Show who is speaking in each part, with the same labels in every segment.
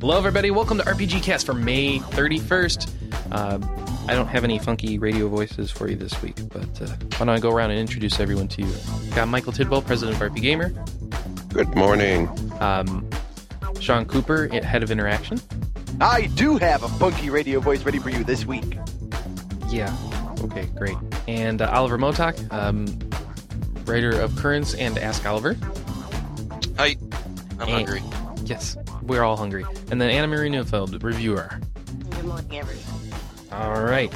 Speaker 1: Hello, everybody. Welcome to RPG Cast for May 31st. Uh, I don't have any funky radio voices for you this week, but uh, why don't I go around and introduce everyone to you? Got Michael Tidwell, president of RP Gamer,
Speaker 2: Good morning.
Speaker 1: um, Sean Cooper, i- head of interaction.
Speaker 3: I do have a funky radio voice ready for you this week.
Speaker 1: Yeah. Okay, great. And uh, Oliver Motok, um, writer of Currents and Ask Oliver.
Speaker 4: Hi. I'm
Speaker 1: Hey.
Speaker 4: hungry.
Speaker 1: Yes, we're all hungry. And then Anna Marie Neufeld, reviewer.
Speaker 5: Good morning, everyone.
Speaker 1: All right.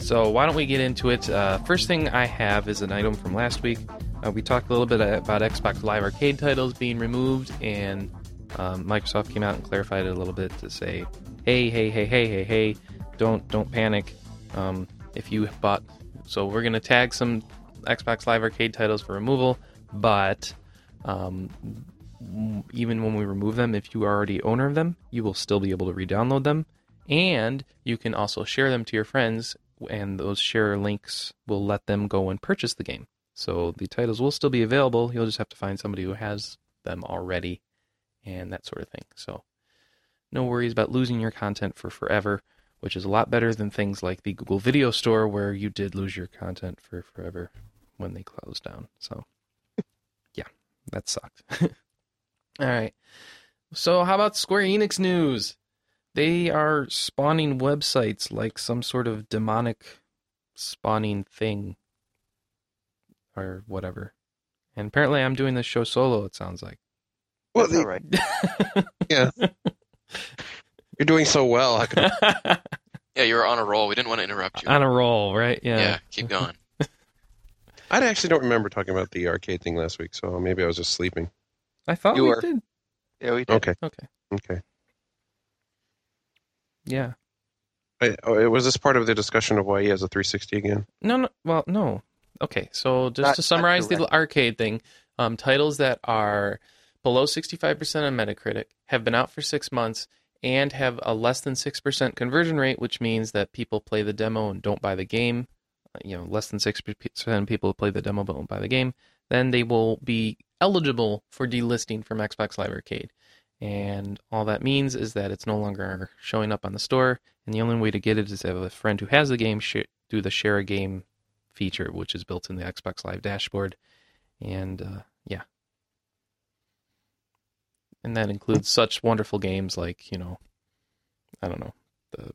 Speaker 1: So why don't we get into it? Uh, first thing I have is an item from last week. Uh, we talked a little bit about Xbox Live Arcade titles being removed, and um, Microsoft came out and clarified it a little bit to say, "Hey, hey, hey, hey, hey, hey, don't don't panic um, if you bought." So we're gonna tag some Xbox Live Arcade titles for removal, but um, w- even when we remove them, if you are already owner of them, you will still be able to re-download them and you can also share them to your friends and those share links will let them go and purchase the game so the titles will still be available you'll just have to find somebody who has them already and that sort of thing so no worries about losing your content for forever which is a lot better than things like the google video store where you did lose your content for forever when they closed down so yeah that sucked all right so how about square enix news they are spawning websites like some sort of demonic spawning thing or whatever. And apparently, I'm doing this show solo, it sounds like.
Speaker 2: Well,
Speaker 3: That's
Speaker 2: the-
Speaker 3: all right.
Speaker 2: you're doing so well. How could-
Speaker 4: Yeah, you were on a roll. We didn't want to interrupt you.
Speaker 1: On a roll, right?
Speaker 4: yeah.
Speaker 1: Yeah.
Speaker 4: keep going.
Speaker 2: I actually don't remember talking about the arcade thing last week, so maybe I was just sleeping.
Speaker 1: I thought
Speaker 2: You
Speaker 1: we
Speaker 2: are-
Speaker 1: did.
Speaker 3: Yeah, we
Speaker 2: Okay.
Speaker 1: Okay.
Speaker 2: Okay.
Speaker 1: Yeah.
Speaker 2: I, oh, was this part of the discussion of why he has a 360 again?
Speaker 1: No, no. Well, no. Okay. So just
Speaker 3: Not-
Speaker 1: to
Speaker 3: not
Speaker 1: summarize the
Speaker 3: direct.
Speaker 1: arcade thing, um, titles that are below 65% on Metacritic have been out for six months and have a less than 6% conversion rate, which means that people play the demo and don't buy the game. Uh, You know, less than 6% of people play the demo but won't buy the game. Then they will be eligible for delisting from Xbox Live Arcade. And all that means is that it's no longer showing up on the store. And the only way to get it is to have a friend who has the game sh- do the share a game feature, which is built in the Xbox Live dashboard. And uh, yeah. And that includes such wonderful games like, you know, I don't know. The,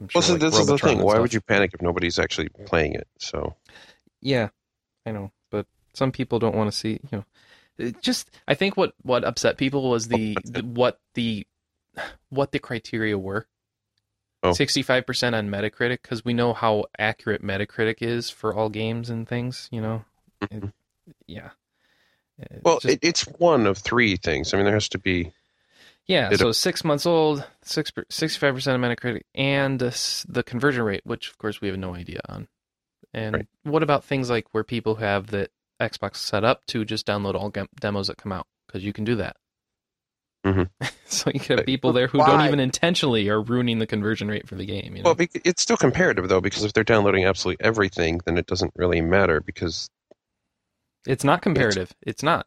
Speaker 1: I'm
Speaker 2: Well, so
Speaker 1: like,
Speaker 2: this is the
Speaker 1: Robotron
Speaker 2: thing.
Speaker 1: and
Speaker 2: Why
Speaker 1: stuff.
Speaker 2: would you panic if nobody's actually playing it? So
Speaker 1: Yeah, I know, but some people don't want to see. You know, it just I think what what upset people was
Speaker 2: Oh,
Speaker 1: the, the what the what the criteria were.
Speaker 2: Oh.
Speaker 1: Sixty-five percent on Metacritic because we know how accurate Metacritic is for all games and things. You know, It-
Speaker 2: Mhm.
Speaker 1: yeah. It
Speaker 2: well,
Speaker 1: just-
Speaker 2: it, it's one of three things. I mean, there has to be.
Speaker 1: yeah.
Speaker 2: it-
Speaker 1: So six months old, six sixty-five percent on Metacritic, and uh, s- the conversion rate, which of course we have no idea on. And
Speaker 2: Right.
Speaker 1: what about things like where people have the Xbox set up to just download all gem- demos that come out because you can do that.
Speaker 2: Mhm.
Speaker 1: so you could have
Speaker 2: But-
Speaker 1: people there who
Speaker 3: but
Speaker 1: don't
Speaker 3: why?
Speaker 1: even intentionally are ruining the conversion rate for the game. You know?
Speaker 2: Well, bec- it's still comparative though, because if they're downloading absolutely everything, then it doesn't really matter because
Speaker 1: it's not comparative. It's, not.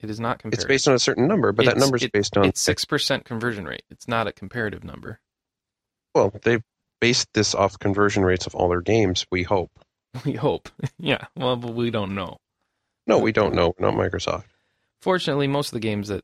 Speaker 1: It is not
Speaker 2: it's
Speaker 1: comparative.
Speaker 2: based on a certain number. But that
Speaker 1: It's-
Speaker 2: number's
Speaker 1: it-
Speaker 2: based on
Speaker 1: it's six percent conversion rate. It's not a comparative number.
Speaker 2: Well, they based this off conversion rates of all their games. We hope.
Speaker 1: We hope. yeah. Well, but we don't know.
Speaker 2: No, we don't know. We're not Microsoft.
Speaker 1: fortunately, most of the games that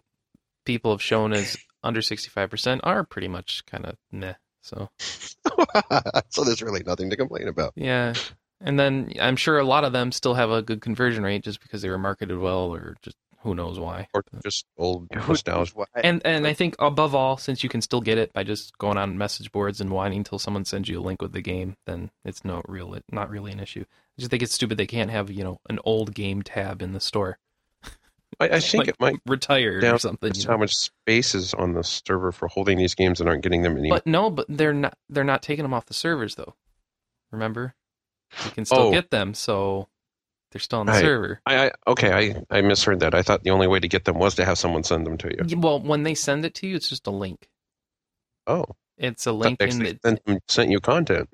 Speaker 1: people have shown as under 65% are pretty much kind of meh. So,
Speaker 2: so there's really nothing to complain about.
Speaker 1: yeah. And then I'm sure a lot of them still have a good conversion rate just because they were marketed well or just who knows why.
Speaker 2: Or just old
Speaker 3: Who's
Speaker 2: nostalgia.
Speaker 3: what?
Speaker 1: And and I think above all, since you can still get it by just going on message boards and whining until someone sends you a link with the game, then it's no real not really an issue. I just think it's stupid they can't have, you know, an old game tab in the store.
Speaker 2: I, I think
Speaker 1: Like,
Speaker 2: it might
Speaker 1: Retired
Speaker 2: down
Speaker 1: or something.
Speaker 2: just
Speaker 1: you know?
Speaker 2: how much space is on the server for holding these games and aren't getting them anymore.
Speaker 1: But no, but they're not they're not taking them off the servers though. Remember? You can still
Speaker 2: Oh.
Speaker 1: get them, so they're still on the
Speaker 2: Right.
Speaker 1: server.
Speaker 2: I, I okay, I, I misheard that. I thought the only way to get them was to have someone send them to you.
Speaker 1: Y- Well, when they send it to you, it's just a link.
Speaker 2: Oh,
Speaker 1: It's a
Speaker 2: I thought
Speaker 1: link
Speaker 2: they
Speaker 1: in
Speaker 2: actually
Speaker 1: the
Speaker 2: sent, them- sent you content.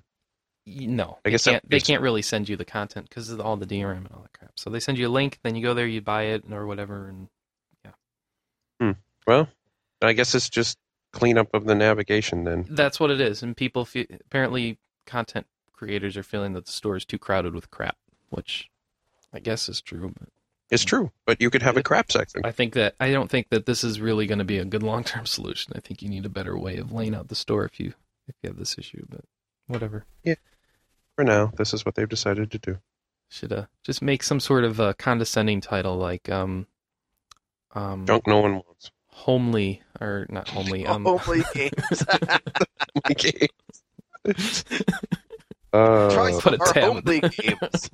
Speaker 1: y- no.
Speaker 2: I guess
Speaker 1: they
Speaker 2: that
Speaker 1: can't, they
Speaker 2: makes-
Speaker 1: can't really send you the content because of all the DRM and all that crap. So they send you a link, then you go there, you buy it or whatever, and
Speaker 2: Well, I guess it's just cleanup of the navigation then.
Speaker 1: That's what it is, and people fe- apparently content creators are feeling that the store is too crowded with crap, which I guess is true. But
Speaker 2: It's true, but you could have a crap section.
Speaker 1: I think that I don't think that this is really going to be a good long term solution. I think you need a better way of laying out the store if you if you have this issue. But whatever,
Speaker 2: For now, this is what they've decided to do.
Speaker 1: should uh, just make some sort of uh, condescending title like um um
Speaker 2: Junk no one wants.
Speaker 1: homely or not homely um
Speaker 2: Oh.
Speaker 3: Hopefully games.
Speaker 2: Okay. Uh,
Speaker 3: Try
Speaker 1: put
Speaker 3: some
Speaker 1: a
Speaker 3: our
Speaker 1: tab.
Speaker 3: home league games.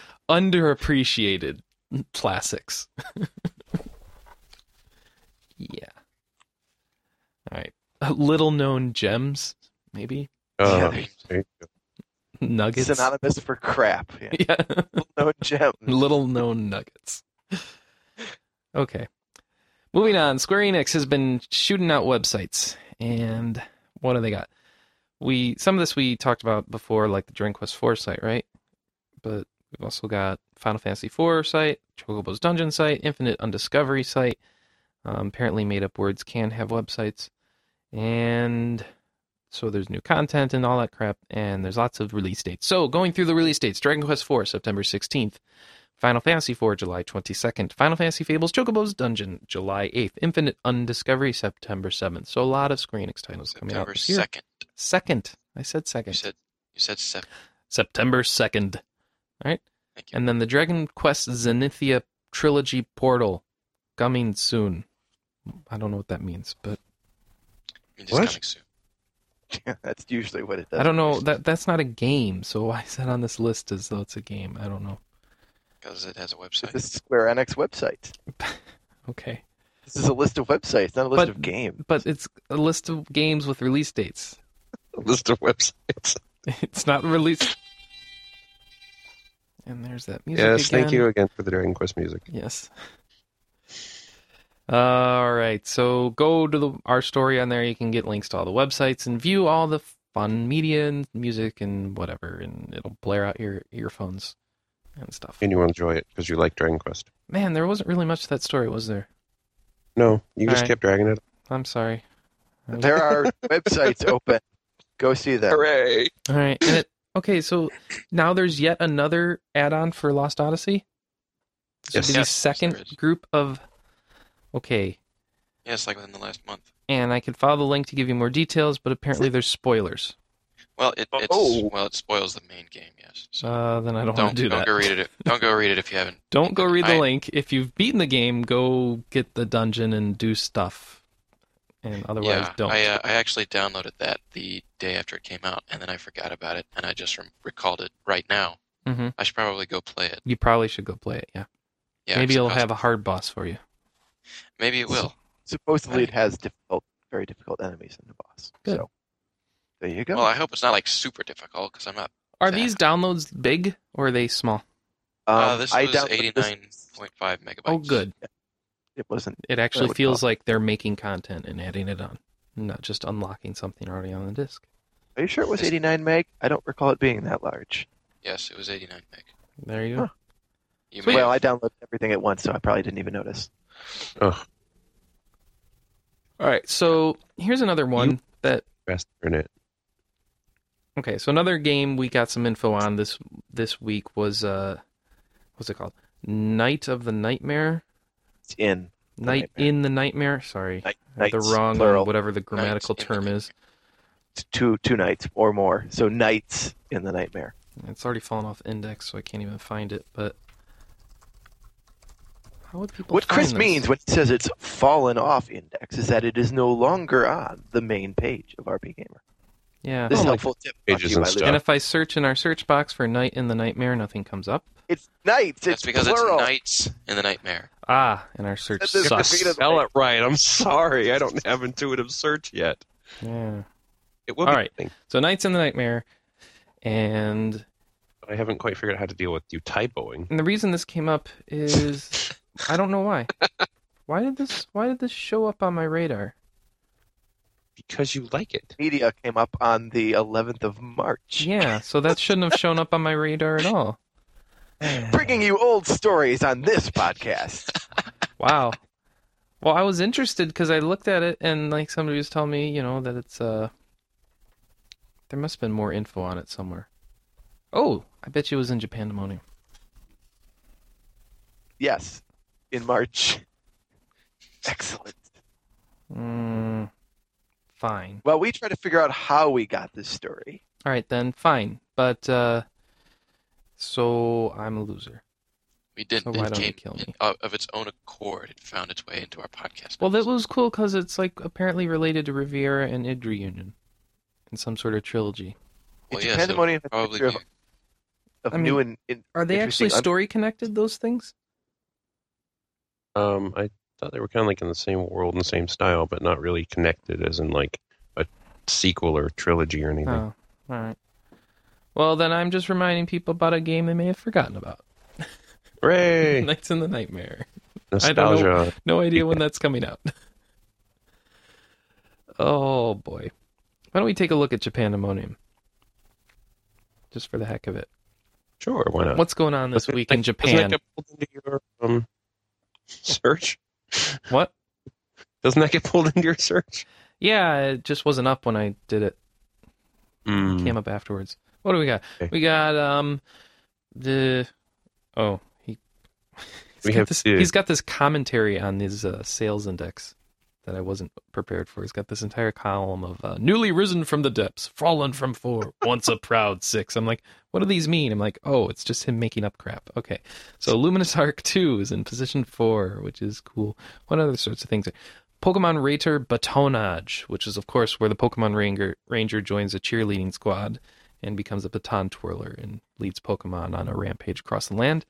Speaker 1: underappreciated classics. yeah. All right. Uh, little known gems, maybe
Speaker 2: uh,
Speaker 3: Yeah.
Speaker 2: there you go.
Speaker 1: nuggets.
Speaker 3: Synonymous for crap. Yeah.
Speaker 1: yeah.
Speaker 3: No gem.
Speaker 1: little known nuggets. Okay. Moving on, Square Enix has been shooting out websites, and what do they got? We some of this we talked about before, like the Dragon Quest IV site, right? But we've also got Final Fantasy IV site, Chocobo's Dungeon site, Infinite Undiscovery site. Um, apparently, made up words can have websites, and so there's new content and all that crap, and there's lots of release dates. So going through the release dates: Dragon Quest IV, September 16th. Final Fantasy IV, July 22nd. Final Fantasy Fables, Chocobo's Dungeon, July 8th. Infinite Undiscovery, September 7th. So a lot of Square Enix titles coming out
Speaker 4: September
Speaker 1: this year.
Speaker 4: second.
Speaker 1: Second. I said
Speaker 4: You
Speaker 1: second.
Speaker 4: said you said seven.
Speaker 1: September 2nd. All right.
Speaker 4: Thank you.
Speaker 1: And then the Dragon Quest Zenithia Trilogy Portal coming soon. I don't know what that means, but
Speaker 4: I mean, just
Speaker 2: What?
Speaker 4: coming soon.
Speaker 3: That's usually what it does.
Speaker 1: I don't know. That that's not a game, so why is that on this list as though it's a game? I don't know.
Speaker 4: Because it has a
Speaker 3: This
Speaker 4: website.
Speaker 3: is Square Enix websites.
Speaker 1: Okay.
Speaker 3: This is a list of websites, not a list
Speaker 1: But-
Speaker 3: of games.
Speaker 1: But it's a list of games with release dates.
Speaker 2: List of websites.
Speaker 1: It's not released. And there's that music.
Speaker 2: Yes,
Speaker 1: again.
Speaker 2: thank you again for the Dragon Quest music.
Speaker 1: Yes. All right. So go to the, our story on there. You can get links to all the websites and view all the fun media and music and whatever, and it'll blare out your earphones and stuff.
Speaker 2: And you will enjoy it because you like Dragon Quest.
Speaker 1: Man, there wasn't really much to that story, was there?
Speaker 2: No, you just
Speaker 1: Alright.
Speaker 2: kept dragging it.
Speaker 1: I'm sorry.
Speaker 3: There are websites open. Go see them.
Speaker 2: Hooray!
Speaker 1: All right. And it, okay. So now there's yet another add-on for Lost Odyssey. So
Speaker 2: Yes.
Speaker 1: the
Speaker 4: Yes,
Speaker 1: second
Speaker 4: there is.
Speaker 1: group of. Okay.
Speaker 4: Yes, like within the last month.
Speaker 1: and I could follow the link to give you more details, but apparently there's spoilers.
Speaker 4: Well, it it's,
Speaker 3: Oh.
Speaker 4: well it spoils the main game. Yes. So
Speaker 1: Uh, then I don't,
Speaker 4: don't
Speaker 1: want to do
Speaker 4: not
Speaker 1: that.
Speaker 4: go read it. if- Don't go read it if you haven't.
Speaker 1: Don't go read the
Speaker 4: I-
Speaker 1: link. If you've beaten the game, go get the dungeon and do stuff. And otherwise,
Speaker 4: yeah,
Speaker 1: don't.
Speaker 4: I uh, I actually downloaded that the day after it came out, and then I forgot about it, and I just rem- recalled it right now.
Speaker 1: Mhm.
Speaker 4: I should probably go play it.
Speaker 1: You probably should go play it. Yeah.
Speaker 4: Yeah,
Speaker 1: Maybe
Speaker 4: it's
Speaker 1: it'll
Speaker 4: possible.
Speaker 1: have a hard boss for you.
Speaker 4: Maybe it will.
Speaker 3: Supposedly, it has difficult, very difficult enemies in the boss.
Speaker 1: Good.
Speaker 3: So there you go.
Speaker 4: Well, I hope it's not like super difficult because I'm not.
Speaker 1: Are
Speaker 4: Yeah.
Speaker 1: these downloads big or are they small?
Speaker 4: uh,
Speaker 3: Um,
Speaker 4: this
Speaker 3: I
Speaker 4: was
Speaker 3: downloaded this-
Speaker 4: 89.5 megabytes.
Speaker 1: Oh, good.
Speaker 3: It wasn't.
Speaker 1: It actually
Speaker 3: would
Speaker 1: feels like they're making content and adding it on, not just unlocking something already on the disc.
Speaker 3: Are you sure it was
Speaker 4: This-
Speaker 3: 89 meg? I don't recall it being that large.
Speaker 4: Yes, it was 89 meg.
Speaker 1: There you go.
Speaker 3: Huh.
Speaker 4: You may
Speaker 3: Well,
Speaker 4: have-
Speaker 3: I downloaded everything at once, so I probably didn't even notice.
Speaker 1: All right. So here's another one that
Speaker 2: Best internet.
Speaker 1: Okay, so another game we got some info on this this week was uh what's it called? Night of the Nightmare?
Speaker 3: It's in
Speaker 1: Night
Speaker 3: Nightmare.
Speaker 1: in the Nightmare, sorry.
Speaker 3: Night-
Speaker 1: I had
Speaker 3: nights,
Speaker 1: the wrong uh,
Speaker 3: plural.
Speaker 1: whatever the grammatical
Speaker 4: Nights in the
Speaker 1: term is.
Speaker 3: It's two two nights or more. So nights in the nightmare.
Speaker 1: It's already fallen off index, so I can't even find it, but how would people
Speaker 3: What
Speaker 1: find
Speaker 3: Chris
Speaker 1: this?
Speaker 3: means when he says it's fallen off index is that it is no longer on the main page of RP Gamer.
Speaker 1: Yeah.
Speaker 3: This
Speaker 2: Oh,
Speaker 3: is
Speaker 2: like
Speaker 3: helpful tip. brought to
Speaker 2: pages
Speaker 3: you
Speaker 2: and
Speaker 3: by Lou.
Speaker 2: stuff.
Speaker 1: and if I search in our search box for Night in the Nightmare, nothing comes up.
Speaker 3: It's nights. It's
Speaker 4: that's because
Speaker 3: plural.
Speaker 4: it's nights in the nightmare.
Speaker 1: Ah, and our search
Speaker 3: That doesn't
Speaker 1: sucks.
Speaker 3: mean it-
Speaker 2: Spell it right. I'm sorry. I don't have intuitive search yet.
Speaker 1: Yeah.
Speaker 2: It will
Speaker 1: All
Speaker 2: be
Speaker 1: right.
Speaker 2: coming,
Speaker 1: So Nights in the Nightmare and
Speaker 2: but I haven't quite figured out how to deal with you typoing.
Speaker 1: And the reason this came up is I don't know why. Why did this why did this show up on my radar?
Speaker 2: Because you like it.
Speaker 3: Media came up on the 11th of March,
Speaker 1: Yeah, so that shouldn't have shown up on my radar at all.
Speaker 3: bringing you old stories on this podcast.
Speaker 1: Wow. Well, I was interested because I looked at it and like somebody was telling me, you know, that it's uh there must have been more info on it somewhere. Oh, I bet you it was in Japandemonium.
Speaker 3: Yes, in March. Excellent.
Speaker 1: Mm, fine.
Speaker 3: Well, we try to figure out how we got this story.
Speaker 1: All right then, fine. But uh so I'm a loser.
Speaker 4: We didn't.
Speaker 1: So why
Speaker 4: it
Speaker 1: don't
Speaker 4: came
Speaker 1: it kill
Speaker 4: in- uh,
Speaker 1: me?
Speaker 4: of, of its own accord. It found its way into our podcast.
Speaker 1: Well, that
Speaker 4: notes.
Speaker 1: was cool because it's like apparently related to Riviera and Id reunion, in some sort of trilogy.
Speaker 4: Well,
Speaker 3: It's
Speaker 4: yeah, so
Speaker 3: pandemonium has a
Speaker 4: probably
Speaker 3: picture of,
Speaker 4: be-
Speaker 3: of
Speaker 1: I mean,
Speaker 3: new and in,
Speaker 1: Are they
Speaker 3: Interesting.
Speaker 1: actually story connected? Those things?
Speaker 2: Um, I thought they were kind of like in the same world and same style, but not really connected, as in like a sequel or trilogy or anything.
Speaker 1: Oh, all right. Well, then I'm just reminding people about a game they may have forgotten about.
Speaker 2: Hooray!
Speaker 1: Nights in the Nightmare. I don't know.
Speaker 2: Nostalgia.
Speaker 1: No idea when that's coming out. oh boy. Why don't we take a look at Japandemonium? Just for the heck of it.
Speaker 2: Sure, why not?
Speaker 1: What's going on this
Speaker 2: Wasn't
Speaker 1: week
Speaker 2: that-
Speaker 1: in
Speaker 2: Doesn't
Speaker 1: Japan?
Speaker 2: that get pulled into your um, search?
Speaker 1: What?
Speaker 2: Doesn't that get pulled into your search?
Speaker 1: Yeah, it just wasn't up when I did it.
Speaker 2: Hmm.
Speaker 1: came up afterwards. What do we got?
Speaker 2: Okay.
Speaker 1: We got um the oh he he's
Speaker 2: We
Speaker 1: got
Speaker 2: have
Speaker 1: this,
Speaker 2: two.
Speaker 1: he's got this commentary on his uh, sales index that I wasn't prepared for. He's got this entire column of uh, newly risen from the depths, fallen from four, once a proud six. I'm like, what do these mean? I'm like, oh, it's just him making up crap. Okay, so Luminous Arc Two is in position four, which is cool. What other sorts of things? Pokemon Ranger Batonage, which is, of course, where the Pokemon Ranger, Ranger joins a cheerleading squad and becomes a baton twirler and leads Pokemon on a rampage across the land.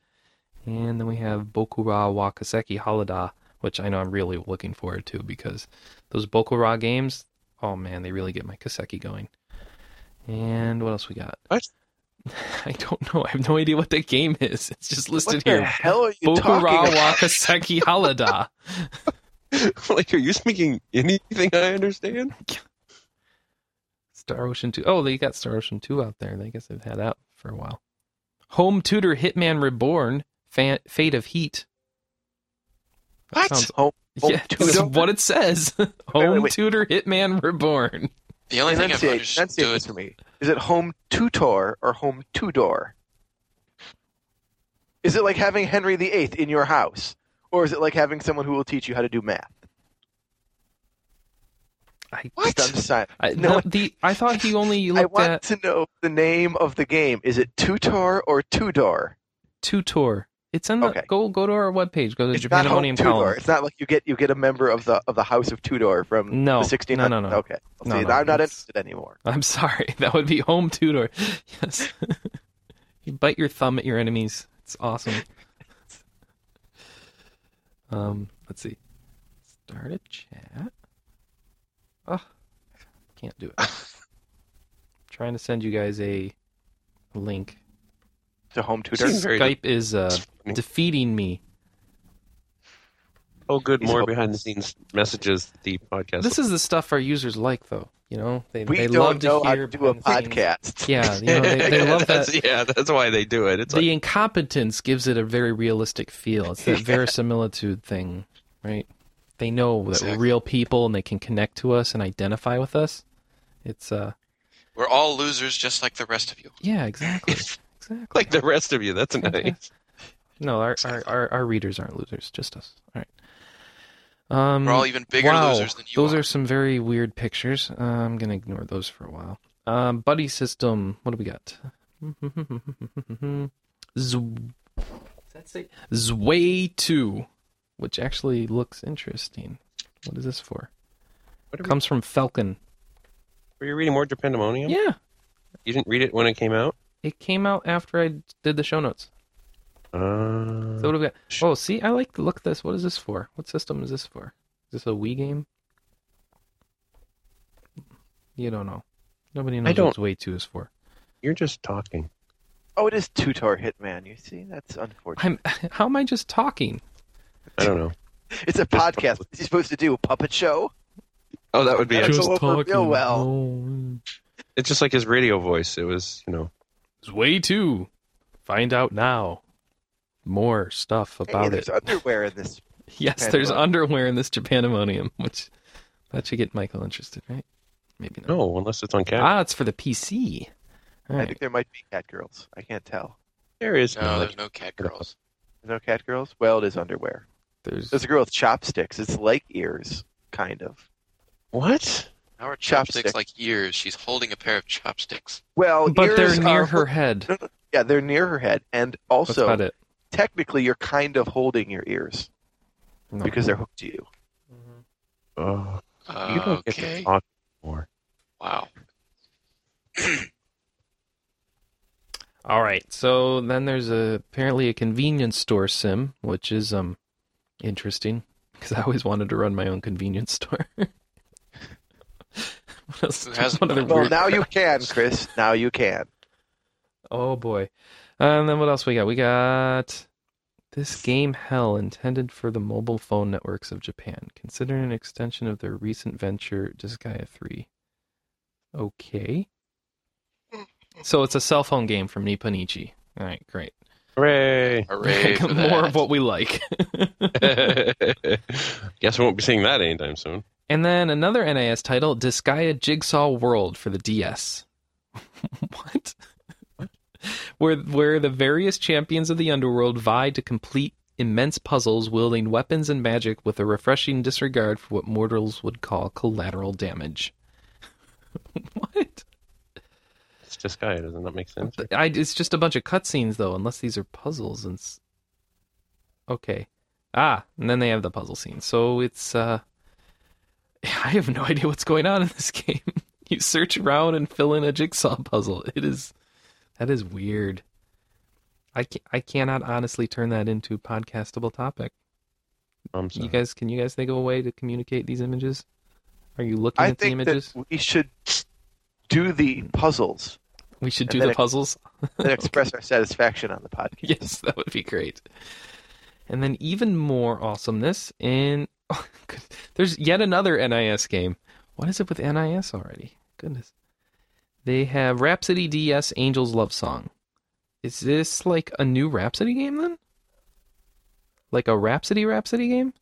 Speaker 1: And then we have Bokura Wakaseki Halada, which I know I'm really looking forward to because those Bokura games, oh man, they really get my Kaseki going. And what else we got?
Speaker 2: What?
Speaker 1: I don't know. I have no idea what that game is. It's just listed
Speaker 3: What the
Speaker 1: here.
Speaker 3: hell are you
Speaker 1: Bokura
Speaker 3: talking about?
Speaker 1: Wakaseki Halada.
Speaker 2: like, are you speaking anything I understand?
Speaker 1: Star Ocean 2. Oh, they got Star Ocean 2 out there. I guess they've had that for a while. Home Tutor Hitman Reborn, Fa- Fate of Heat. That
Speaker 2: What?
Speaker 1: sounds-
Speaker 3: Home- Home
Speaker 1: yeah,
Speaker 3: Tutor?
Speaker 1: that's what it says. Home
Speaker 3: wait, wait.
Speaker 1: Tutor Hitman Reborn.
Speaker 4: the only thing I've
Speaker 3: Enunciate- enunciate this
Speaker 4: understood.
Speaker 3: for me. Is it home tutor or home tudor? Is it like having Henry VIII in your house, or is it like having someone who will teach you how to do math?
Speaker 1: I,
Speaker 3: Just understand.
Speaker 1: I,
Speaker 3: No,
Speaker 1: no, the, I thought he only
Speaker 3: I
Speaker 1: looked
Speaker 3: want
Speaker 1: at
Speaker 3: to know the name of the game. Is it tutor or tudor?
Speaker 1: Tutor. It's in the
Speaker 3: Okay.
Speaker 1: go go to our webpage. Go to
Speaker 3: It's not home
Speaker 1: Japanimonium
Speaker 3: Tudor.
Speaker 1: column.
Speaker 3: It's not like you get you get a member of the of the House of Tudor from
Speaker 1: No.
Speaker 3: the 1600s.
Speaker 1: No, no, no.
Speaker 3: Okay,
Speaker 1: No,
Speaker 3: See,
Speaker 1: no,
Speaker 3: I'm not
Speaker 1: it's-
Speaker 3: interested anymore.
Speaker 1: I'm sorry. That would be home tutor. Yes. you bite your thumb at your enemies. It's awesome. um, let's see. Start a chat. Oh, can't do it. trying to send you guys a link.
Speaker 3: To home tutor.
Speaker 2: Seems very
Speaker 1: Skype is uh,
Speaker 2: funny.
Speaker 1: defeating me.
Speaker 2: Oh, good.
Speaker 3: He's
Speaker 2: More
Speaker 3: hopeless.
Speaker 2: behind the scenes messages that the podcast.
Speaker 1: This is the stuff our users like, though. You know, they
Speaker 3: We
Speaker 1: they
Speaker 3: don't
Speaker 1: love
Speaker 3: know
Speaker 1: to
Speaker 3: how
Speaker 1: hear
Speaker 3: to do a
Speaker 1: behind the scenes.
Speaker 3: podcast.
Speaker 1: Yeah, you know, they, they love that.
Speaker 2: that's, Yeah, that's why they do it. It's
Speaker 1: the
Speaker 2: like
Speaker 1: incompetence gives it a very realistic feel. It's that verisimilitude thing, right? They know that
Speaker 4: Exactly.
Speaker 1: we're real people and they can connect to us and identify with us. It's uh
Speaker 4: We're all losers, just like the rest of you.
Speaker 1: yeah, exactly. exactly.
Speaker 2: like the rest of you. That's
Speaker 1: Okay.
Speaker 2: nice.
Speaker 1: No, our, our, our, our readers aren't losers, just us. All right. Um
Speaker 4: We're all even bigger
Speaker 1: wow.
Speaker 4: losers than you
Speaker 1: those
Speaker 4: are.
Speaker 1: are some very weird pictures. Uh, I'm gonna ignore those for a while. Um, buddy system. What do we got? Z- Does that say Zway two, which actually looks interesting. What is this for?
Speaker 2: What are we-
Speaker 1: Comes from Falcon.
Speaker 2: Were you reading more Japandemonium?
Speaker 1: Yeah,
Speaker 2: You didn't read it when it came out.
Speaker 1: it came out after I did the show notes.
Speaker 2: Uh,
Speaker 1: So what do we got? Oh, see, I like the look of this. What is this for? What system is this for? Is this a Wii game? You don't know. Nobody knows what
Speaker 2: don't-
Speaker 1: Zway two is for.
Speaker 2: you're just talking.
Speaker 3: Oh, it is tutor hitman. You see, that's unfortunate.
Speaker 1: I'm how am I just talking?
Speaker 2: I don't know.
Speaker 3: It's a podcast. What is he supposed to do? A puppet show?
Speaker 2: Oh, that would be.
Speaker 3: Just-
Speaker 2: Actually,
Speaker 3: go over real well.
Speaker 1: Oh.
Speaker 2: it's just like his radio voice. It was, you know.
Speaker 1: It's way too. Find out now. More stuff
Speaker 3: Hey,
Speaker 1: about
Speaker 3: there's
Speaker 1: it.
Speaker 3: underwear in this
Speaker 1: Yes,
Speaker 3: Panda.
Speaker 1: there's underwear in this Japanimonium, which that should get Michael interested, right? Maybe not.
Speaker 2: No, unless it's on cat.
Speaker 1: Ah, it's for the PC. All
Speaker 3: I
Speaker 1: right.
Speaker 3: think there might be cat girls. I can't tell.
Speaker 2: there is
Speaker 4: No,
Speaker 2: none.
Speaker 4: there's no cat girls.
Speaker 3: There's no cat girls? Well, it is underwear.
Speaker 1: There's
Speaker 3: There's a girl with chopsticks. It's like ears, kind of.
Speaker 2: What?
Speaker 4: How are
Speaker 3: Chopsticks.
Speaker 4: chopsticks like ears? She's holding a pair of chopsticks.
Speaker 3: Well,
Speaker 1: but
Speaker 3: ears uh,
Speaker 1: they're near
Speaker 3: are-
Speaker 1: her head. That's
Speaker 3: Yeah, they're near her head, and also
Speaker 1: about it.
Speaker 3: technically you're kind of holding your ears
Speaker 1: No.
Speaker 3: because they're hooked to you.
Speaker 1: Mm-hmm.
Speaker 2: Oh, you don't get to
Speaker 4: Okay.
Speaker 2: talk anymore.
Speaker 4: Wow.
Speaker 1: All right. So then there's a, apparently a convenience store sim, which is um interesting because I always wanted to run my own convenience store. What else-
Speaker 4: Who hasn't
Speaker 1: what other
Speaker 4: done that?
Speaker 1: weird-
Speaker 3: Well, now you can, Chris. Now you can.
Speaker 1: Oh boy. And then what else we got? We got this game Hell intended for the mobile phone networks of Japan, considered an extension of their recent venture Disgaea 3. Okay. So it's a cell phone game from Nipponichi. All right, great.
Speaker 2: Hooray!
Speaker 4: Hooray for that.
Speaker 1: More of what we like.
Speaker 2: Guess we won't be seeing that anytime soon.
Speaker 1: and then another NAS title, Disgaea Jigsaw World for the DS. what? where where the various champions of the underworld vie to complete immense puzzles wielding weapons and magic with a refreshing disregard for what mortals would call collateral damage. what?
Speaker 2: It's just guy. Doesn't that make sense?
Speaker 1: But I, it's just a bunch of cutscenes though, unless these are puzzles and. s- Okay, ah, and then they have the puzzle scene. So it's uh, I have no idea what's going on in this game. you search around and fill in a jigsaw puzzle. It is, that is weird. I can I cannot honestly turn that into a podcastable topic.
Speaker 2: I'm sorry.
Speaker 1: You guys, can you guys think of a way to communicate these images? Are you looking
Speaker 3: I
Speaker 1: at the
Speaker 3: think
Speaker 1: images?
Speaker 3: that we should do the puzzles
Speaker 1: we should
Speaker 3: and
Speaker 1: do
Speaker 3: then
Speaker 1: the
Speaker 3: it-
Speaker 1: puzzles.
Speaker 3: and express our satisfaction on the podcast.
Speaker 1: Yes, that would be great. And then even more awesomeness in there's yet another NIS game. What is it with NIS already? Goodness. They have Rhapsody DS Angel's Love Song. Is this like a new Rhapsody game then? Like a Rhapsody Rhapsody game?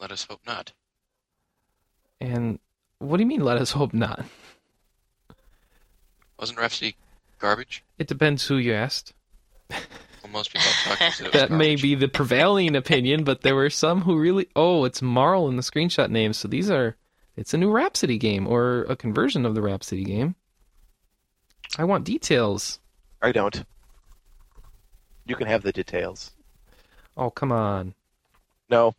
Speaker 4: Let us hope not.
Speaker 1: And what do you mean let us hope not?
Speaker 4: Wasn't Rhapsody garbage?
Speaker 1: It depends who you asked.
Speaker 4: Well, most people I've talked to said it was
Speaker 1: That may
Speaker 4: garbage.
Speaker 1: be the prevailing opinion, but there were some who really. Oh, it's Marl in the screenshot name. So these are. It's a new Rhapsody game or a conversion of the Rhapsody game. I want details.
Speaker 3: I don't. You can have the details.
Speaker 1: Oh, come on.
Speaker 3: No.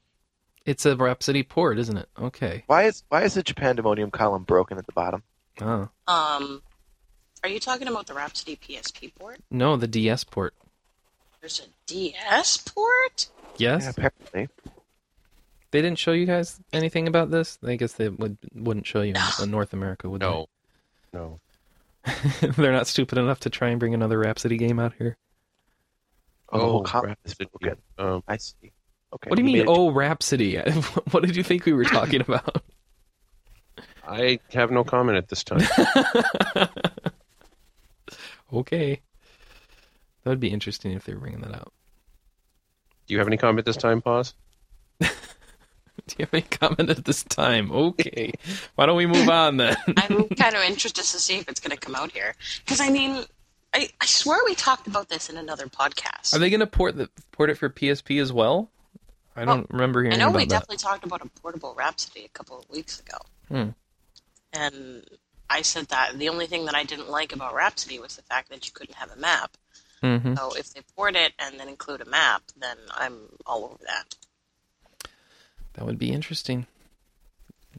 Speaker 1: It's a Rhapsody port, isn't it? Okay.
Speaker 3: Why is why is the Japandemonium column broken at the bottom?
Speaker 1: Oh.
Speaker 5: Um, are you talking about the Rhapsody PSP port?
Speaker 1: No, the DS port.
Speaker 5: There's a DS port?
Speaker 1: Yes?
Speaker 3: Yeah, apparently.
Speaker 1: They didn't show you guys anything about this? I guess they would, wouldn't show you in North America, would
Speaker 2: No, no.
Speaker 1: they? They're not stupid enough to try and bring another Rhapsody game out here.
Speaker 3: Oh, the whole column is
Speaker 2: Rhapsody.
Speaker 3: broken.
Speaker 2: Um,
Speaker 3: I see. Okay.
Speaker 1: what do you
Speaker 3: he
Speaker 1: mean,
Speaker 3: made it-
Speaker 1: oh, Rhapsody? what did you think we were talking about?
Speaker 2: I have no comment at this time.
Speaker 1: okay. That would be interesting if they were bringing that out.
Speaker 2: Do you have any comment this time, Pause?
Speaker 1: Do you have any comment at this time? Okay. Why don't we move on then?
Speaker 5: I'm kind of interested to see if it's going to come out here. Because, I mean, I, I swear we talked about this in another podcast.
Speaker 1: Are they going to port the port it for PSP as well? I don't remember hearing
Speaker 5: Oh, I know
Speaker 1: about
Speaker 5: we
Speaker 1: that.
Speaker 5: definitely talked about a portable Rhapsody a couple of weeks ago.
Speaker 1: Hmm.
Speaker 5: And I said that the only thing that I didn't like about Rhapsody was the fact that you couldn't have a map.
Speaker 1: hmm
Speaker 5: So if they port it and then include a map, then I'm all over that.
Speaker 1: That would be interesting.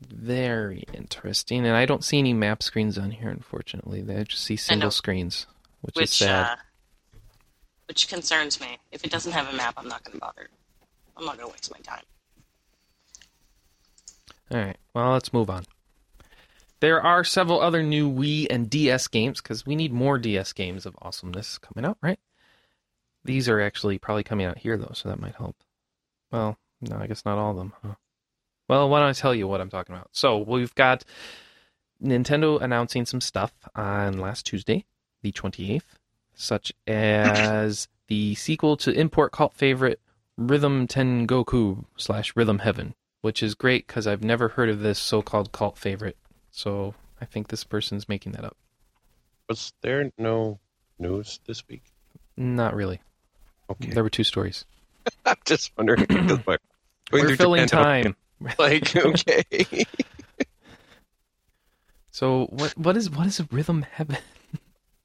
Speaker 1: Very interesting. And I don't see any map screens on here, unfortunately. I just see single
Speaker 5: know.
Speaker 1: screens, which, is
Speaker 5: which
Speaker 1: sad.
Speaker 5: uh, which concerns me. If it doesn't have a map, I'm not going to bother. I'm not going to waste my time.
Speaker 1: All right. Well, let's move on. There are several other new Wii and DS games because we need more DS games of awesomeness coming out, right? These are actually probably coming out here though, so that might help. Well, no, I guess not all of them. Huh? Well, why don't I tell you what I'm talking about? So we've got Nintendo announcing some stuff on last Tuesday, the 28th, such as the sequel to import cult favorite Rhythm Tengoku slash Rhythm Heaven, which is great because I've never heard of this so-called cult favorite. So I think this person's making that up.
Speaker 2: Was there no news this week?
Speaker 1: Not really.
Speaker 2: Okay.
Speaker 1: There were two stories.
Speaker 2: I'm just wondering. 'cause we're going
Speaker 1: We're
Speaker 2: through
Speaker 1: filling
Speaker 2: Oh, Japan, I'm
Speaker 1: time.
Speaker 2: Like, okay.
Speaker 1: So what what is what is Rhythm Heaven?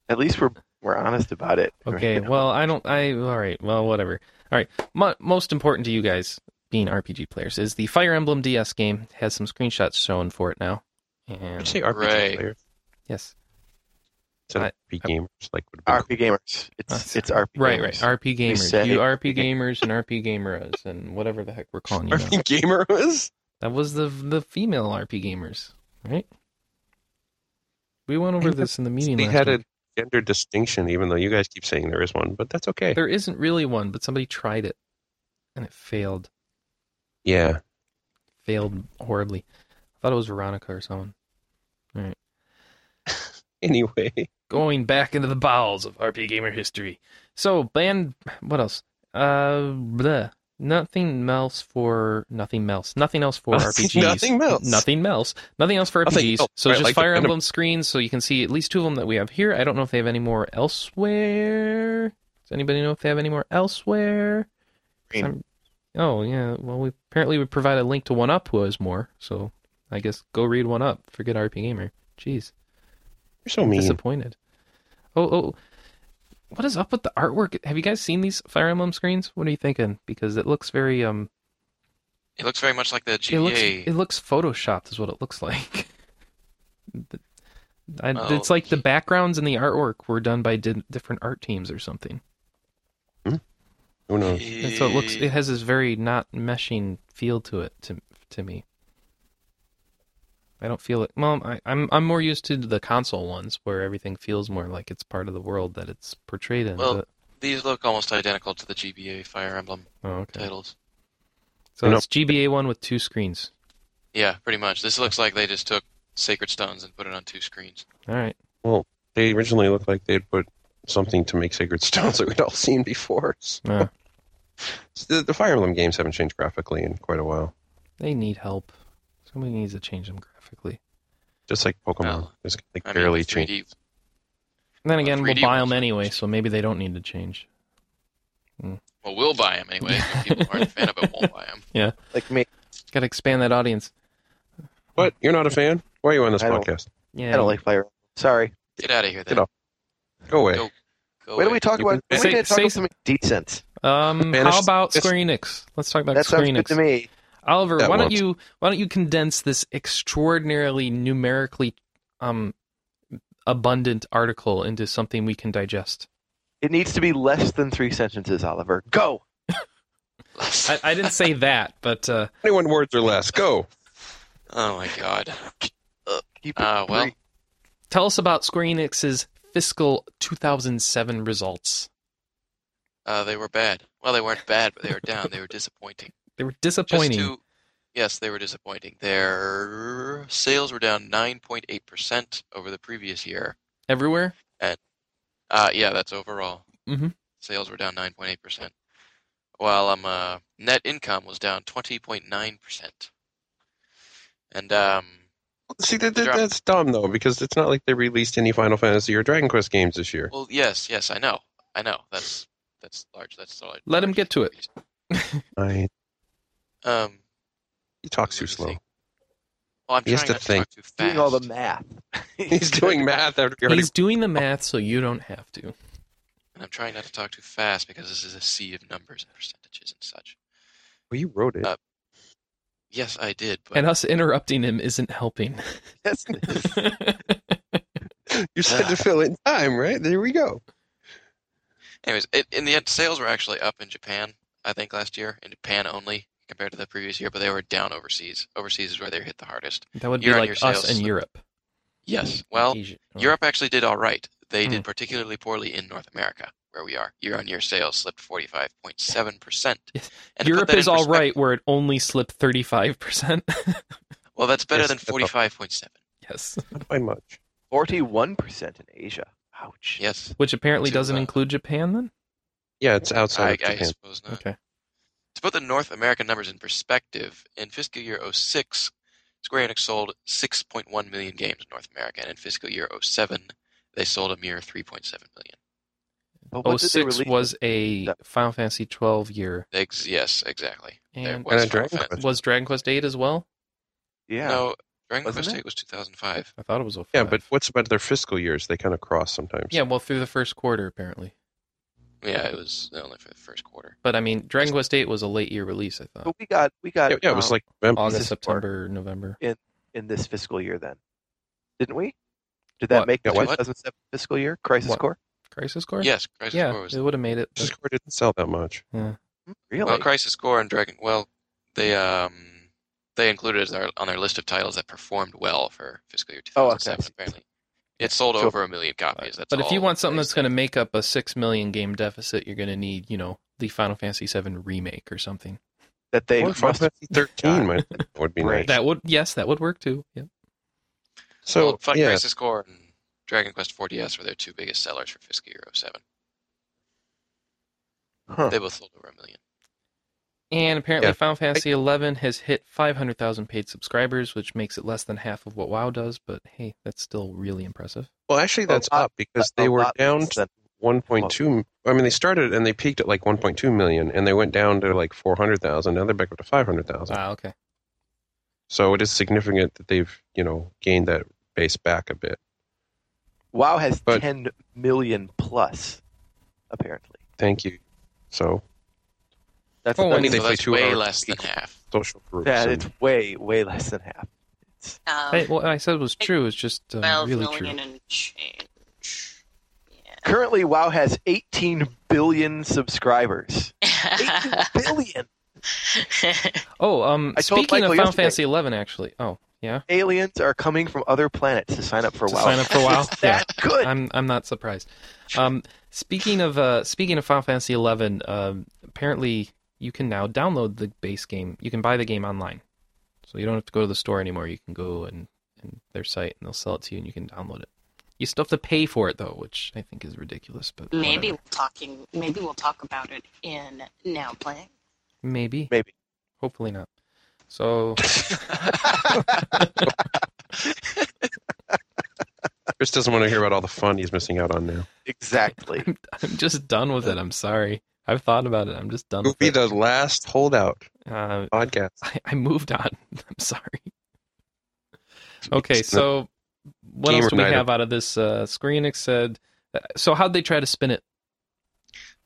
Speaker 3: At least we're we're honest about it.
Speaker 1: Okay,
Speaker 3: right?
Speaker 1: well, I don't. I all right. Well, whatever. All right. Mo- most important to you guys being RPG players is the Fire Emblem DS game has some screenshots shown for it now.
Speaker 2: I'd
Speaker 1: And
Speaker 2: say RPG
Speaker 4: Right.
Speaker 2: player.
Speaker 1: yes,
Speaker 2: Instead
Speaker 1: I-
Speaker 2: of P gamers, like would have been
Speaker 3: RP gamers. It's
Speaker 1: That's-
Speaker 3: it's RP
Speaker 1: right,
Speaker 3: gamers.
Speaker 1: right. RP gamers,
Speaker 3: said
Speaker 1: you
Speaker 3: it.
Speaker 1: RP gamers and RP gameras and whatever the heck we're calling you.
Speaker 2: cool.
Speaker 1: Now.
Speaker 2: RP gamer was.
Speaker 1: That was the the female RP gamers, right? We went over this in the meeting
Speaker 2: They
Speaker 1: last
Speaker 2: had
Speaker 1: week.
Speaker 2: a gender distinction, even though you guys keep saying there is one, but that's okay.
Speaker 1: There isn't really one, but somebody tried it and it failed.
Speaker 2: Yeah.
Speaker 1: Failed horribly. I thought it was Veronica or someone.
Speaker 2: Anyway,
Speaker 1: going back into the bowels of RP gamer history. So band, what else? Uh, bleh. nothing else for nothing else. Nothing else for
Speaker 2: Nothing-
Speaker 1: RPGs.
Speaker 2: nothing else.
Speaker 1: Nothing else. Nothing else for
Speaker 2: Nothing
Speaker 1: RPGs.
Speaker 2: else.
Speaker 1: So
Speaker 2: Right,
Speaker 1: just
Speaker 2: like the
Speaker 1: Fire
Speaker 2: kind of-
Speaker 1: Emblem screens, so you can see at least two of them that we have here. I don't know if they have any more elsewhere. Does anybody know if they have any more elsewhere?
Speaker 3: Green.
Speaker 1: I'm- oh yeah. Well, we apparently we provide a link to One Up, who has more. So I guess go read One Up. Forget RP Gamer. Jeez.
Speaker 2: you're so mean.
Speaker 1: Disappointed. Oh, oh. What is up with the artwork? Have you guys seen these Fire Emblem screens? What are you thinking? Because it looks very um
Speaker 4: It looks very much like the
Speaker 1: it looks
Speaker 4: GBA.
Speaker 1: it looks photoshopped is what it looks like. I,
Speaker 4: Oh.
Speaker 1: It's like the backgrounds and the artwork were done by di- different art teams or something.
Speaker 2: Who knows?
Speaker 1: And so it looks it has this very not meshing feel to it to to me. I don't feel it. Well, I, I'm I'm more used to the console ones where everything feels more like it's part of the world that it's portrayed in.
Speaker 4: Well,
Speaker 1: but-
Speaker 4: These look almost identical to the GBA Fire Emblem
Speaker 1: oh, okay.
Speaker 4: titles.
Speaker 1: So
Speaker 2: No.
Speaker 1: it's GBA one with two screens.
Speaker 4: Yeah, pretty much. This looks like they just took Sacred Stones and put it on two screens.
Speaker 1: All right.
Speaker 2: They originally looked like they'd put something to make sacred stones that we'd all seen before. So
Speaker 1: Uh,
Speaker 2: the, the Fire Emblem games haven't changed graphically in quite a while.
Speaker 1: they need help. Somebody needs to change them graphically.
Speaker 2: Just like Pokemon,
Speaker 4: Well,
Speaker 2: it's like
Speaker 4: I mean,
Speaker 2: barely
Speaker 4: the
Speaker 2: changed.
Speaker 4: 3D
Speaker 1: And then again, we'll
Speaker 4: 3D
Speaker 1: buy them
Speaker 4: ones.
Speaker 1: anyway, so maybe they don't need to change.
Speaker 4: Well, we'll buy them anyway. If people who aren't a fan of it won't buy them.
Speaker 3: Like me,
Speaker 1: Got to expand that audience.
Speaker 2: What? You're not a fan? Why are you on this
Speaker 3: I don't-
Speaker 2: podcast?
Speaker 1: Yeah.
Speaker 3: I don't like fire. Sorry.
Speaker 4: Get out of here. Then.
Speaker 2: Get off. Go away.
Speaker 4: Go, go
Speaker 3: Why do
Speaker 4: away.
Speaker 3: we talk
Speaker 2: You
Speaker 3: about?
Speaker 2: can-
Speaker 3: Why
Speaker 1: Say-
Speaker 3: do we talk
Speaker 1: say
Speaker 3: about something decent?
Speaker 1: um,
Speaker 2: Spanish-
Speaker 1: how about Square Enix? Let's talk about
Speaker 3: That
Speaker 1: Square
Speaker 3: sounds
Speaker 1: Enix.
Speaker 3: good to me.
Speaker 1: Oliver,
Speaker 2: That
Speaker 1: why don't
Speaker 2: works.
Speaker 1: you why don't you condense this extraordinarily numerically um abundant article into something we can digest?
Speaker 3: It needs to be less than three sentences, Oliver. Go.
Speaker 1: I, I didn't say that, but uh,
Speaker 2: 21 words or less. Go.
Speaker 4: oh my god.
Speaker 3: Keep it
Speaker 4: Uh, well,
Speaker 3: brief.
Speaker 1: Tell us about Square Enix's fiscal 2007 results.
Speaker 4: uh, they were bad. Well, they weren't bad, but they were down. They were disappointing.
Speaker 1: They were
Speaker 4: Just
Speaker 1: disappointing.
Speaker 4: to, yes, they were disappointing. Their sales were down 9.8 percent over the previous year.
Speaker 1: Everywhere?
Speaker 4: Uh, yeah, that's overall.
Speaker 1: Mhm.
Speaker 4: Sales were down 9.8 percent, while um, uh, net income was down 20.9 percent. And um,
Speaker 2: See, that,
Speaker 4: Drop.
Speaker 2: that, that's dumb, though, because it's not like they released any Final Fantasy or Dragon Quest games this year.
Speaker 4: well, yes, yes, I know, I know. That's that's large. That's large.
Speaker 1: Let 'em get to it.
Speaker 2: I,
Speaker 4: Um,
Speaker 2: he talks too
Speaker 4: let me
Speaker 2: slow.
Speaker 4: think. Well, I'm
Speaker 2: He has
Speaker 4: trying
Speaker 2: to
Speaker 4: not
Speaker 2: think.
Speaker 4: to talk too
Speaker 3: doing all the
Speaker 4: fast.
Speaker 3: math.
Speaker 2: He's doing math after we already.
Speaker 1: He's doing the math so you don't have to.
Speaker 4: and I'm trying not to talk too fast because this is a sea of numbers and percentages and such.
Speaker 2: Well, you wrote it.
Speaker 4: Uh, Yes, I did, but
Speaker 1: And us interrupting him isn't helping.
Speaker 3: Yes, it is.
Speaker 2: you said to fill in time, right? There we go.
Speaker 4: anyways, it, in the end, sales were actually up in Japan. I think last year in Japan only compared to the previous year, but they were down overseas. Overseas is where they were hit the hardest.
Speaker 1: that would be
Speaker 4: Year-on-year
Speaker 1: like us
Speaker 4: sales
Speaker 1: and
Speaker 4: slipped.
Speaker 1: Europe.
Speaker 4: Yes, well,
Speaker 1: Asia- oh.
Speaker 4: Europe actually did all right. They
Speaker 1: Hmm.
Speaker 4: did particularly poorly in North America, where we are. Year-on-year sales slipped 45.7 percent.
Speaker 1: Yes, Europe is all right where it only slipped 35%.
Speaker 4: Well, that's better
Speaker 2: Yes,
Speaker 4: than
Speaker 2: that's all-
Speaker 4: 45.7.
Speaker 1: yes.
Speaker 2: Not by much.
Speaker 3: Forty-one percent in Asia. Ouch.
Speaker 4: Yes,
Speaker 1: Which apparently
Speaker 4: To,
Speaker 1: doesn't
Speaker 4: uh,
Speaker 1: include Japan then?
Speaker 2: Yeah, it's outside
Speaker 4: I,
Speaker 2: of
Speaker 4: I
Speaker 2: Japan.
Speaker 4: suppose not.
Speaker 1: Okay.
Speaker 4: To put the North American numbers in perspective, in fiscal year 06, Square Enix sold 6.1 million games in North America, and in fiscal year 07, they sold a mere 3.7 million.
Speaker 3: But
Speaker 1: Oh
Speaker 3: what did they
Speaker 1: six
Speaker 3: release?
Speaker 1: was a
Speaker 3: That-
Speaker 1: Final Fantasy 12 year.
Speaker 4: Ex- yes, exactly. There
Speaker 1: And
Speaker 2: And
Speaker 4: was
Speaker 2: a
Speaker 4: Final
Speaker 2: Dragon
Speaker 4: Fan-
Speaker 2: Quest.
Speaker 1: was Dragon Quest 8 as well?
Speaker 3: yeah.
Speaker 4: No, Dragon
Speaker 3: Wasn't
Speaker 4: Quest
Speaker 3: it?
Speaker 4: VIII was 2005.
Speaker 1: I thought it was a
Speaker 2: Yeah, but what's about their fiscal years? They kind of cross sometimes.
Speaker 1: yeah, well, through the first quarter apparently.
Speaker 4: Yeah, it was only for the first quarter.
Speaker 1: But I mean, Dragon Quest 8 was a late year release. I thought
Speaker 3: But we got we got
Speaker 2: yeah, yeah, it was
Speaker 3: um,
Speaker 2: like Vampire
Speaker 1: August,
Speaker 3: this is
Speaker 1: September, November.
Speaker 3: in this fiscal year then, didn't we? Did that
Speaker 1: What?
Speaker 3: make the
Speaker 2: Yeah, what?
Speaker 3: 2007 fiscal year Crisis
Speaker 1: What?
Speaker 3: Core?
Speaker 1: Crisis Core.
Speaker 4: Yes, Crisis
Speaker 1: yeah,
Speaker 4: Core was.
Speaker 1: it would have made it. but-
Speaker 2: Crisis Core didn't sell that much.
Speaker 3: Hmm, Really?
Speaker 4: Well, Crisis Core and Dragon. Well, they um they included it as our, on their list of titles that performed well for fiscal year
Speaker 3: Oh, okay.
Speaker 4: 2007. Apparently, it sold
Speaker 3: So-
Speaker 4: over a million copies. That's
Speaker 1: but if you
Speaker 4: all
Speaker 1: want something that's going to
Speaker 4: they-
Speaker 1: make up a six million game deficit, you're going to need, you know, the Final Fantasy VII remake or something.
Speaker 3: that they
Speaker 2: Or Final
Speaker 3: must
Speaker 2: Fantasy 13
Speaker 3: God.
Speaker 2: might, would be
Speaker 3: Right.
Speaker 2: nice.
Speaker 1: That would, yes, that would work too. Yeah.
Speaker 2: So,
Speaker 4: well, fuck
Speaker 2: yeah,
Speaker 4: Crisis Core and Dragon Quest 4DS were their two biggest sellers for fiscal year 07.
Speaker 3: huh.
Speaker 4: They both sold over a million.
Speaker 1: And apparently,
Speaker 2: Yeah.
Speaker 1: Final Fantasy XI has hit 500,000 paid subscribers, which makes it less than half of what WoW does. But hey, that's still really impressive.
Speaker 2: well, actually, that's
Speaker 3: lot-
Speaker 2: up because
Speaker 3: a
Speaker 2: they were
Speaker 3: lot
Speaker 2: down
Speaker 3: less
Speaker 2: to
Speaker 3: than-
Speaker 2: 1.2. I mean, they started and they peaked at like 1.2 million, and they went down to like 400,000. Now they're back up to 500,000.
Speaker 1: Wow. Ah, Okay.
Speaker 2: So it is significant that they've you know gained that base back a bit.
Speaker 3: WoW has
Speaker 2: But-
Speaker 3: 10 million plus, apparently.
Speaker 2: Thank you. So
Speaker 3: That's
Speaker 1: Oh,
Speaker 3: that's-
Speaker 2: I mean, they
Speaker 4: so
Speaker 2: play
Speaker 4: that's
Speaker 2: two
Speaker 4: way
Speaker 2: hours a
Speaker 4: less than
Speaker 2: week.
Speaker 4: half.
Speaker 2: social groups.
Speaker 3: yeah,
Speaker 2: and-
Speaker 3: it's way way less than half. It's
Speaker 5: Um,
Speaker 1: Hey, what I said was true. It's just uh,
Speaker 5: 12
Speaker 1: really
Speaker 5: million
Speaker 1: true.
Speaker 5: and change.
Speaker 3: currently WoW has 18 billion subscribers. 18
Speaker 5: Yeah.
Speaker 3: billion
Speaker 1: Oh, um,
Speaker 3: I told
Speaker 1: speaking of
Speaker 3: Michael
Speaker 1: Final
Speaker 3: yesterday-
Speaker 1: Fantasy XI, actually. Oh, yeah.
Speaker 3: aliens are coming from other planets to sign up for
Speaker 1: To
Speaker 3: WoW.
Speaker 1: sign up for WoW.
Speaker 3: It's
Speaker 1: yeah.
Speaker 3: that good.
Speaker 1: I'm I'm not surprised. Um, speaking of uh, speaking of Final Fantasy XI, um, apparently you can now download the base game. You can buy the game online, so you don't have to go to the store anymore. You can go and and their site, and they'll sell it to you, and you can download it. You still have to pay for it though, which I think is ridiculous. But
Speaker 5: maybe
Speaker 1: whatever.
Speaker 5: we're talking. Maybe we'll talk about it in now playing.
Speaker 1: maybe,
Speaker 3: Maybe.
Speaker 1: hopefully not. So
Speaker 2: Chris doesn't want to hear about all the fun he's missing out on now.
Speaker 3: Exactly.
Speaker 1: I'm just done with it. I'm sorry. I've thought about it. I'm just done
Speaker 2: Who'll
Speaker 1: with
Speaker 2: be
Speaker 1: it.
Speaker 2: the last holdout
Speaker 1: Uh,
Speaker 2: podcast?
Speaker 1: I, I moved on. I'm sorry. Okay, so what
Speaker 2: Gamer
Speaker 1: else do we
Speaker 2: night.
Speaker 1: have out of this? Uh, Square Enix said. uh, So how'd they try to spin it?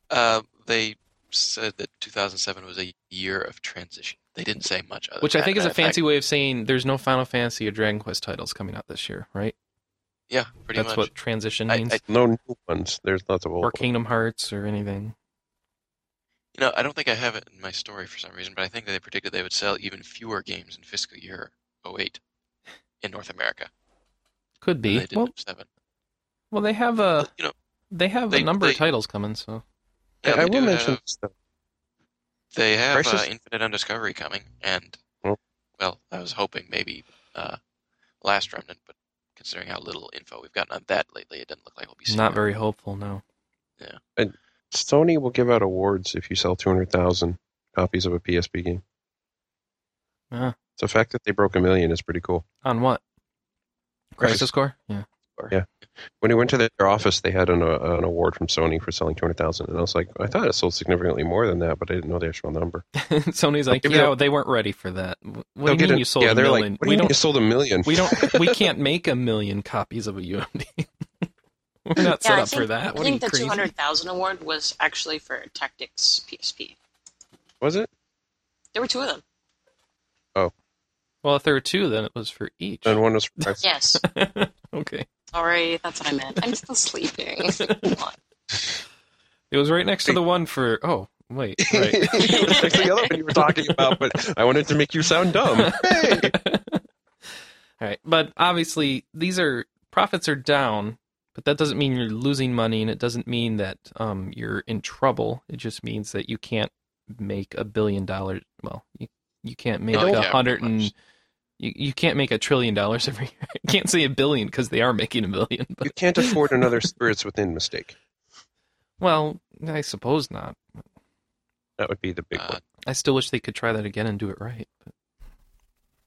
Speaker 4: Uh, they said that 2007 was a year of transition. They didn't say much other.
Speaker 1: Which
Speaker 2: Uh,
Speaker 4: than
Speaker 1: I think
Speaker 4: that.
Speaker 1: is a
Speaker 4: In
Speaker 1: fancy
Speaker 4: fact,
Speaker 1: way of saying there's no Final Fantasy or Dragon Quest titles coming out this year, right?
Speaker 4: Yeah, pretty
Speaker 1: That's
Speaker 4: much.
Speaker 1: what transition
Speaker 4: I-
Speaker 1: means,
Speaker 4: I-
Speaker 2: No new ones. There's lots of old
Speaker 1: or
Speaker 2: ones.
Speaker 1: Kingdom Hearts or anything.
Speaker 4: You know, I don't think I have it in my story for some reason, but I think that they predicted they would sell even fewer games in fiscal year 08 in North America
Speaker 1: Could
Speaker 4: than
Speaker 1: be.
Speaker 4: they did
Speaker 1: Well, uh,
Speaker 4: in 07.
Speaker 1: well, they have a
Speaker 4: you know,
Speaker 1: they have a
Speaker 4: they-
Speaker 1: number of
Speaker 4: they-
Speaker 1: titles coming. So
Speaker 4: yeah,
Speaker 2: I, I
Speaker 4: they
Speaker 2: will
Speaker 4: do
Speaker 2: mention
Speaker 4: have-
Speaker 2: this, though.
Speaker 4: they have uh,
Speaker 2: Precious-
Speaker 4: Infinite Undiscovery coming, and
Speaker 2: Oh.
Speaker 4: well, I was hoping maybe uh, Last Remnant, but considering how little info we've gotten on that lately, it doesn't look like we'll be seeing
Speaker 1: not
Speaker 4: it.
Speaker 1: very hopeful. No.
Speaker 2: Sony will give out awards if you sell 200,000 copies of a PSP game.
Speaker 1: Ah.
Speaker 2: So the fact that they broke a million is pretty cool.
Speaker 1: On what?
Speaker 2: Crisis.
Speaker 1: Crisis Core. Yeah.
Speaker 2: When we went to their office, they had an, uh, an award from Sony for selling 200,000. And I was like, I thought it sold significantly more than that, but I didn't know the actual number.
Speaker 1: Sony's like,
Speaker 2: Maybe
Speaker 1: yeah,
Speaker 2: they'll-
Speaker 1: they weren't ready for that. What do
Speaker 2: They'll
Speaker 1: you mean
Speaker 2: an-
Speaker 1: you sold
Speaker 2: yeah,
Speaker 1: a
Speaker 2: they're
Speaker 1: million?
Speaker 2: like, what do
Speaker 1: we
Speaker 2: you mean
Speaker 1: don't
Speaker 2: you sold a million?
Speaker 1: We don't. We can't make a million copies of a UMD. We're not set
Speaker 5: I
Speaker 1: up
Speaker 5: think,
Speaker 1: for that.
Speaker 5: I
Speaker 1: What are you
Speaker 5: think the
Speaker 1: crazy?
Speaker 5: two hundred thousand award was actually for Tactics PSP.
Speaker 2: Was it?
Speaker 5: There were two of them.
Speaker 1: Well, if there were two, then it was for each.
Speaker 2: And one was for
Speaker 5: Yes.
Speaker 1: okay,
Speaker 5: Sorry, that's what I meant. I'm still sleeping. Come on.
Speaker 1: it was right next to the one for. Oh, wait, right.
Speaker 2: it was actually the other one you were talking about, but I wanted to make you sound dumb. Hey!
Speaker 1: All right, but obviously these are profits are down, but that doesn't mean you're losing money, and it doesn't mean that um, you're in trouble. It just means that you can't make a billion dollars. Well, you, you can't make
Speaker 4: Oh,
Speaker 1: a
Speaker 4: yeah, pretty
Speaker 1: hundred and
Speaker 4: much.
Speaker 1: you, you can't make a trillion dollars every year. I can't say a billion because they are making a billion. But
Speaker 2: You can't afford another Spirits Within mistake.
Speaker 1: well, I suppose not.
Speaker 2: That would be the big
Speaker 4: Uh,
Speaker 2: one.
Speaker 1: I still wish they could try that again and do it right. But whatever.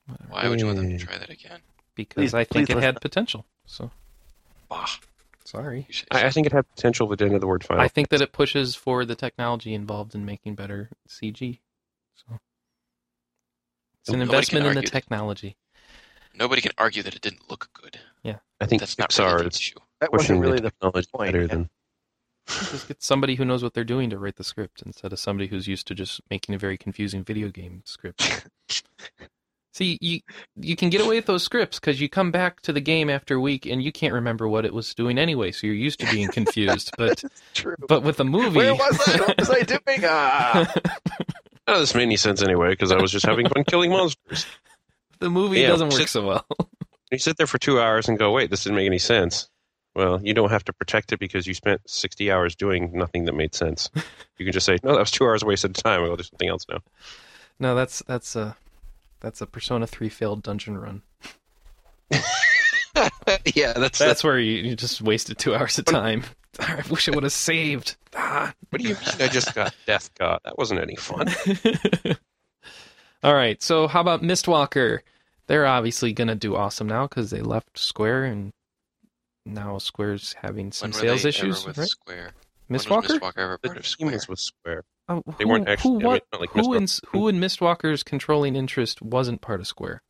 Speaker 4: Uh, Why would you want them to
Speaker 2: Hmm.
Speaker 4: try that again?
Speaker 1: Because
Speaker 3: Please-
Speaker 1: I think
Speaker 3: please
Speaker 1: it
Speaker 3: let's
Speaker 1: had
Speaker 3: not-
Speaker 1: potential. So
Speaker 4: Bah.
Speaker 1: sorry.
Speaker 4: You should-
Speaker 2: I, I think it had potential with the end of the word final.
Speaker 1: I think that it pushes for the technology involved in making better CG. So it's an
Speaker 4: Nobody can
Speaker 1: investment in the
Speaker 4: argue that.
Speaker 1: technology.
Speaker 4: Nobody can argue that it didn't look good.
Speaker 2: I think
Speaker 4: That's not
Speaker 2: Pixar
Speaker 4: really the
Speaker 2: is
Speaker 4: issue.
Speaker 3: That
Speaker 2: pushing
Speaker 3: wasn't really
Speaker 2: the
Speaker 3: the
Speaker 2: technology
Speaker 3: point,
Speaker 2: better
Speaker 3: yeah.
Speaker 2: than.
Speaker 1: Just get somebody who knows what they're doing to write the script instead of somebody who's used to just making a very confusing video game script. See, you you can get away with those scripts because you come back to the game after a week and you can't remember what it was doing anyway, so you're used to being confused. but
Speaker 3: true.
Speaker 1: but with a movie,
Speaker 3: Where was I? What was I doing? Ah,
Speaker 2: None of this made any sense anyway because I was just having fun killing monsters.
Speaker 1: the movie
Speaker 2: Yeah,
Speaker 1: doesn't work
Speaker 2: sit-
Speaker 1: so well.
Speaker 2: You sit there for two hours and go, wait, this didn't make any sense. Well, you don't have to protect it because you spent 60 hours doing nothing that made sense. You can just say, no, that was two hours wasted time. I'll do something else now.
Speaker 1: No, that's that's a that's a Persona Three failed dungeon run.
Speaker 2: yeah, that's,
Speaker 1: That's where you, you just wasted two hours of time. I wish I would have saved. Ah.
Speaker 2: What do you mean I just got Death God? That wasn't any fun.
Speaker 1: All right, so how about Mistwalker? They're obviously gonna do awesome now because they left Square and now Square's having some
Speaker 4: When were
Speaker 1: sales
Speaker 4: they
Speaker 1: issues,
Speaker 4: ever with
Speaker 1: right?
Speaker 4: Square? When was
Speaker 1: Mistwalker.
Speaker 4: Mistwalker ever
Speaker 2: The
Speaker 4: part of Square?
Speaker 2: demons with Square.
Speaker 1: Oh,
Speaker 2: They
Speaker 1: who-
Speaker 2: weren't
Speaker 1: Who,
Speaker 2: actually. I
Speaker 1: wa-
Speaker 2: mean, not like
Speaker 1: who
Speaker 2: Mistwalker.
Speaker 1: in s- who in Mistwalker's controlling interest wasn't part of Square?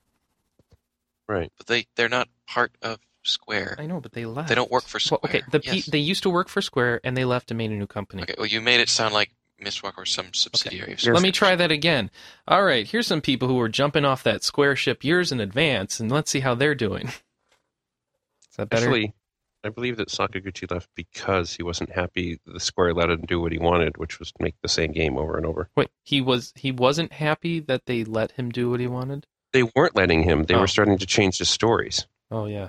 Speaker 2: Right.
Speaker 4: But they they're not part of Square.
Speaker 1: I know, but they left.
Speaker 4: They don't work for Square.
Speaker 1: Well, okay, the pe-
Speaker 4: Yes.
Speaker 1: they used to work for Square and they left and made a new company.
Speaker 4: Okay, well, you made it sound like Mistwalker was some subsidiary of Square.
Speaker 1: Let me try that again. All right, here's some people who were jumping off that square ship years in advance, and let's see how they're doing. Is that better?
Speaker 2: Actually, I believe that Sakaguchi left because he wasn't happy the Square let him do what he wanted, which was make the same game over and over.
Speaker 1: Wait, he was he wasn't happy that they let him do what he wanted.
Speaker 2: They weren't letting him. They
Speaker 1: Oh.
Speaker 2: were starting to change the stories.
Speaker 1: Oh yeah.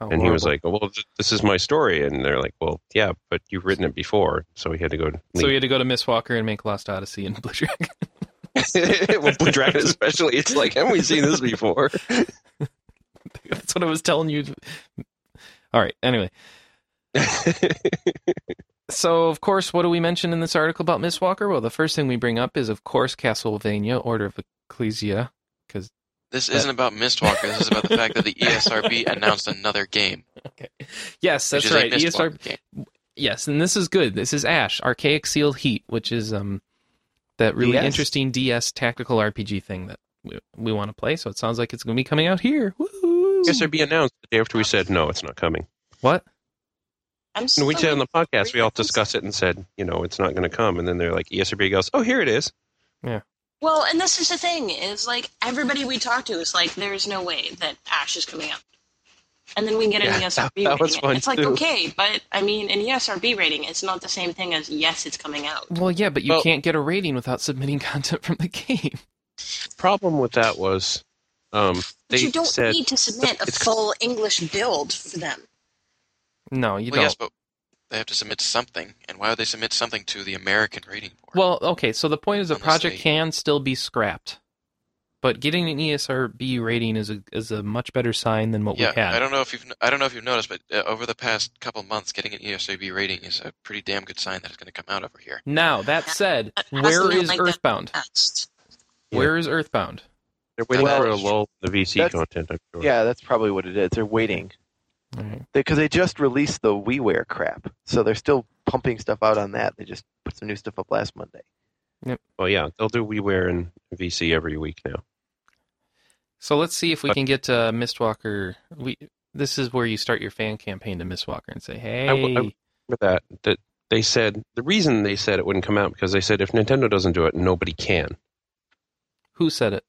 Speaker 1: How
Speaker 2: and he was
Speaker 1: Oh, horrible.
Speaker 2: like, well, th- this is my story. And they're like, well, yeah, but you've written it before. So he had to go
Speaker 1: so he
Speaker 2: leave.
Speaker 1: had to go to Miss Walker and make Lost Odyssey and Blue Dragon.
Speaker 2: With Blue Dragon especially, it's like, haven't we seen this before?
Speaker 1: That's what I was telling you. All right. Anyway, so of course, what do we mention in this article about Miss Walker? Well, the first thing we bring up is, of course, Castlevania Order of Ecclesia.
Speaker 4: This isn't about Mistwalker. This is about the fact that the E ESRB announced another game.
Speaker 1: Okay. Yes,
Speaker 4: which
Speaker 1: that's
Speaker 4: is a
Speaker 1: right. E
Speaker 4: Mistwalker
Speaker 1: ESRB.
Speaker 4: game.
Speaker 1: Yes, and this is good. This is Ash, Archaic Sealed Heat, which is um that really
Speaker 3: DS.
Speaker 1: interesting DS tactical RPG thing that we, we want to play. So it sounds like it's going to be coming out here. Woo!
Speaker 2: Yes, there'd be announced the day after we said, no, it's not coming.
Speaker 1: What?
Speaker 5: I'm
Speaker 2: And we
Speaker 5: still
Speaker 2: said on the podcast, we all
Speaker 5: Really?
Speaker 2: discussed it and said, you know, it's not going to come. And then they're like, ESRB goes, oh, here it is.
Speaker 5: Well, and this is the thing is like everybody we talk to is like, there's no way that Ash is coming out. And then we get an E
Speaker 2: Yeah,
Speaker 5: ESRB rating.
Speaker 2: that was fun,
Speaker 5: it's like,
Speaker 2: too.
Speaker 5: okay, but I mean, an E ESRB rating is not the same thing as yes, it's coming out.
Speaker 1: Well, yeah, but you
Speaker 2: Well-
Speaker 1: can't get a rating without submitting content from the game.
Speaker 2: problem with that was um,
Speaker 5: But
Speaker 2: they
Speaker 5: you don't
Speaker 2: said
Speaker 5: need to submit a
Speaker 2: it's-
Speaker 5: full English build for them.
Speaker 1: No, you
Speaker 4: Well,
Speaker 1: don't.
Speaker 4: yes, but they have to submit something. And why would they submit something to the American rating board?
Speaker 1: Well, okay, so the point is the
Speaker 4: Unless
Speaker 1: project
Speaker 4: they-
Speaker 1: can still be scrapped. But getting an E ESRB rating is a is a much better sign than what
Speaker 4: yeah,
Speaker 1: we had.
Speaker 4: I don't know if you've I don't know if you've noticed, but uh, over the past couple months, getting an E ESRB rating is a pretty damn good sign that it's going to come out over here.
Speaker 1: Now, that said,
Speaker 5: But Ash
Speaker 1: where
Speaker 5: didn't
Speaker 1: is
Speaker 5: like that
Speaker 1: Earthbound?
Speaker 5: fast.
Speaker 2: Yeah.
Speaker 1: Where is Earthbound?
Speaker 2: they're waiting
Speaker 3: Well,
Speaker 2: for a lull in the VC
Speaker 3: that's-
Speaker 2: content. I'm sure.
Speaker 3: yeah, that's probably what it is. They're waiting
Speaker 1: All right.
Speaker 3: because they, just released the WiiWare crap, so they're still pumping stuff out on that. They just put some new stuff up last Monday.
Speaker 2: Well, yeah, they'll do WiiWare and VC every week now.
Speaker 1: So let's see if we
Speaker 2: But-
Speaker 1: can get uh, Mistwalker. We this is where you start your fan campaign to Mistwalker and say, "Hey,
Speaker 2: w- I- Remember that that they said the reason they said it wouldn't come out because they said if Nintendo doesn't do it, nobody can.
Speaker 1: who said it?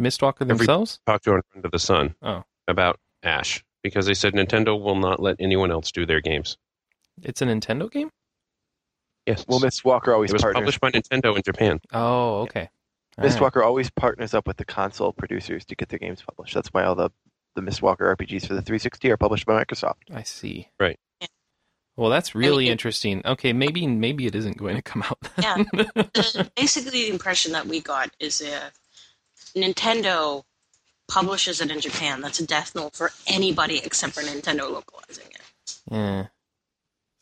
Speaker 1: Mistwalker themselves?
Speaker 2: Talk to Under the Sun
Speaker 1: Oh.
Speaker 2: about Ash because they said Nintendo will not let anyone else do their games.
Speaker 1: It's a Nintendo game?
Speaker 2: Yes,
Speaker 3: Well, Miss Walker always
Speaker 2: it was
Speaker 3: partners.
Speaker 2: published by Nintendo in Japan.
Speaker 1: Oh, okay. All
Speaker 3: Miss
Speaker 1: right.
Speaker 3: Walker always partners up with the console producers to get their games published. That's why all the the Miss Walker RPGs for the 360 are published by Microsoft.
Speaker 1: I see.
Speaker 2: Right.
Speaker 5: Yeah.
Speaker 1: Well, that's really
Speaker 5: it-
Speaker 1: interesting. Okay, maybe maybe it isn't going to come out. then.
Speaker 5: The- basically, the impression that we got is uh, Nintendo publishes it in Japan. That's a death knell for anybody except for Nintendo localizing it.
Speaker 1: yeah. So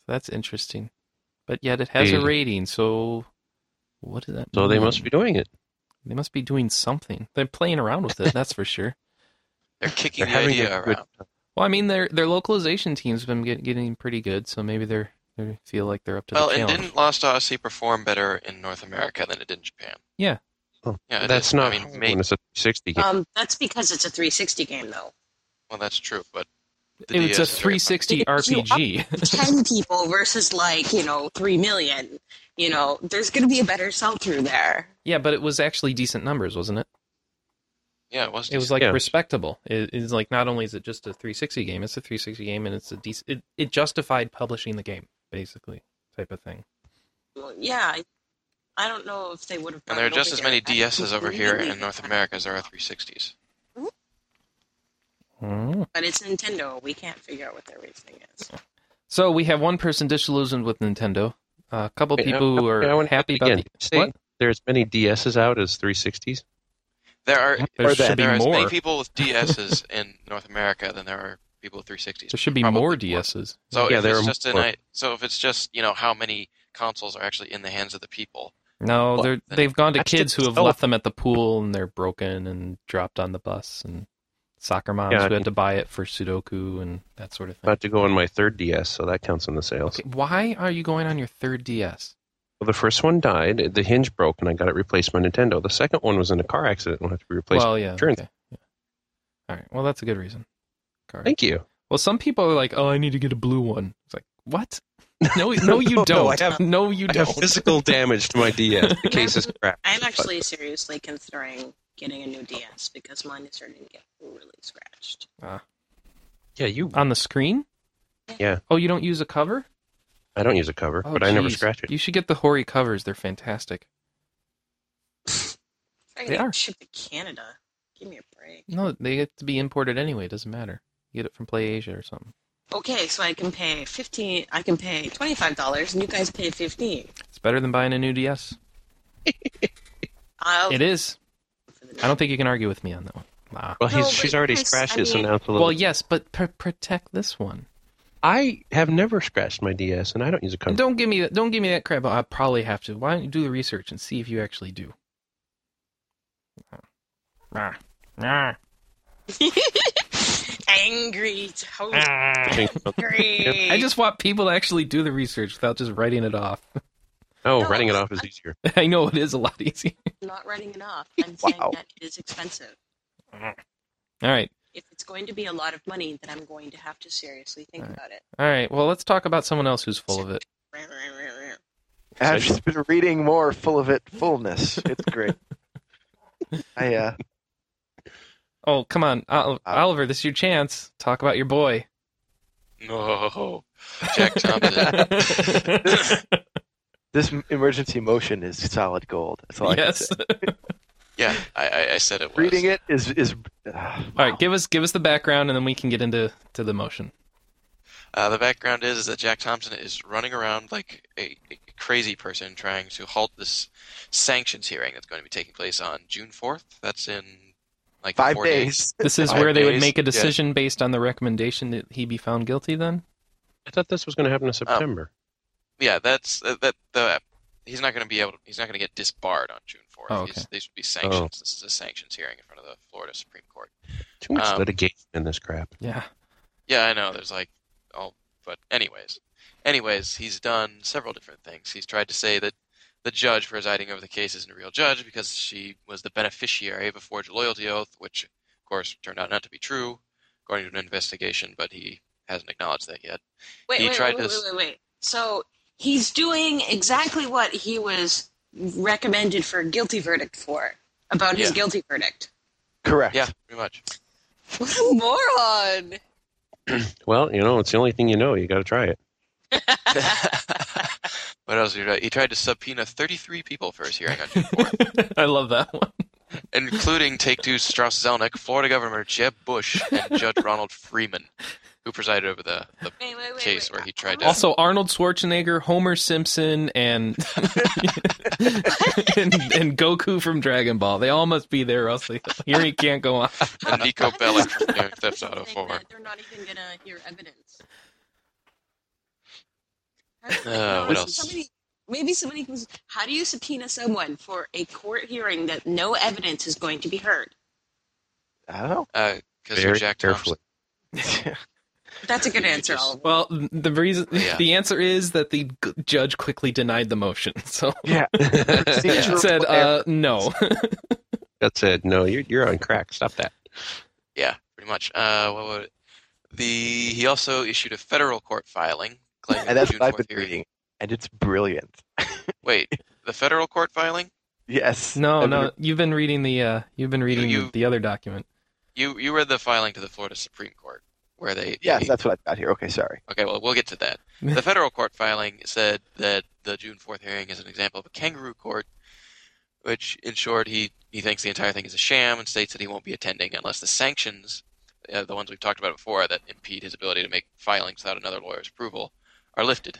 Speaker 1: that's interesting. But yet it has a
Speaker 2: Yeah.
Speaker 1: rating, so What did that?
Speaker 2: So they
Speaker 1: mean?
Speaker 2: must be doing it.
Speaker 1: They must be doing something. They're playing around with it. that's for sure.
Speaker 4: They're kicking
Speaker 2: They're
Speaker 4: the
Speaker 2: having
Speaker 4: idea
Speaker 2: a good
Speaker 4: around.
Speaker 1: Well, I mean, their their localization team's been get, getting pretty good, so maybe they're they feel like they're up to
Speaker 4: Well,
Speaker 1: the
Speaker 4: and
Speaker 1: challenge.
Speaker 4: didn't Lost Odyssey perform better in North America than it did in Japan?
Speaker 1: Yeah.
Speaker 2: Oh,
Speaker 4: yeah. it
Speaker 2: That's
Speaker 4: is.
Speaker 2: not.
Speaker 4: I
Speaker 2: hard
Speaker 4: mean, maybe,
Speaker 2: when it's a 60 game.
Speaker 5: Um, that's because it's a 360 game, though.
Speaker 4: well, that's true, but the E
Speaker 1: it's a
Speaker 4: DS is very popular.
Speaker 1: 360
Speaker 5: popular.
Speaker 1: RPG.
Speaker 5: 10 people versus like, you know, 3 million. You know, there's going to be a better sell through there.
Speaker 1: yeah, but it was actually decent numbers, wasn't it?
Speaker 4: Yeah, it was.
Speaker 1: It was like
Speaker 2: Yeah.
Speaker 1: respectable. It is like not only is it just a 360 game, it's a 360 game, and it's a decent. It, it justified publishing the game, basically, type of thing.
Speaker 5: Well, yeah. I- I don't know if they would have.
Speaker 4: and there are just as many DSs over here in North America as there are 360s.
Speaker 2: Hmm.
Speaker 1: Mm.
Speaker 5: But it's Nintendo. We can't figure out what their reasoning is.
Speaker 1: So we have one person disillusioned with Nintendo, a couple
Speaker 2: Hey,
Speaker 1: people
Speaker 2: I-
Speaker 1: who
Speaker 2: I
Speaker 1: are
Speaker 2: wanna-
Speaker 1: happy about
Speaker 2: again,
Speaker 1: the
Speaker 2: say
Speaker 1: what?
Speaker 2: There are as many DSs out as 360s.
Speaker 4: There are
Speaker 1: There
Speaker 3: Or
Speaker 1: should
Speaker 3: that-
Speaker 1: be
Speaker 4: there are as
Speaker 1: more.
Speaker 4: many people with DSs in North America than there are people with 360s.
Speaker 1: There should be
Speaker 4: Probably
Speaker 1: more DSs.
Speaker 4: So
Speaker 2: Yeah,
Speaker 4: if
Speaker 2: there
Speaker 4: it's
Speaker 2: are
Speaker 4: just an,
Speaker 2: more.
Speaker 4: I- so if it's just you know how many consoles are actually in the hands of the people,
Speaker 1: No,
Speaker 4: Well,
Speaker 1: they're,
Speaker 4: then
Speaker 1: they've gone to
Speaker 2: that's
Speaker 1: kids
Speaker 2: just
Speaker 1: who have
Speaker 2: so-
Speaker 1: left them at the pool and they're broken and dropped on the bus and soccer moms
Speaker 2: Yeah, I
Speaker 1: who had
Speaker 2: think-
Speaker 1: to buy it for Sudoku and that sort of thing.
Speaker 2: About to go on my third DS, so that counts in the sales.
Speaker 1: Okay, why are you going on your third DS?
Speaker 2: Well, the first one died. The hinge broke, and I got it replaced by Nintendo. The second one was in a car accident and had to be replaced.
Speaker 1: Well, yeah.
Speaker 2: insurance.
Speaker 1: Okay. yeah. All right. Well, that's a good reason. All right.
Speaker 2: Thank you.
Speaker 1: Well, some people are like, "Oh, I need to get a blue one." It's like, "What? No, no, you
Speaker 2: No,
Speaker 1: don't.
Speaker 2: no, I have-
Speaker 1: no, you
Speaker 2: I
Speaker 1: don't."
Speaker 2: have physical damage to my DS. The case is crap.
Speaker 5: I'm actually seriously considering getting a new DS because mine is starting to get really scratched.
Speaker 2: Yeah, you.
Speaker 1: on the screen.
Speaker 2: Yeah.
Speaker 1: Oh, you don't use a cover?
Speaker 2: I don't use a cover,
Speaker 1: Oh,
Speaker 2: but I never
Speaker 1: geez.
Speaker 2: scratch it.
Speaker 1: You should get the Hori covers. They're fantastic.
Speaker 5: I
Speaker 1: They are.
Speaker 5: got shipped to Canada. Give me a break.
Speaker 1: No, they have to be imported anyway. It doesn't matter. You get it from Play Asia or something.
Speaker 5: Okay, so I can pay fifteen. I can pay twenty-five dollars, and you guys pay fifteen.
Speaker 1: It's better than buying a new DS.
Speaker 5: I'll
Speaker 1: It is.
Speaker 5: for the
Speaker 1: I don't think you can argue with me on that one. Nah.
Speaker 2: Well, he's,
Speaker 5: No, but
Speaker 2: she's already
Speaker 5: Chris,
Speaker 2: scratched
Speaker 5: I
Speaker 2: it, so
Speaker 5: mean-
Speaker 2: now it's a little.
Speaker 1: Well, yes, but pr- protect this one.
Speaker 2: I have never scratched my DS, and I don't use a cover.
Speaker 1: Don't give me that. Don't give me that crap. I probably have to. Why don't you do the research and see if you actually do? Ah. Ah.
Speaker 5: angry. So
Speaker 1: Ah.
Speaker 5: angry.
Speaker 1: I just want people to actually do the research without just writing it off.
Speaker 2: Oh,
Speaker 5: No.
Speaker 2: writing it off is easier.
Speaker 1: I know it is a lot easier.
Speaker 5: I'm not writing it off. I'm saying
Speaker 3: Wow.
Speaker 5: that it is expensive.
Speaker 1: All right.
Speaker 5: If it's going to be a lot of money, then I'm going to have to seriously think
Speaker 1: Alright.
Speaker 5: about it.
Speaker 1: All right. Well, let's talk about someone else who's full of it.
Speaker 3: I've just been reading more full of it fullness. It's great. I uh,
Speaker 1: Oh, come on, Ol- Oliver. This is your chance. Talk about your boy.
Speaker 4: no, Jack Thompson.
Speaker 3: this emergency motion is solid gold. That's all I can say.
Speaker 1: yes.
Speaker 4: yeah, I, I, I said it was.
Speaker 3: Reading it is is. Uh,
Speaker 1: All right. Give us give us the background, and then we can get into to the motion.
Speaker 4: Uh, the background is, is that Jack Thompson is running around like a, a crazy person trying to halt this sanctions hearing that's going to be taking place on June 4th. That's in like
Speaker 3: five
Speaker 4: four
Speaker 3: days.
Speaker 1: This is
Speaker 4: Five
Speaker 1: where they would
Speaker 4: days,
Speaker 1: make a
Speaker 4: yeah.
Speaker 1: decision based on the recommendation that he be found guilty. Then.
Speaker 2: I thought this was going to
Speaker 5: Oh.
Speaker 2: happen in September.
Speaker 4: Yeah, that's uh, that the he's not going to be able he's not going to get disbarred on June 4th.
Speaker 1: Oh, okay.
Speaker 4: These- These would be sanctions. This is a sanctions hearing in front of the Florida Supreme Court.
Speaker 2: Too much
Speaker 4: um,
Speaker 2: litigation in this crap.
Speaker 1: Yeah.
Speaker 4: Yeah, I know. There's like all, but anyways, anyways, he's done several different things. He's tried to say that the judge presiding over the case isn't a real judge because she was the beneficiary of a forged loyalty oath, which of course turned out not to be true, according to an investigation. But he hasn't acknowledged that yet.
Speaker 5: Wait,
Speaker 4: He
Speaker 5: wait,
Speaker 4: tried
Speaker 5: wait, wait,
Speaker 4: to-
Speaker 5: wait, wait, wait. So he's doing exactly what he was recommended for a guilty verdict for about his
Speaker 4: Yeah.
Speaker 5: guilty verdict.
Speaker 3: Correct.
Speaker 4: Yeah, pretty much.
Speaker 5: What a moron!
Speaker 2: Well, you know, it's the only thing you know. You got to try it.
Speaker 4: what else did he try? He tried to subpoena 33 people for his hearing on June 4th,
Speaker 1: I love that one.
Speaker 4: including Take Two Strauss Zelnick, Florida Governor Jeb Bush, and Judge Ronald Freeman, who presided over the, the
Speaker 5: Wait, wait, wait,
Speaker 4: case
Speaker 5: wait.
Speaker 4: where he tried to.
Speaker 1: Also, Arnold Schwarzenegger, Homer Simpson, and and, and Goku from Dragon Ball. They all must be there, or else the hearing can't go on.
Speaker 4: and Nico Bellic from Grand Theft
Speaker 5: Something
Speaker 4: Auto 4.
Speaker 5: that They're not even gonna hear evidence.
Speaker 4: Uh, what
Speaker 5: No, so
Speaker 4: Uh, else?
Speaker 5: Somebody Maybe somebody goes, how do you subpoena someone for a court hearing that no evidence is going to be heard?
Speaker 3: I don't know.
Speaker 4: Because you're
Speaker 2: Very
Speaker 4: Uh, Jack
Speaker 2: carefully.
Speaker 5: That's a good
Speaker 4: You
Speaker 5: answer.
Speaker 4: just-
Speaker 5: Oliver.
Speaker 1: Well, the reason
Speaker 4: Yeah.
Speaker 1: the answer is that the g- judge quickly denied the motion. So
Speaker 3: yeah.
Speaker 1: he
Speaker 3: Procedural
Speaker 1: said,
Speaker 3: error.
Speaker 1: uh, "No."
Speaker 2: That said, no, you're, you're on crack. Stop that.
Speaker 4: Yeah, pretty much. Uh, what would the he also issued a federal court filing claiming
Speaker 3: and that's
Speaker 4: the June
Speaker 3: what I've
Speaker 4: 4th
Speaker 3: been
Speaker 4: hearing-
Speaker 3: reading, and it's brilliant.
Speaker 4: Wait, the federal court filing?
Speaker 3: Yes.
Speaker 1: no,
Speaker 3: I've been
Speaker 1: no. You've been reading the uh, you've been reading
Speaker 4: you-
Speaker 1: the other document.
Speaker 4: You you read the filing to the Florida Supreme Court where they
Speaker 3: Yes,
Speaker 4: they-
Speaker 3: that's what I've got here. Okay, sorry.
Speaker 4: Okay, well, we'll get to that. The federal court filing said that the June 4th hearing is an example of a kangaroo court, which, in short, he, he thinks the entire thing is a sham and states that he won't be attending unless the sanctions, uh, the ones we've talked about before that impede his ability to make filings without another lawyer's approval, are lifted.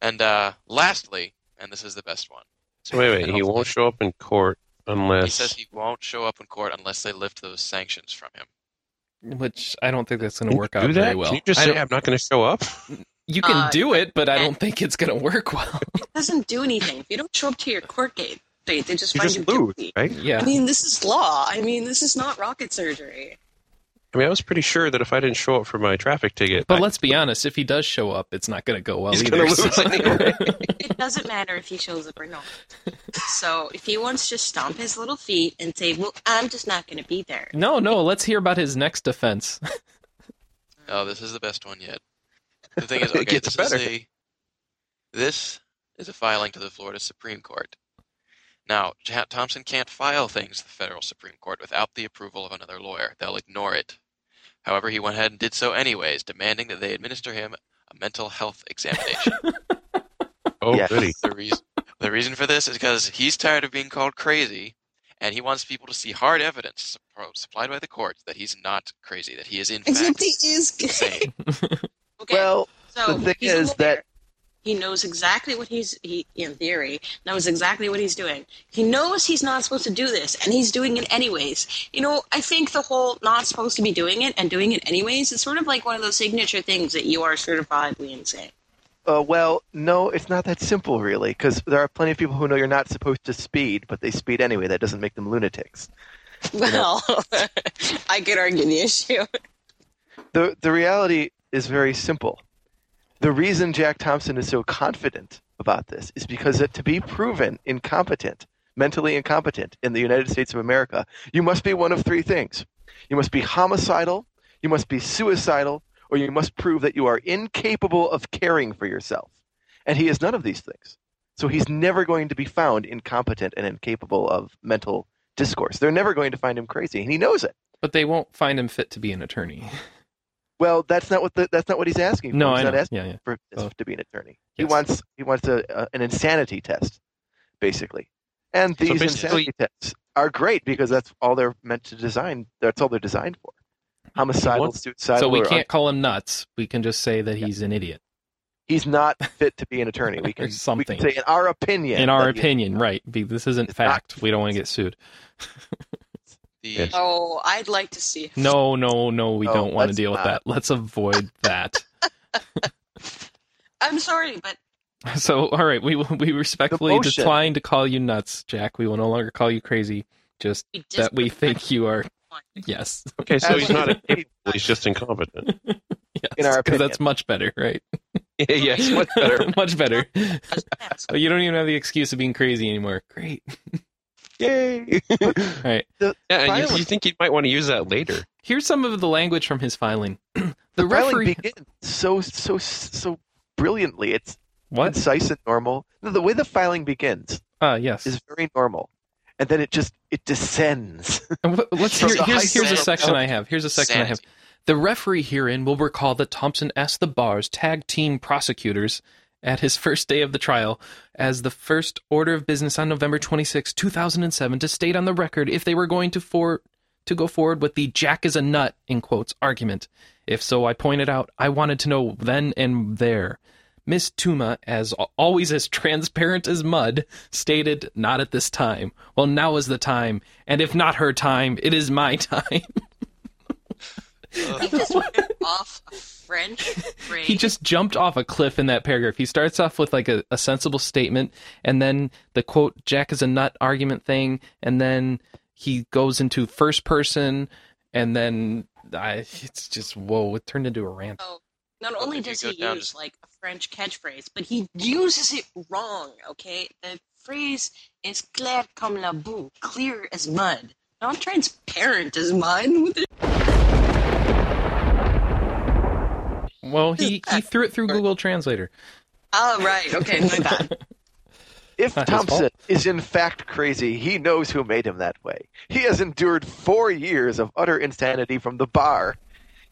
Speaker 4: And uh, lastly, and this is the best one,
Speaker 2: So wait, wait. He won't show up in court unless.
Speaker 4: he says he won't show up in court unless they lift those sanctions from him.
Speaker 1: Which I don't think that's going
Speaker 2: Can
Speaker 1: to
Speaker 2: you
Speaker 1: work
Speaker 2: do
Speaker 1: out
Speaker 2: that?
Speaker 1: very well.
Speaker 2: Can you just
Speaker 1: I
Speaker 2: say
Speaker 1: don't-
Speaker 2: I'm not going to show up?
Speaker 1: you can
Speaker 5: Uh,
Speaker 1: do it, but I don't think it's going to work well.
Speaker 5: It doesn't do anything. If you don't show up to your court date, they they just
Speaker 2: You
Speaker 5: find
Speaker 2: just
Speaker 5: you
Speaker 2: lose,
Speaker 5: guilty.
Speaker 2: right?
Speaker 5: I
Speaker 1: yeah,
Speaker 5: mean, this is law. I mean, this is not rocket surgery.
Speaker 2: I mean, I was pretty sure that if I didn't show up for my traffic ticket,
Speaker 1: but
Speaker 2: I-
Speaker 1: let's be honest. If he does show up, it's not going to go well
Speaker 2: He's
Speaker 1: either.
Speaker 2: gonna lose
Speaker 1: so-
Speaker 2: anyway.
Speaker 5: It doesn't matter if he shows up or not. So if he wants to stomp his little feet and say, "Well, I'm just not going to be there,"
Speaker 1: no, no. Let's hear about his next defense.
Speaker 4: Oh, this is the best one yet. The thing is,
Speaker 2: It
Speaker 4: okay,
Speaker 2: gets
Speaker 4: this
Speaker 2: better.
Speaker 4: is a this is a filing to the Florida Supreme Court. Now, Ja- Thompson can't file things to the federal Supreme Court without the approval of another lawyer. They'll ignore it. However, he went ahead and did so anyways, demanding that they administer him a mental health examination.
Speaker 2: oh,
Speaker 3: Yes.
Speaker 2: goody.
Speaker 4: the reason the reason for this is because he's tired of being called crazy, and he wants people to see hard evidence suppo- supplied by the court that he's not crazy, that he is in
Speaker 5: except
Speaker 4: fact
Speaker 5: he is
Speaker 4: sane.
Speaker 5: gay. Okay,
Speaker 3: Well,
Speaker 5: so
Speaker 3: the thing
Speaker 5: he's a
Speaker 3: is
Speaker 5: lawyer.
Speaker 3: that-
Speaker 5: he knows exactly what he's he in theory knows exactly what he's doing. He knows he's not supposed to do this, and he's doing it anyways. You know, I think the whole not supposed to be doing it and doing it anyways is sort of like one of those signature things that you are certifiably insane.
Speaker 3: uh, well, no, it's not that simple, really, because there are plenty of people who know you're not supposed to speed, but they speed anyway. That doesn't make them lunatics.
Speaker 5: Well, I could argue the issue.
Speaker 3: The the reality is very simple. The reason Jack Thompson is so confident about this is because that to be proven incompetent, mentally incompetent in the United States of America, you must be one of three things. You must be homicidal, you must be suicidal, or you must prove that you are incapable of caring for yourself. And he is none of these things. So he's never going to be found incompetent and incapable of mental discourse. They're never going to find him crazy, and he knows it.
Speaker 1: But they won't find him fit to be an attorney.
Speaker 3: Well, that's not what the, that's not what he's asking. For.
Speaker 1: No,
Speaker 3: he's
Speaker 1: I
Speaker 3: not
Speaker 1: know.
Speaker 3: asking
Speaker 1: Yeah, yeah.
Speaker 3: for this
Speaker 1: Oh.
Speaker 3: to be an attorney. He
Speaker 1: Yes.
Speaker 3: wants he wants a, a, an insanity test, basically. And these
Speaker 2: basically-
Speaker 3: insanity tests are great because that's all they're meant to design. That's all they're designed for. Homicidal,
Speaker 2: wants-
Speaker 3: suicidal.
Speaker 1: So we
Speaker 3: or un-
Speaker 1: can't call him nuts. We can just say that he's an idiot.
Speaker 3: he's not fit to be an attorney. We
Speaker 1: Or
Speaker 3: can, we
Speaker 1: something.
Speaker 3: can say in our opinion.
Speaker 1: in our
Speaker 3: that he-
Speaker 1: opinion, right? Be, this isn't
Speaker 3: It's
Speaker 1: fact.
Speaker 3: not-
Speaker 1: we don't want to get sued.
Speaker 4: The, uh,
Speaker 2: Yes.
Speaker 5: Oh, I'd like to see.
Speaker 1: No, no, no. We
Speaker 3: No,
Speaker 1: don't want to
Speaker 3: let's
Speaker 1: deal with
Speaker 3: not.
Speaker 1: that. Let's avoid that.
Speaker 5: I'm sorry, but
Speaker 1: so, all right, we will- we respectfully
Speaker 3: motion.
Speaker 1: decline to call you nuts, Jack. We will no longer call you crazy. Just
Speaker 5: we just
Speaker 1: that we think you are. Yes,
Speaker 2: Okay, so he's not
Speaker 3: Absolutely.
Speaker 2: incapable. He's just incompetent.
Speaker 1: yes,
Speaker 3: In our
Speaker 1: 'cause
Speaker 3: opinion.
Speaker 1: that's much better, right?
Speaker 2: yeah, yes, much better.
Speaker 1: much better.
Speaker 5: Ask.
Speaker 1: you don't even have the excuse of being crazy anymore. Great.
Speaker 2: Yay!
Speaker 1: All right.
Speaker 2: Yeah, and you,
Speaker 3: Finally.
Speaker 2: you think you might want to use that later?
Speaker 1: Here's some of the language from his filing. the,
Speaker 3: The filing
Speaker 1: referee.
Speaker 3: begins so so so brilliantly. It's
Speaker 1: what?
Speaker 3: concise and normal. No, the way the filing begins
Speaker 1: Ah, yes.
Speaker 3: is very normal, and then it just it descends.
Speaker 1: And wh- Let's
Speaker 3: From
Speaker 1: hear,
Speaker 3: the
Speaker 1: here's,
Speaker 4: high
Speaker 1: here's a
Speaker 4: stand-
Speaker 1: section I have. Here's a section I have.
Speaker 4: Sanity.
Speaker 1: The referee herein will recall that Thompson asked the bar's tag team prosecutors at his first day of the trial as the first order of business on November 26, 2007 to state on the record if they were going to for to go forward with the Jack is a nut in quotes argument. If so, I pointed out I wanted to know then and there. Miss Tuma, as al- always as transparent as mud, stated, Not at this time. Well, now is the time. And if not her time, it is my time.
Speaker 5: He just ripped off a French phrase.
Speaker 1: He just jumped off a cliff in that paragraph. He starts off with like a, a sensible statement, and then the quote "Jack is a nut" argument thing, and then he goes into first person, and then I, it's just whoa! It turned into a rant.
Speaker 5: Not
Speaker 4: Well,
Speaker 5: only
Speaker 4: if you
Speaker 5: does
Speaker 4: go
Speaker 5: he
Speaker 4: down
Speaker 5: use
Speaker 4: to-
Speaker 5: like a French catchphrase, but he uses it wrong. Okay, the phrase is "clair comme la boue," clear as mud, not transparent as mud. What the-
Speaker 1: Well, he he threw it through Google Translator.
Speaker 5: Oh right, okay, my bad.
Speaker 3: If
Speaker 1: Not his
Speaker 3: Thompson
Speaker 1: fault.
Speaker 3: is in fact crazy, he knows who made him that way. He has endured four years of utter insanity from the bar.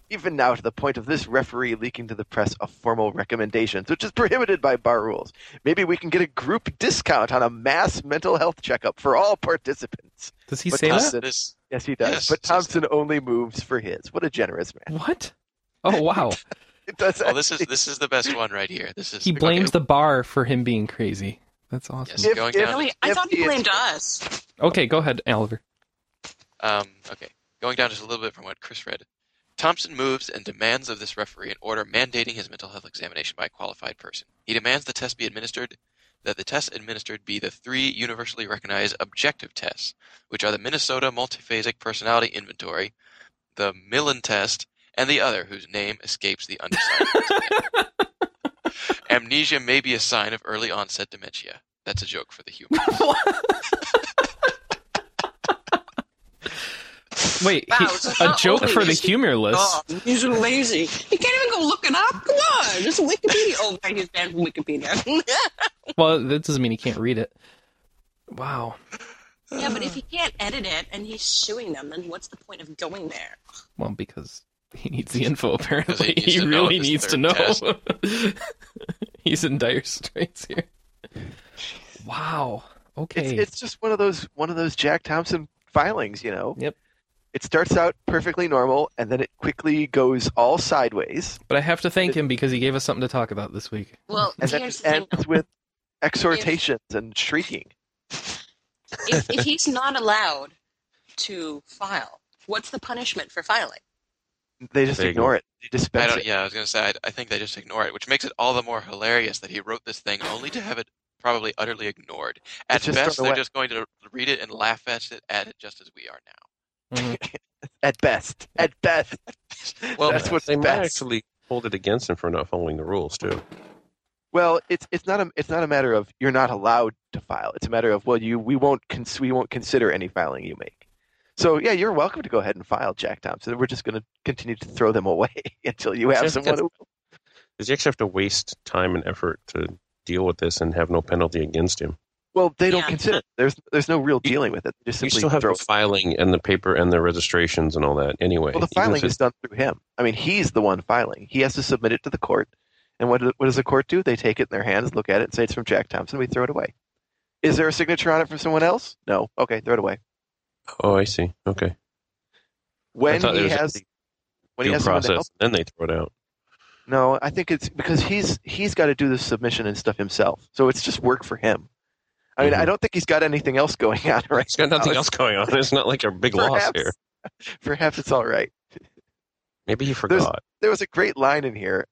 Speaker 3: Even now, to the point of this referee leaking to the press of formal recommendations, which is prohibited by bar rules. Maybe we can get a group discount on a mass mental health checkup for all participants.
Speaker 1: Does he
Speaker 3: But
Speaker 1: say
Speaker 3: Thompson-
Speaker 1: that?
Speaker 4: This,
Speaker 3: Yes, he does.
Speaker 4: Yes,
Speaker 3: but
Speaker 4: it's just-
Speaker 3: Thompson only moves for his. What a generous man!
Speaker 1: What? Oh wow!
Speaker 3: It does.
Speaker 4: oh, this is this is the best one right here. This is
Speaker 1: He blames the bar for him being crazy. That's awesome.
Speaker 4: Yes. going down-
Speaker 5: No, wait, I
Speaker 3: if
Speaker 5: thought he
Speaker 3: is-
Speaker 5: blamed us.
Speaker 1: Okay, go ahead, Oliver.
Speaker 4: Um, okay, going down just a little bit from what Chris read. Thompson moves and demands of this referee an order mandating his mental health examination by a qualified person. He demands the test be administered, that the test administered be the three universally recognized objective tests, which are the Minnesota Multiphasic Personality Inventory, the Millen test, and the other whose name escapes the undersigned. Amnesia may be a sign of early onset dementia. That's a joke for the humor.
Speaker 1: Wait,
Speaker 5: Wow,
Speaker 1: he-
Speaker 5: so
Speaker 1: a
Speaker 5: not
Speaker 1: joke
Speaker 5: only
Speaker 1: for the
Speaker 5: is he
Speaker 1: humorless.
Speaker 5: Oh, he's lazy. He can't even go look it up. Come on, just Wikipedia. Oh, right, he's banned from Wikipedia.
Speaker 1: Well, that doesn't mean he can't read it. Wow.
Speaker 5: yeah, but if he can't edit it and he's suing them, then what's the point of going there?
Speaker 1: Well, because he needs the info, apparently.
Speaker 4: needs
Speaker 1: He,
Speaker 4: to know
Speaker 1: really
Speaker 4: this
Speaker 1: needs to
Speaker 4: third
Speaker 1: know. He's in dire straits here. Wow.
Speaker 3: It's,
Speaker 1: Okay.
Speaker 3: it's just one of those one of those Jack Thompson filings, you know.
Speaker 1: Yep.
Speaker 3: It starts out perfectly normal, and then it quickly goes all sideways,
Speaker 1: but I have to thank him because he gave us something to talk about this week.
Speaker 5: Well,
Speaker 3: and then
Speaker 5: here's
Speaker 3: it
Speaker 5: the thing.
Speaker 3: ends with exhortations and shrieking.
Speaker 5: if, if he's not allowed to file, what's the punishment for filing?
Speaker 3: They just
Speaker 2: There you
Speaker 3: ignore it. They
Speaker 4: I
Speaker 3: dispense
Speaker 4: don't.
Speaker 3: it.
Speaker 4: Yeah, I was gonna say. I, I think they just ignore it, which makes it all the more hilarious that he wrote this thing only to have it probably utterly ignored. At
Speaker 3: It's just
Speaker 4: best,
Speaker 3: thrown
Speaker 4: they're
Speaker 3: away.
Speaker 4: just going to read it and laugh at it, at it just as we are now.
Speaker 1: Mhm.
Speaker 3: At best, at best.
Speaker 4: Well,
Speaker 3: that's what's
Speaker 2: they might
Speaker 3: best.
Speaker 2: actually hold it against him for not following the rules too.
Speaker 3: Well, it's it's not a it's not a matter of you're not allowed to file. It's a matter of well, you we won't cons- we won't consider any filing you make. So yeah, you're welcome to go ahead and file, Jack Thompson. We're just going to continue to throw them away until you have
Speaker 2: Just-
Speaker 3: someone who
Speaker 2: Does he actually have to waste time and effort to deal with this and have no penalty against him?
Speaker 3: Well, they don't
Speaker 5: Yeah.
Speaker 3: consider. It. There's there's no real dealing with it. They just
Speaker 2: You
Speaker 3: simply
Speaker 2: still have
Speaker 3: throw.
Speaker 2: the filing and the paper and the registrations and all that anyway.
Speaker 3: well, the
Speaker 2: even if
Speaker 3: filing
Speaker 2: it's-
Speaker 3: is done through him. I mean, he's the one filing. He has to submit it to the court. And what do- what does the court do? They take it in their hands, look at it, say it's from Jack Thompson. We throw it away. Is there a signature on it from someone else? No. Okay, throw it away.
Speaker 2: Oh, I see. Okay. I
Speaker 3: When
Speaker 2: thought there
Speaker 3: he
Speaker 2: was a
Speaker 3: has when he
Speaker 2: due
Speaker 3: has someone to help.
Speaker 2: process, then they throw it out.
Speaker 3: No, I think it's because he's he's got to do the submission and stuff himself. So it's just work for him. I mean,
Speaker 2: Mhm.
Speaker 3: I don't think he's got anything else going on right
Speaker 2: He's got nothing
Speaker 3: now.
Speaker 2: else going on. It's not like a big loss
Speaker 3: Perhaps,
Speaker 2: here.
Speaker 3: perhaps it's all right.
Speaker 2: Maybe he forgot.
Speaker 3: there was a great line in here.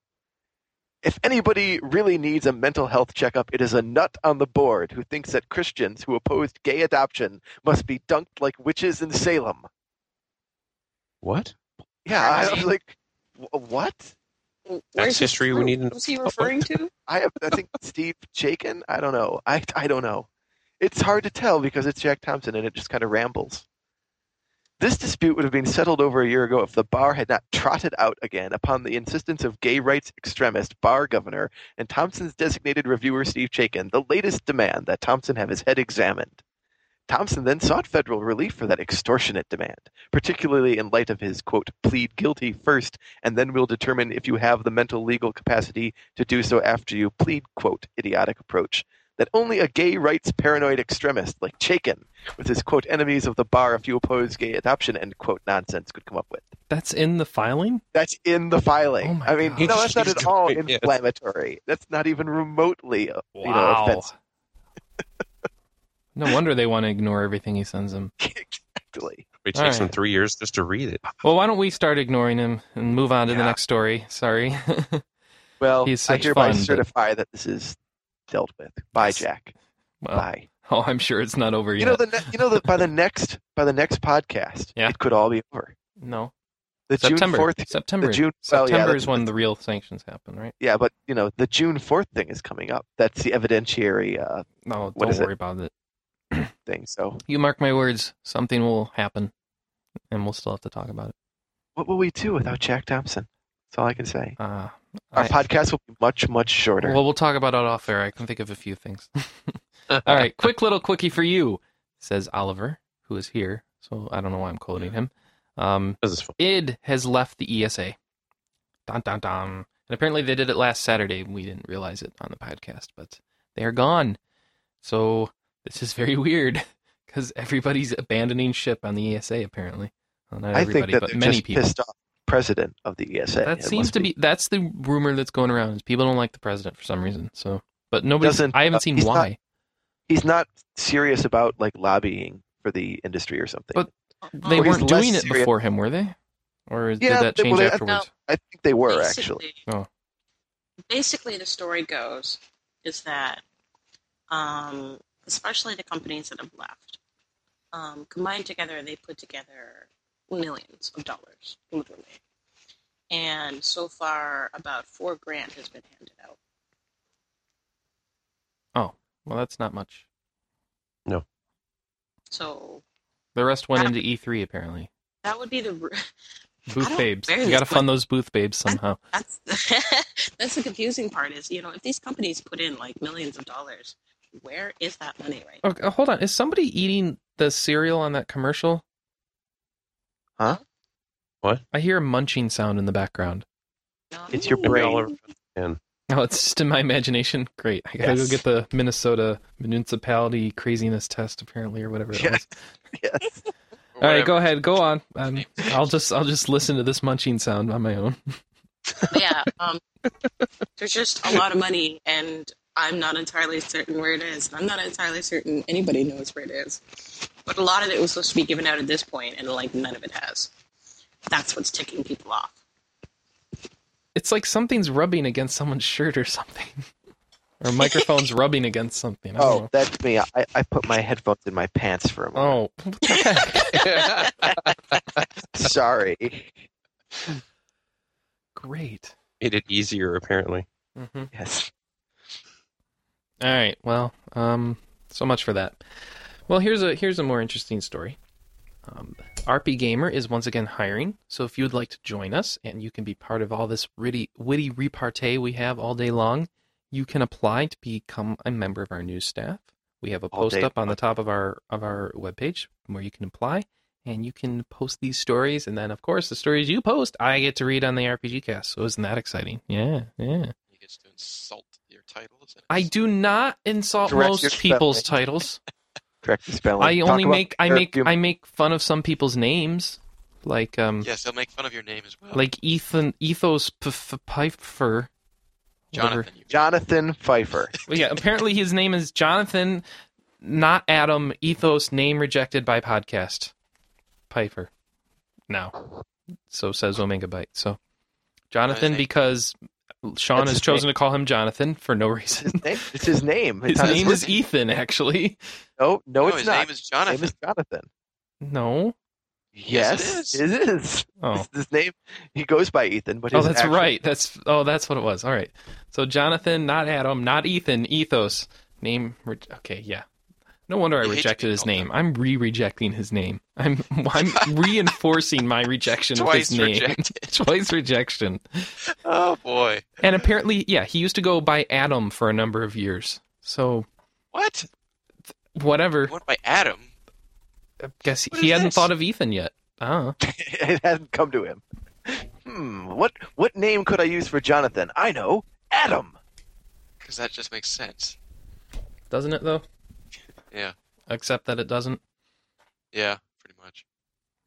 Speaker 3: If anybody really needs a mental health checkup, it is a nut on the board who thinks that Christians who opposed gay adoption must be dunked like witches in Salem.
Speaker 2: What?
Speaker 3: Yeah, I was like, "Wh- what?
Speaker 5: Where's his
Speaker 2: history we
Speaker 5: proof?
Speaker 2: need to-
Speaker 5: Who's he referring to?
Speaker 3: I have, I think Steve Chaikin. I don't know. I I don't know. It's hard to tell because it's Jack Thompson and it just kind of rambles. This dispute would have been settled over a year ago if the bar had not trotted out again upon the insistence of gay rights extremist bar governor and Thompson's designated reviewer Steve Chaikin the latest demand that Thompson have his head examined. Thompson then sought federal relief for that extortionate demand, particularly in light of his quote plead guilty first and then we'll determine if you have the mental legal capacity to do so after you plead quote idiotic approach that only a gay rights paranoid extremist like Chaikin with his quote enemies of the bar if you oppose gay adoption end quote nonsense could come up with.
Speaker 1: That's in the filing?
Speaker 3: That's in the filing.
Speaker 1: Oh my
Speaker 3: I mean,
Speaker 1: God.
Speaker 3: no, that's not
Speaker 2: He's
Speaker 3: at all
Speaker 2: doing it.
Speaker 3: inflammatory. That's not even remotely, uh, you know,
Speaker 1: Wow.
Speaker 3: offensive.
Speaker 1: no wonder they want to ignore everything he sends them.
Speaker 3: Exactly.
Speaker 2: It
Speaker 1: All
Speaker 2: takes
Speaker 1: right.
Speaker 2: them three years just to read it.
Speaker 1: Well, why don't we start ignoring him and move on to the
Speaker 3: Yeah.
Speaker 1: next story? Sorry.
Speaker 3: Well,
Speaker 1: He's
Speaker 3: I
Speaker 1: such
Speaker 3: hereby
Speaker 1: fun, but-
Speaker 3: certify that this is dealt with by
Speaker 1: Yes.
Speaker 3: Jack.
Speaker 1: well,
Speaker 3: By
Speaker 1: oh, I'm sure it's not over
Speaker 3: you
Speaker 1: yet.
Speaker 3: know the ne- you know that by the next by the next podcast,
Speaker 1: Yeah.
Speaker 3: it could all be over.
Speaker 1: no.
Speaker 3: The
Speaker 1: September.
Speaker 3: June fourth,
Speaker 1: September.
Speaker 3: the June- well, yeah,
Speaker 1: September
Speaker 3: that's-
Speaker 1: is when the real sanctions happen, right?
Speaker 3: yeah, but you know the June fourth thing is coming up. That's the evidentiary uh,
Speaker 1: No,
Speaker 3: What
Speaker 1: don't
Speaker 3: is it?
Speaker 1: worry about it.
Speaker 3: thing. So
Speaker 1: You mark my words, something will happen, and we'll still have to talk about it.
Speaker 3: what will we do without Jack Thompson? That's all I can say.
Speaker 1: Uh,
Speaker 3: Our
Speaker 1: I-
Speaker 3: podcast will be much much shorter.
Speaker 1: Well, we'll talk about it off air. I can think of a few things. All right, quick little quickie for you, says Oliver, who is here. So I don't know why I'm quoting him. Um,
Speaker 2: This is fun.
Speaker 1: Id has left the ESA. Dun dun dun. And apparently they did it last Saturday. We didn't realize it on the podcast, but they are gone. So this is very weird because everybody's abandoning ship on the ESA apparently. Well, not
Speaker 3: I think
Speaker 1: everybody,
Speaker 3: that
Speaker 1: but
Speaker 3: they're
Speaker 1: many
Speaker 3: just
Speaker 1: people.
Speaker 3: pissed off the president of the ESA. It
Speaker 1: That
Speaker 3: must
Speaker 1: seems to be that's the rumor that's going around is people don't like the president for some reason. So, but nobody.
Speaker 3: Doesn't-
Speaker 1: I haven't
Speaker 3: uh,
Speaker 1: seen
Speaker 3: he's not-
Speaker 1: why.
Speaker 3: he's not serious about like lobbying for the industry or something.
Speaker 1: But they
Speaker 3: Well, he's
Speaker 1: weren't
Speaker 3: less
Speaker 1: doing it
Speaker 3: serious.
Speaker 1: before him, were they? Or is-
Speaker 3: Yeah,
Speaker 1: did that
Speaker 3: they- uh,
Speaker 1: change
Speaker 3: well, they-
Speaker 1: afterwards?
Speaker 3: I think they were actually.
Speaker 5: basically,
Speaker 1: Oh.
Speaker 5: basically the story goes is that um, especially the companies that have left um, combined together they put together millions of dollars literally and so far about four grand has been handed out
Speaker 1: Well, that's not much.
Speaker 5: so
Speaker 1: The rest went into E3 apparently.
Speaker 5: that would be the r- I
Speaker 1: Booth
Speaker 5: don't
Speaker 1: babes.
Speaker 5: wear
Speaker 1: You
Speaker 5: this
Speaker 1: got to
Speaker 5: one.
Speaker 1: fund those booth babes somehow.
Speaker 5: that's that's the confusing part is you know if these companies put in like millions of dollars where is that money right now?
Speaker 1: Okay, uh, hold on. Is somebody eating the cereal on that commercial?
Speaker 3: Huh?
Speaker 2: What?
Speaker 1: I hear a munching sound in the background.
Speaker 3: It's your
Speaker 5: No.
Speaker 2: Maybe
Speaker 3: brain.
Speaker 2: all over-
Speaker 1: Oh, it's just in my imagination. Great. I gotta
Speaker 3: Yes.
Speaker 1: go get the Minnesota municipality craziness test apparently, or whatever it
Speaker 3: Yeah.
Speaker 1: was.
Speaker 3: Yes.
Speaker 1: All
Speaker 4: Or
Speaker 1: right,
Speaker 4: whatever.
Speaker 1: go ahead, go on. Um, I'll just I'll just listen to this munching sound on my own.
Speaker 5: yeah, um, there's just a lot of money, and I'm not entirely certain where it is. I'm not entirely certain anybody knows where it is. But a lot of it was supposed to be given out at this point, and like none of it has. That's what's ticking people off.
Speaker 1: It's like something's rubbing against someone's shirt or something, or microphone's rubbing against something. I don't
Speaker 3: Oh, that's me. I, I put my headphones in my pants for a
Speaker 1: know.
Speaker 3: moment.
Speaker 1: Oh, what the heck? Oh.
Speaker 3: Sorry.
Speaker 1: great.
Speaker 2: Made it easier apparently.
Speaker 1: Mhm.
Speaker 3: Yes.
Speaker 1: All right. Well, um, so much for that. Well, here's a here's a more interesting story. Um, RP Gamer is once again hiring, so if you would like to join us and you can be part of all this witty witty repartee we have all day long, you can apply to become a member of our new staff. We have a
Speaker 3: All
Speaker 1: post
Speaker 3: day
Speaker 1: up on the top of our of our webpage where you can apply and you can post these stories and then of course the stories you post I get to read on the RPG cast. So isn't that exciting? Yeah, yeah.
Speaker 4: He gets to insult your titles. and
Speaker 1: I
Speaker 4: it's-
Speaker 1: do not insult
Speaker 3: Correct your
Speaker 1: most people's titles.
Speaker 3: Correct the spelling.
Speaker 1: I
Speaker 3: Talk
Speaker 1: only
Speaker 3: about
Speaker 1: make I
Speaker 3: your-
Speaker 1: make
Speaker 3: your-
Speaker 1: I make fun of some people's names, like um
Speaker 4: Yes, he'll make fun of your name as well.
Speaker 1: like Ethan Ethos P- F- Pfeiffer. whatever.
Speaker 4: Jonathan. You
Speaker 3: Jonathan Pfeiffer.
Speaker 1: Well, yeah, apparently his name is Jonathan, not Adam. Ethos name rejected by podcast. Pfeiffer. Now, so says Omega Byte. So Jonathan,
Speaker 4: name.
Speaker 1: because Sean
Speaker 3: That's
Speaker 1: has
Speaker 3: his
Speaker 1: chosen to call him Jonathan for no reason.
Speaker 3: It's his name. It's his name. It's
Speaker 1: His
Speaker 3: not
Speaker 1: name
Speaker 3: first
Speaker 1: is E- Ethan, actually.
Speaker 3: No, no,
Speaker 4: no,
Speaker 3: it's
Speaker 4: his
Speaker 3: not.
Speaker 4: name is
Speaker 3: His
Speaker 4: Jonathan.
Speaker 3: name is Jonathan.
Speaker 1: No.
Speaker 4: Yes, it
Speaker 3: Yes, It is.
Speaker 1: Oh.
Speaker 3: His, his name. He goes by Ethan, but
Speaker 1: Oh,
Speaker 3: his
Speaker 1: that's
Speaker 3: actual-
Speaker 1: right. That's oh, that's what it was. All right. So Jonathan, not Adam, not Ethan, Ethos. Name. Re- okay, yeah. No wonder I
Speaker 4: You hate to
Speaker 1: rejected
Speaker 4: be
Speaker 1: his
Speaker 4: called
Speaker 1: name. I'm re-rejecting his name. I'm I'm reinforcing my rejection
Speaker 4: Twice
Speaker 1: of his name.
Speaker 4: rejected.
Speaker 1: Twice rejection.
Speaker 4: oh boy.
Speaker 1: And apparently, yeah, he used to go by Adam for a number of years. So
Speaker 4: What?
Speaker 1: whatever.
Speaker 4: You went by Adam.
Speaker 1: I guess
Speaker 4: What
Speaker 1: he
Speaker 4: is
Speaker 1: hadn't
Speaker 4: this?
Speaker 1: thought of Ethan yet. Ah.
Speaker 3: it hadn't come to him. Hmm. What what name could I use for Jonathan? I know Adam.
Speaker 4: Because that just makes sense.
Speaker 1: Doesn't it though?
Speaker 4: Yeah.
Speaker 1: Except that it doesn't.
Speaker 4: Yeah, pretty much.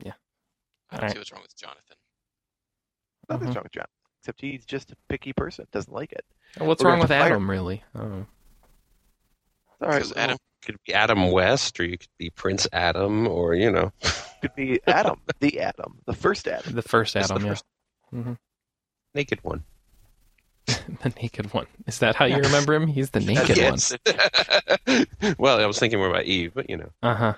Speaker 1: Yeah.
Speaker 4: I don't
Speaker 1: Alright.
Speaker 4: see what's wrong with Jonathan.
Speaker 3: Nothing's
Speaker 1: Mhm.
Speaker 3: wrong with Jonathan, except he's just a picky person. Doesn't like it.
Speaker 1: What's
Speaker 3: We're
Speaker 1: wrong
Speaker 3: gonna
Speaker 1: with
Speaker 3: have to fire-
Speaker 1: Adam, really? Oh.
Speaker 3: All right.
Speaker 4: Because Adam,
Speaker 2: Could be Adam West, or you could be Prince Adam, or you know.
Speaker 3: could be Adam, the Adam, the first Adam.
Speaker 1: The first
Speaker 2: It's the
Speaker 1: Adam,
Speaker 2: first-
Speaker 1: yeah. Mhm.
Speaker 2: Naked one.
Speaker 1: the naked one. Is that how you remember him? He's the naked one.
Speaker 2: Yes. well, I was thinking more about Eve, but you know.
Speaker 1: Uh huh.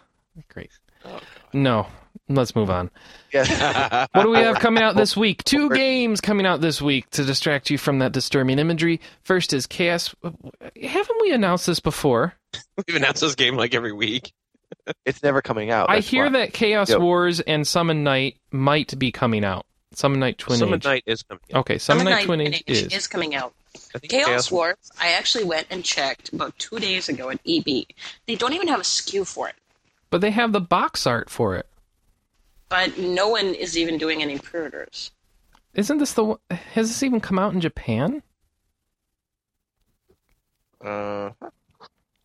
Speaker 1: Great.
Speaker 2: Oh,
Speaker 1: No, let's move on.
Speaker 3: Yes.
Speaker 1: What do we have coming out this week? Two games coming out this week to distract you from that disturbing imagery. First is Chaos. Haven't we announced this before?
Speaker 2: We've announced this game like every week.
Speaker 3: it's never coming
Speaker 2: Oh,
Speaker 3: out.
Speaker 1: I
Speaker 3: that's
Speaker 1: hear
Speaker 3: why.
Speaker 1: that Chaos
Speaker 3: Yep.
Speaker 1: Wars and Summon Night might be coming out. Summon Night Twin
Speaker 2: Summon
Speaker 1: Age.
Speaker 2: Night is coming. out.
Speaker 1: Okay, Summon Night Twin
Speaker 5: Gemini
Speaker 1: Age is.
Speaker 5: is coming out.
Speaker 2: I think
Speaker 5: Chaos, Wars, I actually went and checked about two days ago at EB. They don't even have a SKU for it,
Speaker 1: But they have the box art for it.
Speaker 5: but no one is even doing any pre orders.
Speaker 1: Isn't this the one? Has this even come out in Japan?
Speaker 3: Uh,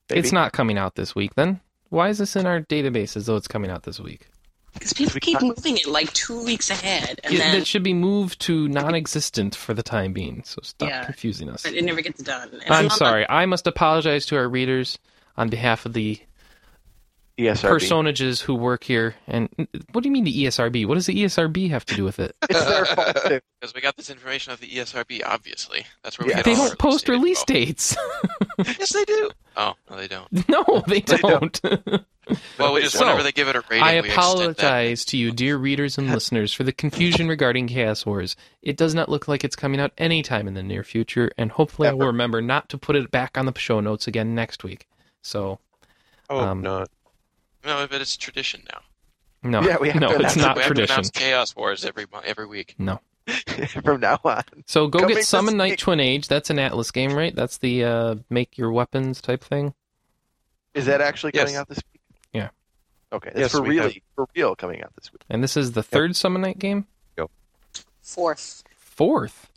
Speaker 3: maybe.
Speaker 1: It's not coming out this week then. Why is this in our database as though it's coming out this week?
Speaker 5: Because people keep moving it like two weeks ahead, and
Speaker 1: It,
Speaker 5: then
Speaker 1: that should be moved to non existent for the time being. So stop
Speaker 5: Yeah.
Speaker 1: confusing us.
Speaker 5: but it never gets done. And
Speaker 1: I'm
Speaker 5: not like-
Speaker 1: sorry. I must apologize to our readers on behalf of the
Speaker 3: ESRB.
Speaker 1: personages who work here. And what do you mean the E ESRB? What does the ESRB have to do with it?
Speaker 3: It's their fault. too.
Speaker 4: Because we got this information off the E ESRB, obviously. That's where we
Speaker 3: Yeah.
Speaker 4: get
Speaker 1: They
Speaker 4: all our
Speaker 1: don't post release
Speaker 4: dates.
Speaker 1: dates.
Speaker 2: yes, they do.
Speaker 4: Oh, no, they don't.
Speaker 1: no, they don't.
Speaker 4: Well, we just,
Speaker 1: So,
Speaker 4: whenever they give it a rating,
Speaker 1: I
Speaker 4: we extend that.
Speaker 1: apologize to you, dear readers and listeners, for the confusion regarding Chaos Wars. It does not look like it's coming out anytime in the near future, and hopefully I will
Speaker 3: Ever.
Speaker 1: remember not to put it back on the show notes again next week. So,
Speaker 2: Oh,
Speaker 1: Um,
Speaker 2: not.
Speaker 4: No, but it's tradition now.
Speaker 1: no,
Speaker 3: Yeah, we have
Speaker 1: no,
Speaker 3: to
Speaker 1: it's
Speaker 3: announce it.
Speaker 1: not
Speaker 4: we have to
Speaker 1: tradition.
Speaker 4: announce Chaos Wars every mo- every week.
Speaker 1: No.
Speaker 3: From now on,
Speaker 1: So go
Speaker 3: Coming
Speaker 1: get Summon
Speaker 3: this
Speaker 1: Night
Speaker 3: week.
Speaker 1: Twin Age. That's an Atlas game, right? That's the uh, make your weapons type thing.
Speaker 3: is that actually coming
Speaker 2: Yes.
Speaker 3: out this week?
Speaker 1: Yeah.
Speaker 3: Okay, that's
Speaker 2: Yes,
Speaker 3: for
Speaker 2: we
Speaker 3: really
Speaker 2: have-
Speaker 3: for real coming out this week.
Speaker 1: And this is the third Summon Night game?
Speaker 5: Fourth.
Speaker 1: Fourth.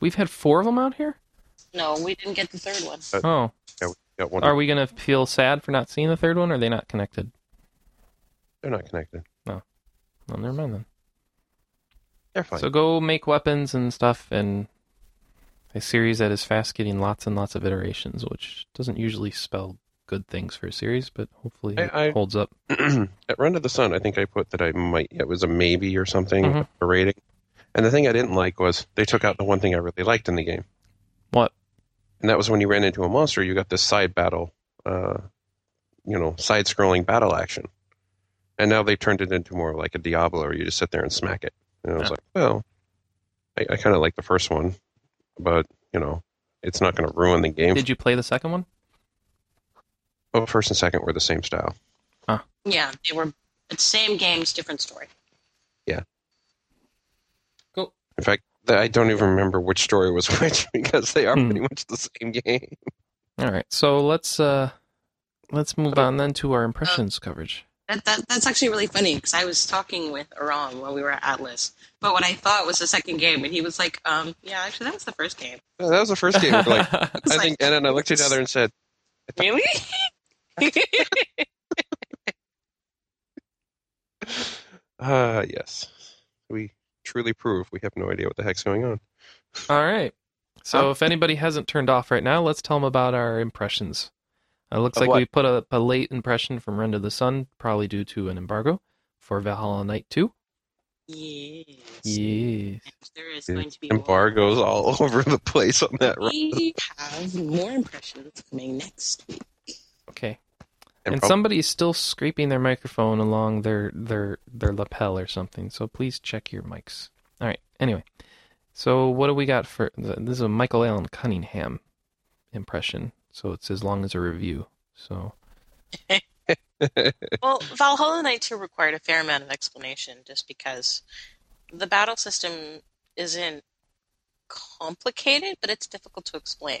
Speaker 1: We've had four of them out here?
Speaker 5: No, we didn't get the third one.
Speaker 1: Oh.
Speaker 2: Yeah, we got one.
Speaker 1: Are we going to feel sad for not seeing the third one? Or are they not connected?
Speaker 2: They're not connected.
Speaker 1: Well, never mind then.
Speaker 2: They're fine.
Speaker 1: So go make weapons and stuff and a series that is fast getting lots and lots of iterations, which doesn't usually spell good things for a series, but hopefully it
Speaker 2: I- I-
Speaker 1: holds up.
Speaker 2: at Run to the Sun, I think I put that I might. It was a maybe or something
Speaker 1: Mhm.
Speaker 2: a rating. And the thing I didn't like was they took out the one thing I really liked in the game,
Speaker 1: What?
Speaker 2: and that was when you ran into a monster, you got this side battle, uh, you know, side-scrolling battle action. And now they turned it into more like a Diablo, where you just sit there and smack it. And I was
Speaker 1: Yeah.
Speaker 2: like, well, I, I kind of like the first one, but you know, it's not going to ruin the game.
Speaker 1: Did you play the second one?
Speaker 2: oh, first and second were the same style.
Speaker 5: Yeah, they were but same games, different story.
Speaker 2: In fact, th- I don't even remember which story was which because they are
Speaker 1: Hmm.
Speaker 2: pretty much the same game.
Speaker 1: All right. So let's uh let's move on then to our impressions coverage.
Speaker 5: That, that, that's actually really funny because I was talking with Aram while we were at Atlas, but what I thought was the second game, and he was like, um, "Yeah, actually, that was the first game."
Speaker 2: Uh, That was the first game. we were like,
Speaker 5: I was
Speaker 2: I
Speaker 5: like,
Speaker 2: think, and then I looked at each other and said,
Speaker 5: "Really?"
Speaker 2: "Ah, yes, we truly prove we have no idea what the heck's going on."
Speaker 1: All right. So
Speaker 2: Huh?
Speaker 1: if anybody hasn't turned off right now, let's tell them about our impressions. It looks
Speaker 3: Of
Speaker 1: like
Speaker 3: what?
Speaker 1: we put up a late impression from Rend of the Sun, probably due to an embargo for Valhalla Night 2.
Speaker 5: yes.
Speaker 1: Yes.
Speaker 5: There is
Speaker 2: Dude,
Speaker 5: going to be
Speaker 2: Embargoes all over the place on that,
Speaker 5: More.
Speaker 2: run.
Speaker 5: We have more impressions coming next week.
Speaker 1: Okay.
Speaker 2: and,
Speaker 1: And,
Speaker 2: prob-
Speaker 1: somebody's still scraping their microphone along their their their lapel or something. So please check your mics. All right. Anyway, so what do we got for this is a Michael Allen Cunningham impression. So it's as long as a review. So
Speaker 5: Well, Valhalla Knight 2 required a fair amount of explanation just because the battle system isn't complicated, but it's difficult to explain.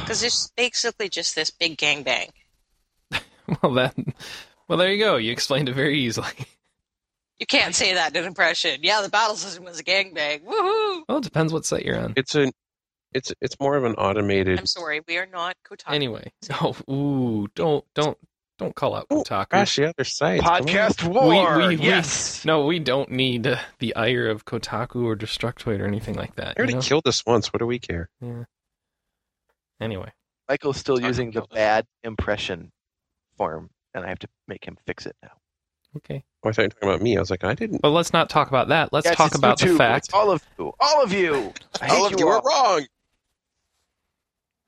Speaker 5: Because it's basically just this big gangbang.
Speaker 1: well that well there you go. You explained it very easily.
Speaker 5: You can't say that in an impression. Yeah, the battle system was a gangbang. Woohoo!
Speaker 1: Well, it depends what site you're on.
Speaker 2: it's an, it's it's more of an automated.
Speaker 5: I'm sorry, we are not Kotaku.
Speaker 1: Anyway, oh ooh, don't don't don't call out
Speaker 2: Oh,
Speaker 1: Kotaku.
Speaker 2: Gosh, the other side.
Speaker 3: Podcast
Speaker 1: We-
Speaker 3: war.
Speaker 1: we- we-
Speaker 3: yes.
Speaker 1: No, we don't need uh, the ire of Kotaku or Destructoid or anything like that.
Speaker 2: I
Speaker 1: you
Speaker 2: already
Speaker 1: know?
Speaker 2: killed us once. What do we care?
Speaker 1: Anyway.
Speaker 3: Michael's still
Speaker 4: Taco
Speaker 3: using the
Speaker 4: Bell.
Speaker 3: bad impression form, and I have to make him fix it now.
Speaker 1: Okay.
Speaker 2: I thought you were talking about me. I was like, I didn't.
Speaker 1: But let's not talk about that. Let's
Speaker 3: Yes,
Speaker 1: talk
Speaker 3: it's
Speaker 1: about
Speaker 3: you
Speaker 1: the
Speaker 3: two.
Speaker 1: fact.
Speaker 3: It's all of you. All of you. I hate
Speaker 2: All of you are
Speaker 3: all.
Speaker 2: wrong.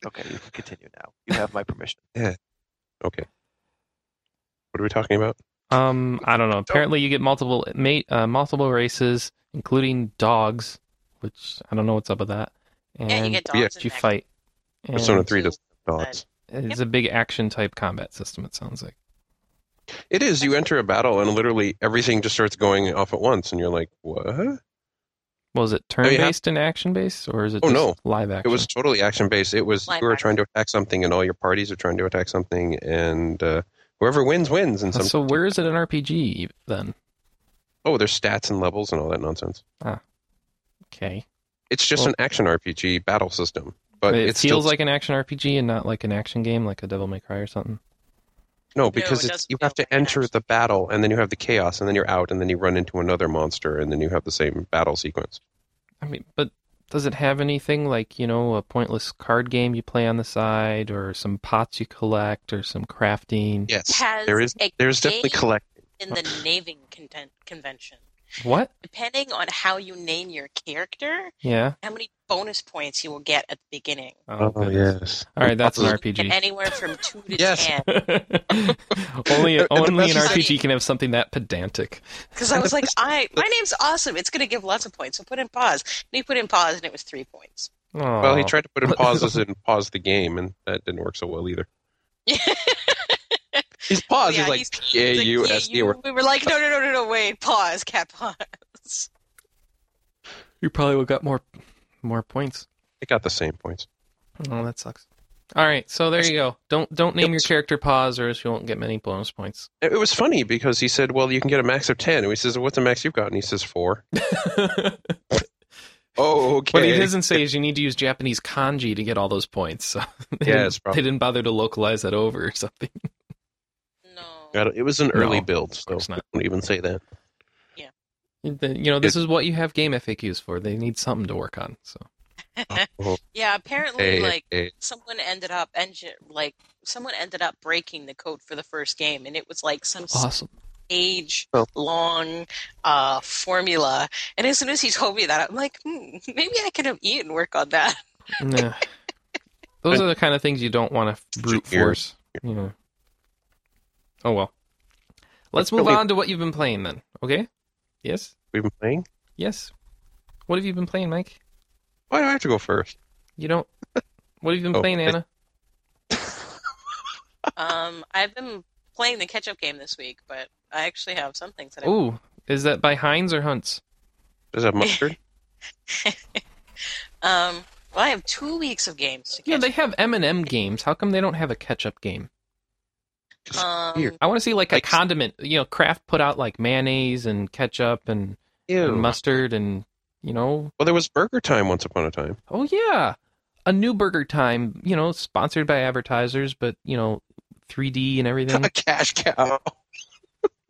Speaker 3: Okay, you can continue now. You have my permission.
Speaker 2: Okay. What are we talking about?
Speaker 1: Um, I don't know. Apparently, you get multiple mate, uh, multiple races, including dogs, which I don't know what's up with that. And
Speaker 5: yeah, you get dogs.
Speaker 2: yeah,
Speaker 5: in
Speaker 1: you
Speaker 5: back.
Speaker 1: fight.
Speaker 2: Persona
Speaker 1: And
Speaker 2: Three
Speaker 5: Two.
Speaker 2: does dogs.
Speaker 1: It's a big action type combat system. It sounds like.
Speaker 2: It is. You enter a battle and literally everything just starts going off at once, and you're like, what?
Speaker 1: Well, is it turn
Speaker 2: mean,
Speaker 1: based and action based, or is it
Speaker 2: Oh,
Speaker 1: just
Speaker 2: no.
Speaker 1: live action?
Speaker 2: It was totally action based. It was
Speaker 5: Live
Speaker 2: you were
Speaker 5: action.
Speaker 2: trying to attack something, and all your parties are trying to attack something, and uh, whoever wins wins. And some
Speaker 1: So where is it an RPG e, then?
Speaker 2: oh, there's stats and levels and all that nonsense.
Speaker 1: Okay,
Speaker 2: It's just
Speaker 1: Well-
Speaker 2: an action RPG battle system, but
Speaker 1: it
Speaker 2: it's
Speaker 1: feels
Speaker 2: still,
Speaker 1: like an action RPG and not like an action game, like a Devil May Cry or something.
Speaker 2: no because
Speaker 5: it
Speaker 2: it's,
Speaker 5: doesn't
Speaker 2: you have
Speaker 5: feel
Speaker 2: to
Speaker 5: like an
Speaker 2: enter
Speaker 5: action.
Speaker 2: the battle, and then you have the chaos, and then you're out, and then you run into another monster, and then you have the same battle sequence.
Speaker 1: I mean, but does it have anything like you know a pointless card game you play on the side, or some pots you collect, or some crafting?
Speaker 2: Yes,
Speaker 5: Has
Speaker 2: there is
Speaker 5: a
Speaker 2: there's definitely
Speaker 5: game
Speaker 2: collect.
Speaker 5: in the naming content convention.
Speaker 1: What?
Speaker 5: Depending on how you name your character,
Speaker 1: Yeah.
Speaker 5: how many bonus points you will get at the beginning.
Speaker 1: Oh, goodness.
Speaker 2: yes.
Speaker 1: All right, that's an
Speaker 5: Get
Speaker 1: RPG.
Speaker 5: anywhere from two to
Speaker 2: Yes.
Speaker 5: ten.
Speaker 1: only
Speaker 2: And the
Speaker 1: only
Speaker 2: best
Speaker 1: an
Speaker 5: is-
Speaker 1: RPG can have something that pedantic.
Speaker 5: Because I was like, I my name's awesome. It's going to give lots of points. So put in pause. And he put in pause, and it was three points.
Speaker 2: Well, he
Speaker 1: Aw.
Speaker 2: tried to put in pauses and pause the game, and that didn't work so well either. He's paused.
Speaker 5: Yeah,
Speaker 2: he's like
Speaker 5: he's-
Speaker 2: P A
Speaker 5: It's like,
Speaker 2: U
Speaker 5: yeah,
Speaker 2: S D.
Speaker 5: you-
Speaker 2: or-
Speaker 5: We were like, no, no, no, no, no, wait, pause, cat pause.
Speaker 1: You probably would have got more more points.
Speaker 2: It got the same points.
Speaker 1: Oh, that sucks. All right, so there you go. Don't don't name your character Paws, or else you won't get many bonus points.
Speaker 2: It it was funny because he said, "Well, you can get a max of ten. And he says, "What's the max you've got?" And he says, four.
Speaker 1: what
Speaker 2: Oh, okay.
Speaker 1: he doesn't say is you need to use Japanese kanji to get all those points. So they,
Speaker 2: Yes,
Speaker 1: didn't,
Speaker 2: probably.
Speaker 1: they didn't bother to localize that over or something.
Speaker 5: No.
Speaker 2: I don't- It was an early
Speaker 1: No,
Speaker 2: build, so
Speaker 1: course not.
Speaker 2: don't even say that.
Speaker 1: You know, this is what you have game FAQs for. They need something to work on. So
Speaker 5: Yeah, apparently,
Speaker 2: Hey,
Speaker 5: like
Speaker 2: hey.
Speaker 5: someone ended up engine like someone ended up breaking the code for the first game, and it was like some
Speaker 1: awesome.
Speaker 5: age
Speaker 2: Oh.
Speaker 5: long uh, formula. And as soon as he told me that, I'm like, hmm, maybe I could have eaten work on that.
Speaker 1: Nah. Those are the kind of things you don't want to brute force. You know. Oh well. Let's move
Speaker 2: really-
Speaker 1: on to what you've been playing then. Okay. Yes.
Speaker 2: We've been playing.
Speaker 1: Yes. What have you been playing, Mike?
Speaker 2: Why do I have to go first?
Speaker 1: You don't. What have you been
Speaker 2: Oh,
Speaker 1: playing,
Speaker 2: I-
Speaker 1: Anna?
Speaker 5: Um, I've been playing the catch up game this week, but I actually have some things that I
Speaker 1: Ooh, is that by Heinz or Hunts?
Speaker 2: Does it have mustard?
Speaker 5: um. Well, I have two weeks of games to catch.
Speaker 1: Yeah, they have M and M games. How come they don't have a catch-up game?
Speaker 5: Um,
Speaker 2: Here.
Speaker 1: I want to see like a
Speaker 2: Like-
Speaker 1: condiment. You know, Kraft put out like mayonnaise and ketchup and, and
Speaker 2: Ew.
Speaker 1: mustard and you know,
Speaker 2: Well, there was Burger Time once upon a time.
Speaker 1: oh yeah, a new Burger Time. You know, sponsored by advertisers, but you know, 3D and everything.
Speaker 2: A cash cow.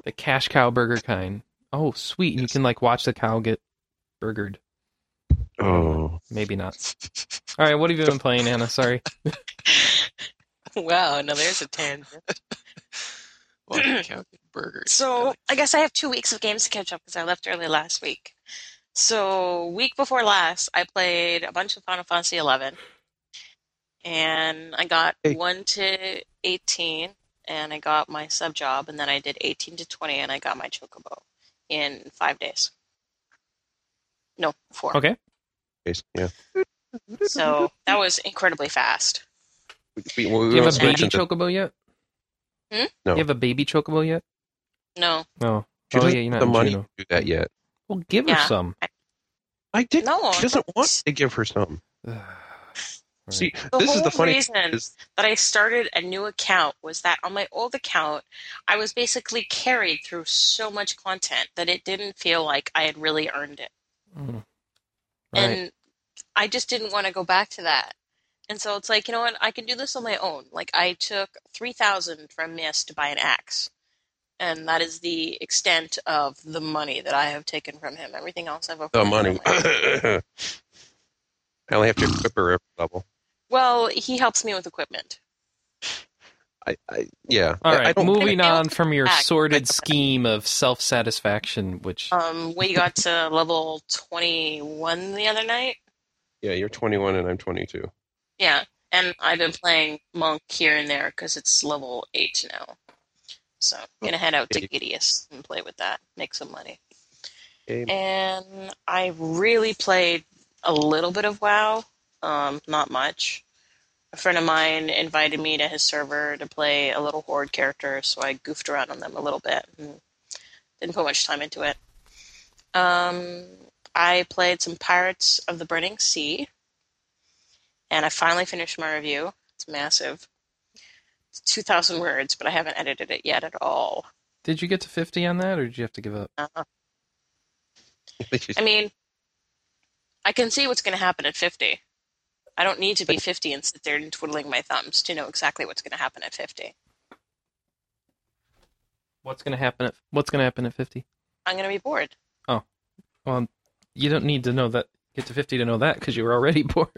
Speaker 1: the cash cow burger kind. Oh, sweet! And you
Speaker 2: Yes.
Speaker 1: can like watch the cow get burgered.
Speaker 2: Oh,
Speaker 1: Maybe not. All right, what have you been playing, Anna? Sorry.
Speaker 5: wow, now there's a tangent.
Speaker 4: Well, I count burgers.
Speaker 5: So
Speaker 4: like-
Speaker 5: I guess I have two weeks of games to catch up because I left early last week. So week before last, I played a bunch of Final Fantasy Eleven, and I got
Speaker 2: Hey.
Speaker 5: one to eighteen, and I got my sub job, and then I did eighteen to twenty, and I got my chocobo in five days. No, four.
Speaker 1: Okay.
Speaker 2: Yes, yeah.
Speaker 5: So that was incredibly fast.
Speaker 2: We, we, we
Speaker 1: Do you have a
Speaker 2: almost
Speaker 1: baby
Speaker 2: mentioned that
Speaker 1: chocobo yet?
Speaker 5: Hmm?
Speaker 2: No.
Speaker 1: You have a baby chocobo yet?
Speaker 5: No,
Speaker 1: No.
Speaker 2: She
Speaker 1: oh
Speaker 2: doesn't
Speaker 1: yeah, you're not
Speaker 2: have the
Speaker 1: in
Speaker 2: money
Speaker 1: Juneau.
Speaker 2: to do that yet.
Speaker 1: Well, give her
Speaker 5: Yeah.
Speaker 1: some.
Speaker 2: I did.
Speaker 5: no.
Speaker 2: She doesn't want to give her some.
Speaker 1: Right.
Speaker 2: See,
Speaker 5: The
Speaker 2: this
Speaker 5: whole
Speaker 2: is the funny
Speaker 5: reason
Speaker 2: thing is-
Speaker 5: that I started a new account was that on my old account, I was basically carried through so much content that it didn't feel like I had really earned it.
Speaker 1: Mm. Right.
Speaker 5: And I just didn't want to go back to that. And so it's like, you know what? I can do this on my own. Like, I took 3000 from Miss to buy an axe. And that is the extent of the money that I have taken from him. Everything else I've
Speaker 2: the
Speaker 5: uploaded on
Speaker 2: money.
Speaker 5: my own.
Speaker 2: I only have to equip her every level.
Speaker 5: Well, he helps me with equipment.
Speaker 2: I, I yeah.
Speaker 1: All
Speaker 2: I- I
Speaker 1: right,
Speaker 2: don't-
Speaker 1: moving
Speaker 5: I-
Speaker 1: on from your
Speaker 5: Act.
Speaker 1: sordid scheme of self satisfaction, which
Speaker 5: Um, we got to level 21 the other night.
Speaker 2: yeah, you're 21 and I'm 22.
Speaker 5: Yeah, and I've been playing Monk here and there because it's level 8 now. So I'm going to head out to
Speaker 2: Okay.
Speaker 5: Gideus and play with that, make some money.
Speaker 2: Okay.
Speaker 5: And I really played a little bit of WoW, um, not much. A friend of mine invited me to his server to play a little Horde character, so I goofed around on them a little bit and didn't put much time into it. Um, I played some Pirates of the Burning Sea and I finally finished my review. It's massive. It's 2,000 words, but I haven't edited it yet at all.
Speaker 1: did you get to fifty on that, or did you have to give up?
Speaker 5: Uh, I mean, I can see what's going to happen at 50. I don't need to be 50 and sit there and twiddling my thumbs to know exactly what's going to happen at 50.
Speaker 1: What's gonna happen at What's gonna happen at fifty?
Speaker 5: I'm going to be bored.
Speaker 1: Well, you don't need to know that. Get to fifty to know that because you were already poor.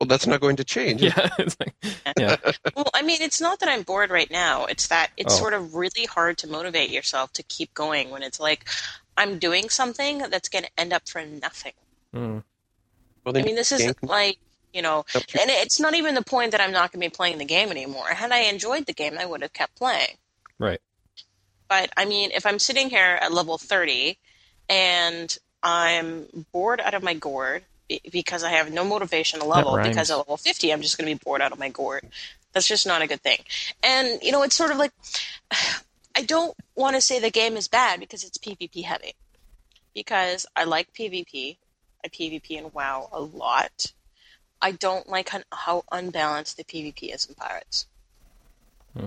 Speaker 2: well, that's not going to change.
Speaker 1: yeah, it's like, yeah.
Speaker 5: Well, I mean, it's not that I'm bored right now. It's that it's
Speaker 1: Oh.
Speaker 5: sort of really hard to motivate yourself to keep going when it's like, I'm doing something that's going to end up for nothing.
Speaker 1: Mm.
Speaker 2: Well,
Speaker 5: I
Speaker 2: then
Speaker 5: mean, this
Speaker 2: game
Speaker 5: is
Speaker 2: can
Speaker 5: like, you know,
Speaker 2: help you-
Speaker 5: And it's not even the point that I'm not going to be playing the game anymore. Had I enjoyed the game, I would have kept playing.
Speaker 1: Right.
Speaker 5: But I mean, if I'm sitting here at level 30 and I'm bored out of my gourd be- because I have no motivation to level,
Speaker 1: rhymes.
Speaker 5: because at level 50, I'm just going to be bored out of my gourd. That's just not a good thing. And, you know, it's sort of like I don't want to say the game is bad because it's PvP heavy. Because I like PvP. I PvP in WoW a lot. I don't like hun- how unbalanced the PvP is in Pirates.
Speaker 1: Hmm.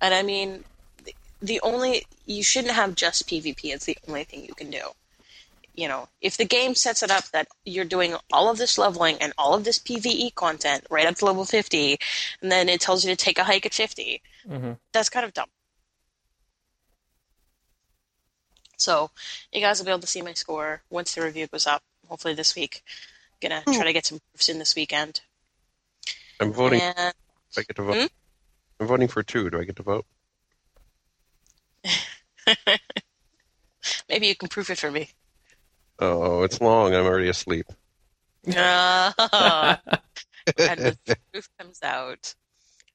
Speaker 5: And I mean, the, the only you shouldn't have just PvP. It's the only thing you can do. You know, if the game sets it up that you're doing all of this leveling and all of this PVE content right up to level 50, and then it tells you to take a hike at 50,
Speaker 1: hmm
Speaker 5: that's kind of dumb. So you guys will be able to see my score once the review goes up, hopefully this week. Gonna try to get some proofs in this weekend.
Speaker 2: I'm voting.
Speaker 5: And
Speaker 2: Do I get to vote?
Speaker 5: Hmm?
Speaker 2: I'm voting for two. Do I get to vote?
Speaker 5: maybe you can proof it for me.
Speaker 2: Oh, it's long. I'm already asleep.
Speaker 5: Ah. and the proof comes out.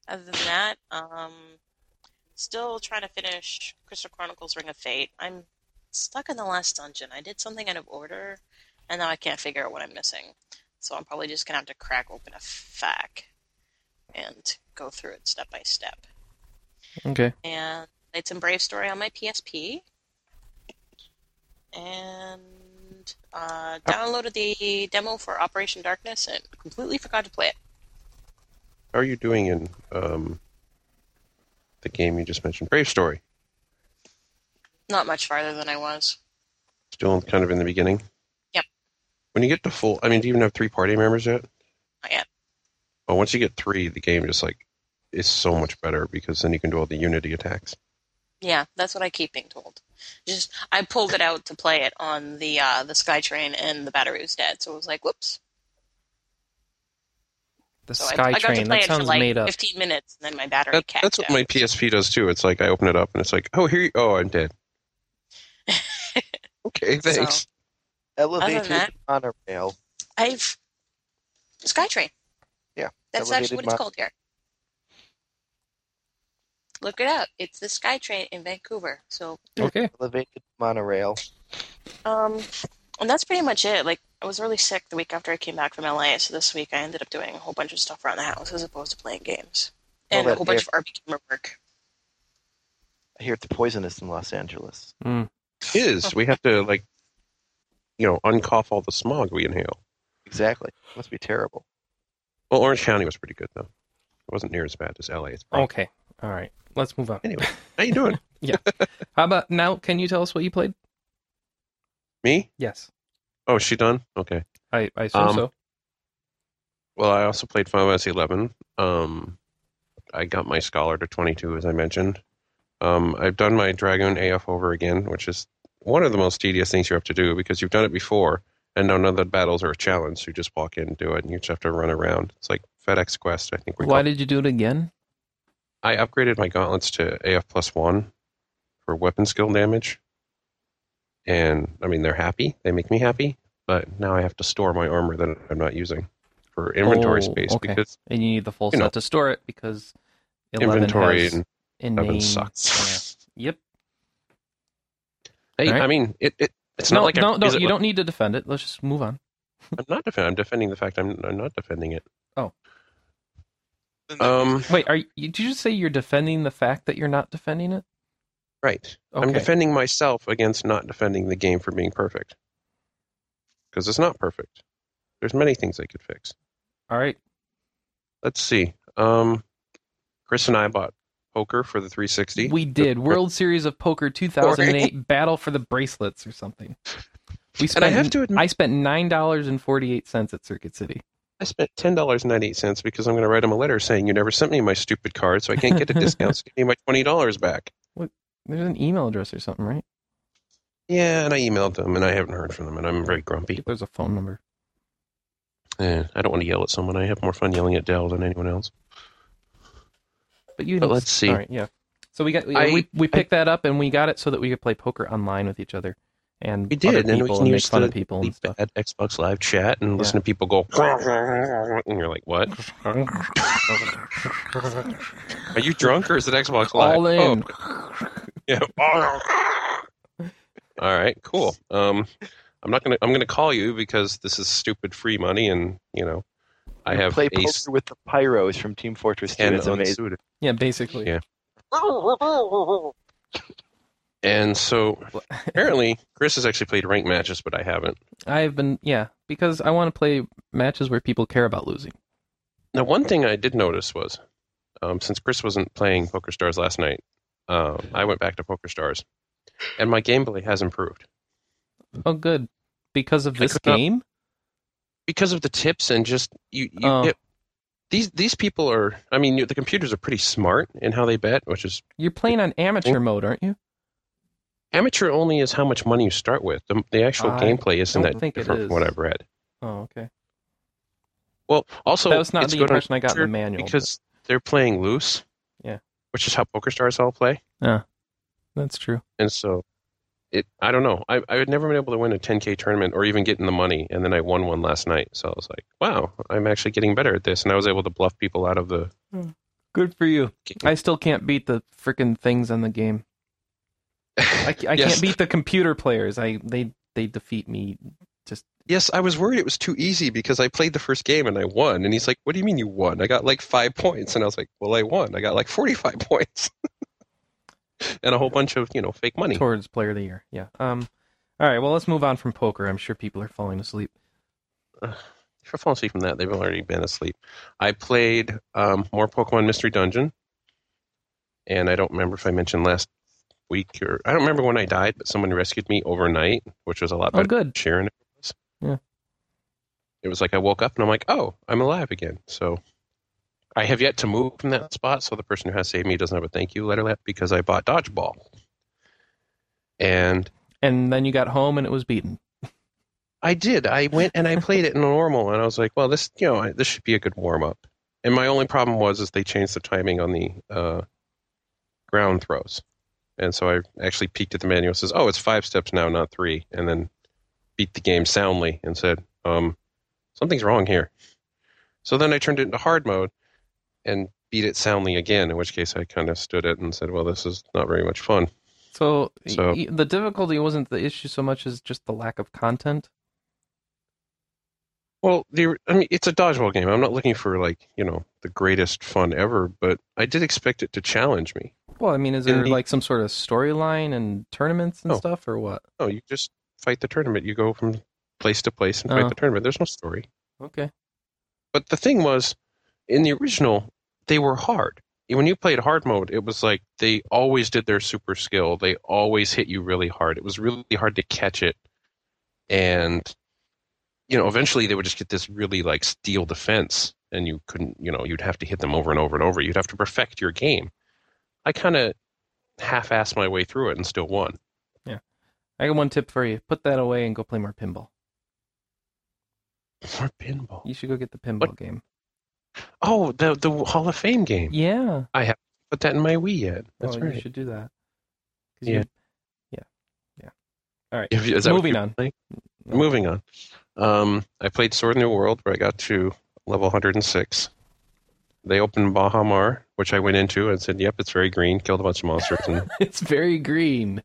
Speaker 5: Other than that, um, still trying to finish Crystal Chronicles Ring of Fate. I'm stuck in the last dungeon. I did something out of order, and now I can't figure out what I'm missing. So I'm probably just gonna have to crack open a fac and go through it step by step.
Speaker 1: Okay.
Speaker 5: and Lights and Brave Story on my PSP. And uh, downloaded the demo for Operation Darkness and completely forgot to play it.
Speaker 2: How are you doing in um, the game you just mentioned, Brave Story?
Speaker 5: Not much farther than I was.
Speaker 2: Still kind of in the beginning.
Speaker 5: Yep.
Speaker 2: When you get to full, I mean, do you even have three party members yet?
Speaker 5: Not yet.
Speaker 2: Well, once you get three, the game just like is so much better because then you can do all the unity attacks.
Speaker 5: Yeah, that's what I keep being told. Just I pulled it out to play it on the uh, the SkyTrain, and the battery was dead. So it was like, whoops.
Speaker 1: The
Speaker 5: So I, I
Speaker 1: Sky
Speaker 5: got to
Speaker 1: Train.
Speaker 5: play
Speaker 1: That
Speaker 5: it for
Speaker 1: sounds
Speaker 5: like
Speaker 1: made up.
Speaker 5: 15 minutes, and then my battery
Speaker 2: That,
Speaker 5: capped
Speaker 2: that's what
Speaker 5: out.
Speaker 2: my PSP does too. It's like I open it up and it's like, oh, here you. Oh, I'm dead. okay,
Speaker 5: So-
Speaker 2: thanks.
Speaker 3: Elevated
Speaker 5: that-
Speaker 3: honor mail.
Speaker 5: I've SkyTrain.
Speaker 3: Yeah,
Speaker 5: that's
Speaker 3: elevated
Speaker 5: actually what it's
Speaker 3: mon-
Speaker 5: called here. Look it up. It's the SkyTrain in Vancouver. So,
Speaker 1: Okay.
Speaker 3: Elevated monorail.
Speaker 5: um, and that's pretty much it. Like, I was really sick the week after I came back from LA, so this week I ended up doing a whole bunch of stuff around the house as opposed to playing games
Speaker 3: Well,
Speaker 5: and a
Speaker 3: that
Speaker 5: whole bunch
Speaker 3: air-
Speaker 5: of RP camera work.
Speaker 3: I hear it's poisonous in Los Angeles.
Speaker 1: Mm.
Speaker 2: is. We have to like, you know, uncough all the smog we inhale.
Speaker 3: Exactly. Must be terrible.
Speaker 2: Well, Orange County was pretty good though. It wasn't near as bad as LA. It's probably-
Speaker 1: Okay. All right. Let's move on.
Speaker 2: Anyway, how you doing?
Speaker 1: How about now? Can you tell us what you played?
Speaker 2: Me?
Speaker 1: Yes.
Speaker 2: Oh, she done? Okay.
Speaker 1: I I assume
Speaker 2: Um,
Speaker 1: so.
Speaker 2: Well, I also played Final Fantasy Eleven. Um, I got my scholar to twenty two, as I mentioned. Um, I've done my Dragoon AF over again, which is one of the most tedious things you have to do because you've done it before And no, none of the battles are a challenge. You just walk in and do it, and you just have to run around. It's like FedEx Quest, I think. We
Speaker 1: Why
Speaker 2: call
Speaker 1: did you do it again?
Speaker 2: I upgraded my gauntlets to AF plus one for weapon skill damage. And I mean, they're happy. They make me happy. But now I have to store my armor that I'm not using for inventory
Speaker 1: Oh,
Speaker 2: space
Speaker 1: okay.
Speaker 2: because
Speaker 1: And you need the full
Speaker 2: You
Speaker 1: set
Speaker 2: know.
Speaker 1: to store it because 11
Speaker 2: inventory
Speaker 1: has
Speaker 2: and
Speaker 1: inane...
Speaker 2: weapons sucks.
Speaker 1: Yep.
Speaker 2: Hey,
Speaker 1: Alright.
Speaker 2: I mean, it, it it's
Speaker 1: no,
Speaker 2: not like
Speaker 1: no,
Speaker 2: I'm,
Speaker 1: no.
Speaker 2: is it
Speaker 1: You
Speaker 2: like-
Speaker 1: don't need to defend it. Let's just move on.
Speaker 2: I'm not defending. I'm defending the fact I'm, I'm not defending it.
Speaker 4: Then that-
Speaker 2: Um,
Speaker 1: Wait, are you, did you just say you're defending the fact that you're not defending it?
Speaker 2: right.
Speaker 1: Okay.
Speaker 2: I'm defending myself against not defending the game for being perfect because it's not perfect. There's many things I could fix.
Speaker 1: All right.
Speaker 2: Let's see. Um, Chris and I bought poker for the 360.
Speaker 1: We did World Series of Poker 2008 Battle for the Bracelets or something. We spent,
Speaker 2: and I have to admit,
Speaker 1: I spent nine dollars and forty eight cents at Circuit City.
Speaker 2: I spent ten dollars ninety eight cents because I'm going to write him a letter saying you never sent me my stupid card, so I can't get a discount. so give me my twenty dollars back.
Speaker 1: There's an email address or something, right?
Speaker 2: Yeah, and I emailed them, and I haven't heard from them, and I'm very grumpy.
Speaker 1: There's a phone number.
Speaker 2: Eh, I don't want to yell at someone. I have more fun yelling at Dell than anyone else.
Speaker 1: But you.
Speaker 2: But
Speaker 1: know-
Speaker 2: let's see.
Speaker 1: All right. Yeah. So we got we-
Speaker 2: I-
Speaker 1: we we picked that up and we got it so that we could play poker online with each other and
Speaker 2: We did,
Speaker 1: other
Speaker 2: and we
Speaker 1: people
Speaker 2: can
Speaker 1: make
Speaker 2: use
Speaker 1: fun
Speaker 2: the-
Speaker 1: of people and
Speaker 2: Leap
Speaker 1: stuff.
Speaker 2: at Xbox Live chat and listen to people go, and you're like, "What? Are you drunk or is it Xbox Live?"
Speaker 1: All
Speaker 2: Oh,
Speaker 1: in.
Speaker 2: Yeah. All right, cool. Um, I'm not gonna. I'm gonna call you because this is stupid free money, and you know, I have
Speaker 3: play
Speaker 2: ace
Speaker 3: poker with the pyros from Team Fortress 2.
Speaker 2: ten
Speaker 3: It's amazing.
Speaker 2: unsuited.
Speaker 1: Yeah. Basically.
Speaker 2: Yeah. And so apparently, Chris has actually played ranked matches, but I haven't.
Speaker 1: I've been yeah because I want to play matches where people care about losing.
Speaker 2: Now, one thing I did notice was, um, since Chris wasn't playing Poker Stars last night, uh, I went back to Poker Stars, and my gameplay has improved
Speaker 1: Oh, good. Because of
Speaker 2: I
Speaker 1: this
Speaker 2: could not-
Speaker 1: game.
Speaker 2: because of the tips and just you. you
Speaker 1: Oh.
Speaker 2: get- these these people are. I mean, you- the computers are pretty smart in how they bet, which is
Speaker 1: You're playing on amateur mode, aren't you?
Speaker 2: amateur only is how much money you start with. The, the actual
Speaker 1: I
Speaker 2: gameplay isn't
Speaker 1: don't
Speaker 2: that
Speaker 1: think it
Speaker 2: different
Speaker 1: is.
Speaker 2: from what I've read.
Speaker 1: Oh, okay.
Speaker 2: Well, also
Speaker 1: that was not
Speaker 2: it's
Speaker 1: the
Speaker 2: good on
Speaker 1: impression I got in the
Speaker 2: amateur
Speaker 1: manual.
Speaker 2: because they're playing loose.
Speaker 1: Yeah.
Speaker 2: which is how Poker Stars all play.
Speaker 1: but that's true.
Speaker 2: And so it I don't know. I, I had never been able to win a 10k tournament or even get in the money and then I won one last night. So I was like, wow, I'm actually getting better at this and I was able to bluff people out of the
Speaker 1: Good for you. I still can't beat the freaking things on the game. I, ca- I
Speaker 2: Yes.
Speaker 1: can't beat the computer players. I they they defeat me.
Speaker 2: Yes, I was worried it was too easy because I played the first game and I won and he's like, "What do you mean you won? I got like 5 points." And I was like, "Well, I won. I got like 45 points." and a whole bunch of, you know, fake money.
Speaker 1: Towards player of the year. Yeah. Um. All right. Well, let's move on from poker. I'm sure people are falling asleep.
Speaker 2: If I fall asleep from that, they've already been asleep. I played um, more Pokemon Mystery Dungeon, and I don't remember if I mentioned last week or I don't remember when I died, but someone rescued me overnight, which was a lot
Speaker 1: Oh,
Speaker 2: better.
Speaker 1: good.
Speaker 2: Sharon, it was.
Speaker 1: Yeah.
Speaker 2: It was like I woke up and I'm like, oh, I'm alive again. So I have yet to move from that spot. So the person who has saved me doesn't have a thank you letter left because I bought dodgeball, and
Speaker 1: And then you got home and it was beaten.
Speaker 2: I did. I went and I played it in normal, and I was like, "Well, this, you know, I, this should be a good warm up." And my only problem was is they changed the timing on the uh, ground throws, and so I actually peeked at the manual. and Says, "Oh, it's five steps now, not three. and then beat the game soundly and said, um, "Something's wrong here." So then I turned it into hard mode and beat it soundly again. In which case, I kind of stood it and said, "Well, this is not very much fun."
Speaker 1: So, y-
Speaker 2: So-
Speaker 1: y- the difficulty wasn't the issue so much as just the lack of content.
Speaker 2: Well, the, I mean, it's a dodgeball game. I'm not looking for like you know the greatest fun ever, but I did expect it to challenge me.
Speaker 1: Well, I mean, is
Speaker 2: In
Speaker 1: there
Speaker 2: the- Oh.
Speaker 1: like some sort of storyline and tournaments and
Speaker 2: No.
Speaker 1: stuff, or what?
Speaker 2: No, you just fight the tournament. You go from place to place and
Speaker 1: Oh.
Speaker 2: fight the tournament. There's no story.
Speaker 1: Okay.
Speaker 2: But the thing was, in the original, they were hard. When you played hard mode, it was like they always did their super skill. They always hit you really hard. It was really hard to catch it. And, you know, eventually they would just get this really like steel defense and you couldn't, you know, you'd have to hit them over and over and over. You'd have to perfect your game. I kind of half assed my way through it and still won.
Speaker 1: I got one tip for you. Put that away and go play more pinball.
Speaker 2: For pinball.
Speaker 1: You should go get the pinball game.
Speaker 2: Oh, the the Hall of Fame game.
Speaker 1: Yeah.
Speaker 2: Put that in my Wii yet. That's
Speaker 1: oh, you
Speaker 2: right.
Speaker 1: should do that. 'Cause
Speaker 2: Yeah.
Speaker 1: you- yeah. Yeah. All right.
Speaker 2: Have you- is that what
Speaker 1: Moving
Speaker 2: you-
Speaker 1: on. No.
Speaker 2: Moving on. Um, I played Sword New World where I got to level 106. They opened Bahamar, which I went into and said, "Yep, it's very green." Killed a bunch of monsters, and
Speaker 1: It's very green.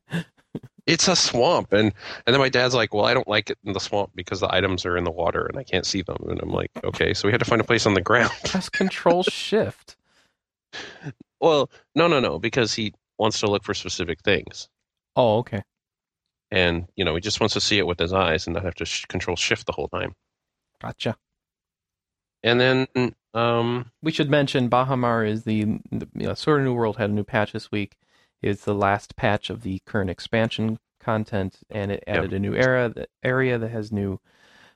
Speaker 2: it's a swamp. And and then my dad's like, "Well, I don't like it in the swamp because the items are in the water and I can't see them." And I'm like, "Okay." So we had to find a place on the ground.
Speaker 1: Press Control Shift.
Speaker 2: Well, no, no, no, because he wants to look for specific things,
Speaker 1: Oh, okay.
Speaker 2: and you know, he just wants to see it with his eyes and not have to sh- control shift the whole time.
Speaker 1: Gotcha.
Speaker 2: And then, um,
Speaker 1: We should mention Bahamar is the, the you know, Sword of the New World had a new patch this week. It's the last patch of the current expansion content, and it added a new era that area that has new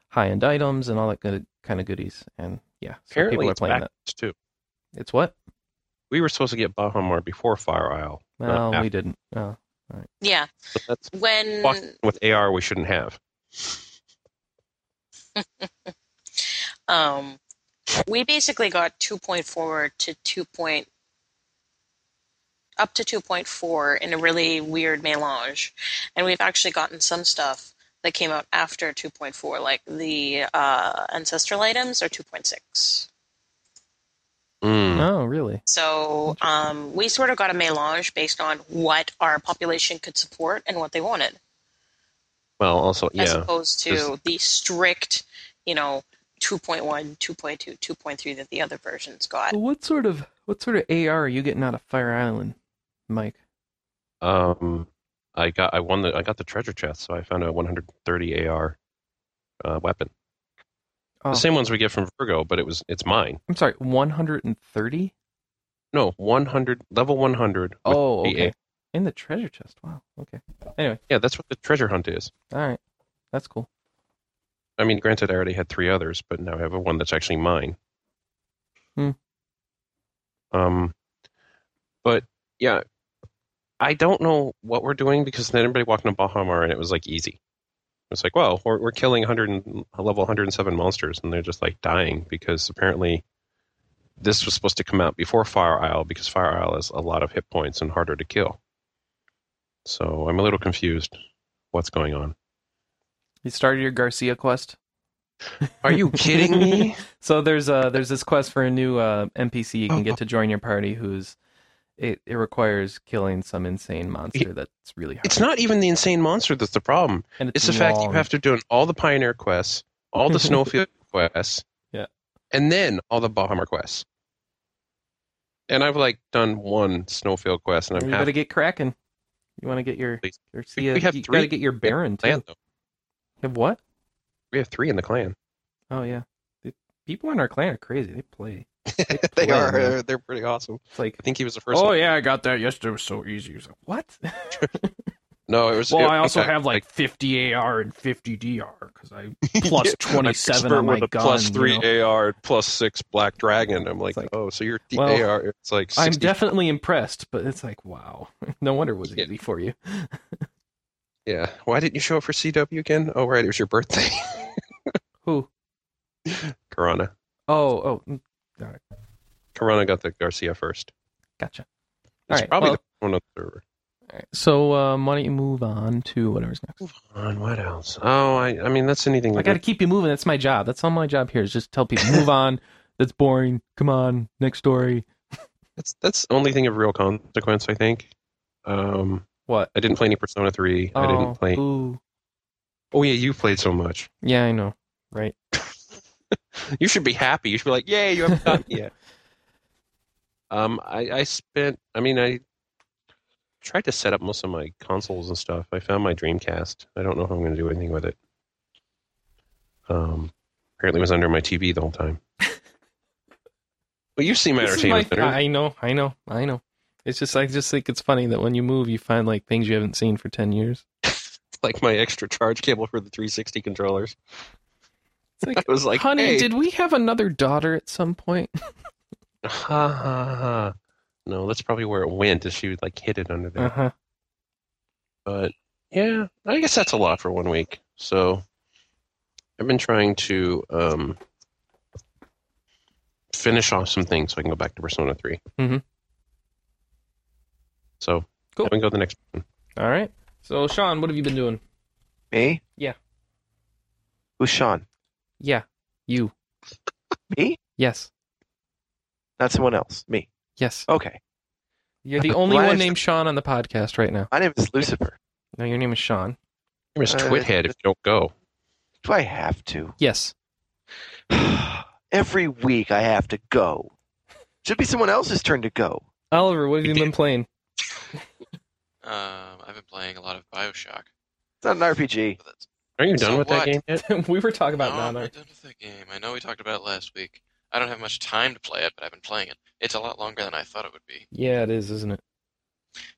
Speaker 1: high end items and all that good kind of goodies. And yeah, so
Speaker 2: apparently,
Speaker 1: people are
Speaker 2: it's
Speaker 1: playing
Speaker 2: back
Speaker 1: that.
Speaker 2: too.
Speaker 1: It's what?
Speaker 2: We were supposed to get Bahamar before Fire Isle.
Speaker 1: No,
Speaker 2: after.
Speaker 1: we didn't. Oh.
Speaker 5: Yeah.
Speaker 2: So that's
Speaker 5: When
Speaker 2: fuck with AR we shouldn't have.
Speaker 5: um, we basically got 2.4 to 2. Point, up to 2.4 in a really weird melange. And we've actually gotten some stuff that came out after 2.4, like the uh, ancestral items are 2.6.
Speaker 2: Mm.
Speaker 1: Oh, really?
Speaker 5: So um, we sort of got a melange based on what our population could support and what they wanted,
Speaker 2: Well, also,
Speaker 5: as
Speaker 2: yeah,
Speaker 5: opposed to
Speaker 2: Just-
Speaker 5: the strict, you know, 2.1, 2.2, 2.3 that the other versions got.
Speaker 1: What sort of what sort of AR are you getting out of Fire Island, Mike?
Speaker 2: um, I got I won the I got the treasure chest, so I found a 130 AR uh, weapon.
Speaker 1: Oh.
Speaker 2: The same ones we get from Virgo, but it was it's mine.
Speaker 1: I'm sorry, 130?
Speaker 2: No, 100 level 100. with
Speaker 1: Oh,
Speaker 2: the
Speaker 1: okay.
Speaker 2: AR.
Speaker 1: In the treasure chest. Wow. Okay. Anyway,
Speaker 2: yeah, that's what the treasure hunt is.
Speaker 1: all right. That's cool.
Speaker 2: I mean, granted, I already had three others, but now I have a one that's actually mine.
Speaker 1: Hmm.
Speaker 2: Um, but yeah, I don't know what we're doing because then everybody walked into Bahamar and it was like easy. It's like, well, we're, we're killing 100 and, level 107 monsters and they're just like dying because apparently this was supposed to come out before Fire Isle because Fire Isle has a lot of hit points and harder to kill. So I'm a little confused what's going on.
Speaker 1: You started your Garcia quest?
Speaker 2: Are you kidding me?
Speaker 1: So there's uh there's this quest for a new uh, NPC you
Speaker 2: Uh-huh.
Speaker 1: can get to join your party who's it, it requires killing some insane monster that's really hard.
Speaker 2: It's not even the insane monster that's the problem.
Speaker 1: and
Speaker 2: It's the fact that you
Speaker 1: long.
Speaker 2: have to do all the Pioneer quests, all the Snowfield quests,
Speaker 1: Yeah.
Speaker 2: and then all the Bahamar quests. And I've like done one Snowfield quest, and
Speaker 1: you
Speaker 2: I'm
Speaker 1: better
Speaker 2: happy.
Speaker 1: get cracking. You want to get your
Speaker 2: Please.
Speaker 1: Garcia.
Speaker 2: We have
Speaker 1: you
Speaker 2: three
Speaker 1: gotta get your Baron too.
Speaker 2: Clan, though.
Speaker 1: You have what?
Speaker 2: We have three in the clan.
Speaker 1: Oh yeah. The people in our clan are crazy. They play. They,
Speaker 2: They
Speaker 1: play, man.
Speaker 2: are. They're, they're pretty awesome.
Speaker 1: It's like
Speaker 2: I think he was the first.
Speaker 1: Oh
Speaker 2: one.
Speaker 1: yeah, I got that yesterday. It was so easy. It was like, what?
Speaker 2: No, it was.
Speaker 6: Well,
Speaker 2: it-
Speaker 6: I also
Speaker 2: okay,
Speaker 6: have like 50 AR and 50 DR because I plus
Speaker 2: I'm
Speaker 6: 27
Speaker 2: expert
Speaker 6: on my
Speaker 2: with a
Speaker 6: gun.
Speaker 2: plus
Speaker 6: you
Speaker 2: three
Speaker 6: know?
Speaker 2: AR, plus six Black Dragon. I'm like,
Speaker 1: It's like,
Speaker 2: oh, so your D-
Speaker 1: well,
Speaker 2: AR. It's like 60.
Speaker 1: I'm definitely impressed, but it's like, wow. No wonder it was
Speaker 2: Yeah.
Speaker 1: easy for you.
Speaker 2: yeah. Why didn't you show up for CW again? Oh, right, it was your birthday,
Speaker 1: Who?
Speaker 2: Corona.
Speaker 1: Oh, oh, mm,
Speaker 2: Corona got the Garcia first.
Speaker 1: gotcha. All
Speaker 2: It's
Speaker 1: right,
Speaker 2: probably
Speaker 1: well-
Speaker 2: the one on the server.
Speaker 1: So, um, why don't you move on to whatever's next?
Speaker 2: On what else? Oh, I, I mean that's anything.
Speaker 1: I
Speaker 2: That
Speaker 1: got to keep you moving. That's my job. That's all my job here is just tell people move on. That's boring. Come on, next story.
Speaker 2: that's that's the only thing of real consequence, I think. Um,
Speaker 1: What?
Speaker 2: I didn't play any Persona Three. I
Speaker 1: Oh,
Speaker 2: didn't play.
Speaker 1: boo.
Speaker 2: Oh yeah, you played so much.
Speaker 1: Yeah, I know. Right.
Speaker 2: You should be happy. You should be like, yay, you haven't gotten me yet. Um, I I spent. I mean, I tried to set up most of my consoles and stuff. I found my Dreamcast. I don't know if I'm going to do anything with it. Um, apparently it was under my TV the whole time. well, you see my
Speaker 1: This is
Speaker 2: entertainment
Speaker 1: my-
Speaker 2: center.
Speaker 1: I know. I know. I know. It's just I just think it's funny that when you move, you find like things you haven't seen for ten years.
Speaker 2: like my extra charge cable for the 360 controllers.
Speaker 1: It's like,
Speaker 2: It was like,
Speaker 1: honey,
Speaker 2: hey.
Speaker 1: did we have another daughter at some point?
Speaker 2: ha ha ha. No, that's probably where it went. Is she would like hid it under there?
Speaker 1: Uh huh.
Speaker 2: But yeah, I guess that's a lot for one week. So I've been trying to um, finish off some things so I can go back to Persona 3.
Speaker 1: Mhm.
Speaker 2: So,
Speaker 1: Cool.
Speaker 2: Mm-hmm. cool. we go to the next one.
Speaker 1: All right. So, Sean, what have you been doing?
Speaker 3: Me?
Speaker 1: Yeah.
Speaker 3: Who's Sean?
Speaker 1: Yeah. You.
Speaker 3: Me?
Speaker 1: Yes.
Speaker 3: Not someone else. Me.
Speaker 1: Yes.
Speaker 3: Okay.
Speaker 1: You're the only one
Speaker 3: Last-
Speaker 1: named Sean on the podcast right now.
Speaker 3: My name is Lucifer.
Speaker 1: No, your name is Sean.
Speaker 2: You're Miss
Speaker 3: Uh,
Speaker 2: Twithead if you don't go.
Speaker 3: Do I have to?
Speaker 1: Yes.
Speaker 3: Every week I have to go. Should be someone else's turn to go.
Speaker 1: Oliver, what have you been playing?
Speaker 4: Um, I've been playing a lot of Bioshock.
Speaker 3: It's not an RPG.
Speaker 4: But that's oh,
Speaker 2: Are you done
Speaker 4: So
Speaker 2: with that
Speaker 4: what?
Speaker 2: game yet?
Speaker 1: we were talking about
Speaker 4: no, I'm
Speaker 1: Nana.
Speaker 4: not done with that game. I know we talked about it last week. I don't have much time to play it, but I've been playing it. It's a lot longer than I thought it would be.
Speaker 1: Yeah, it is, isn't it?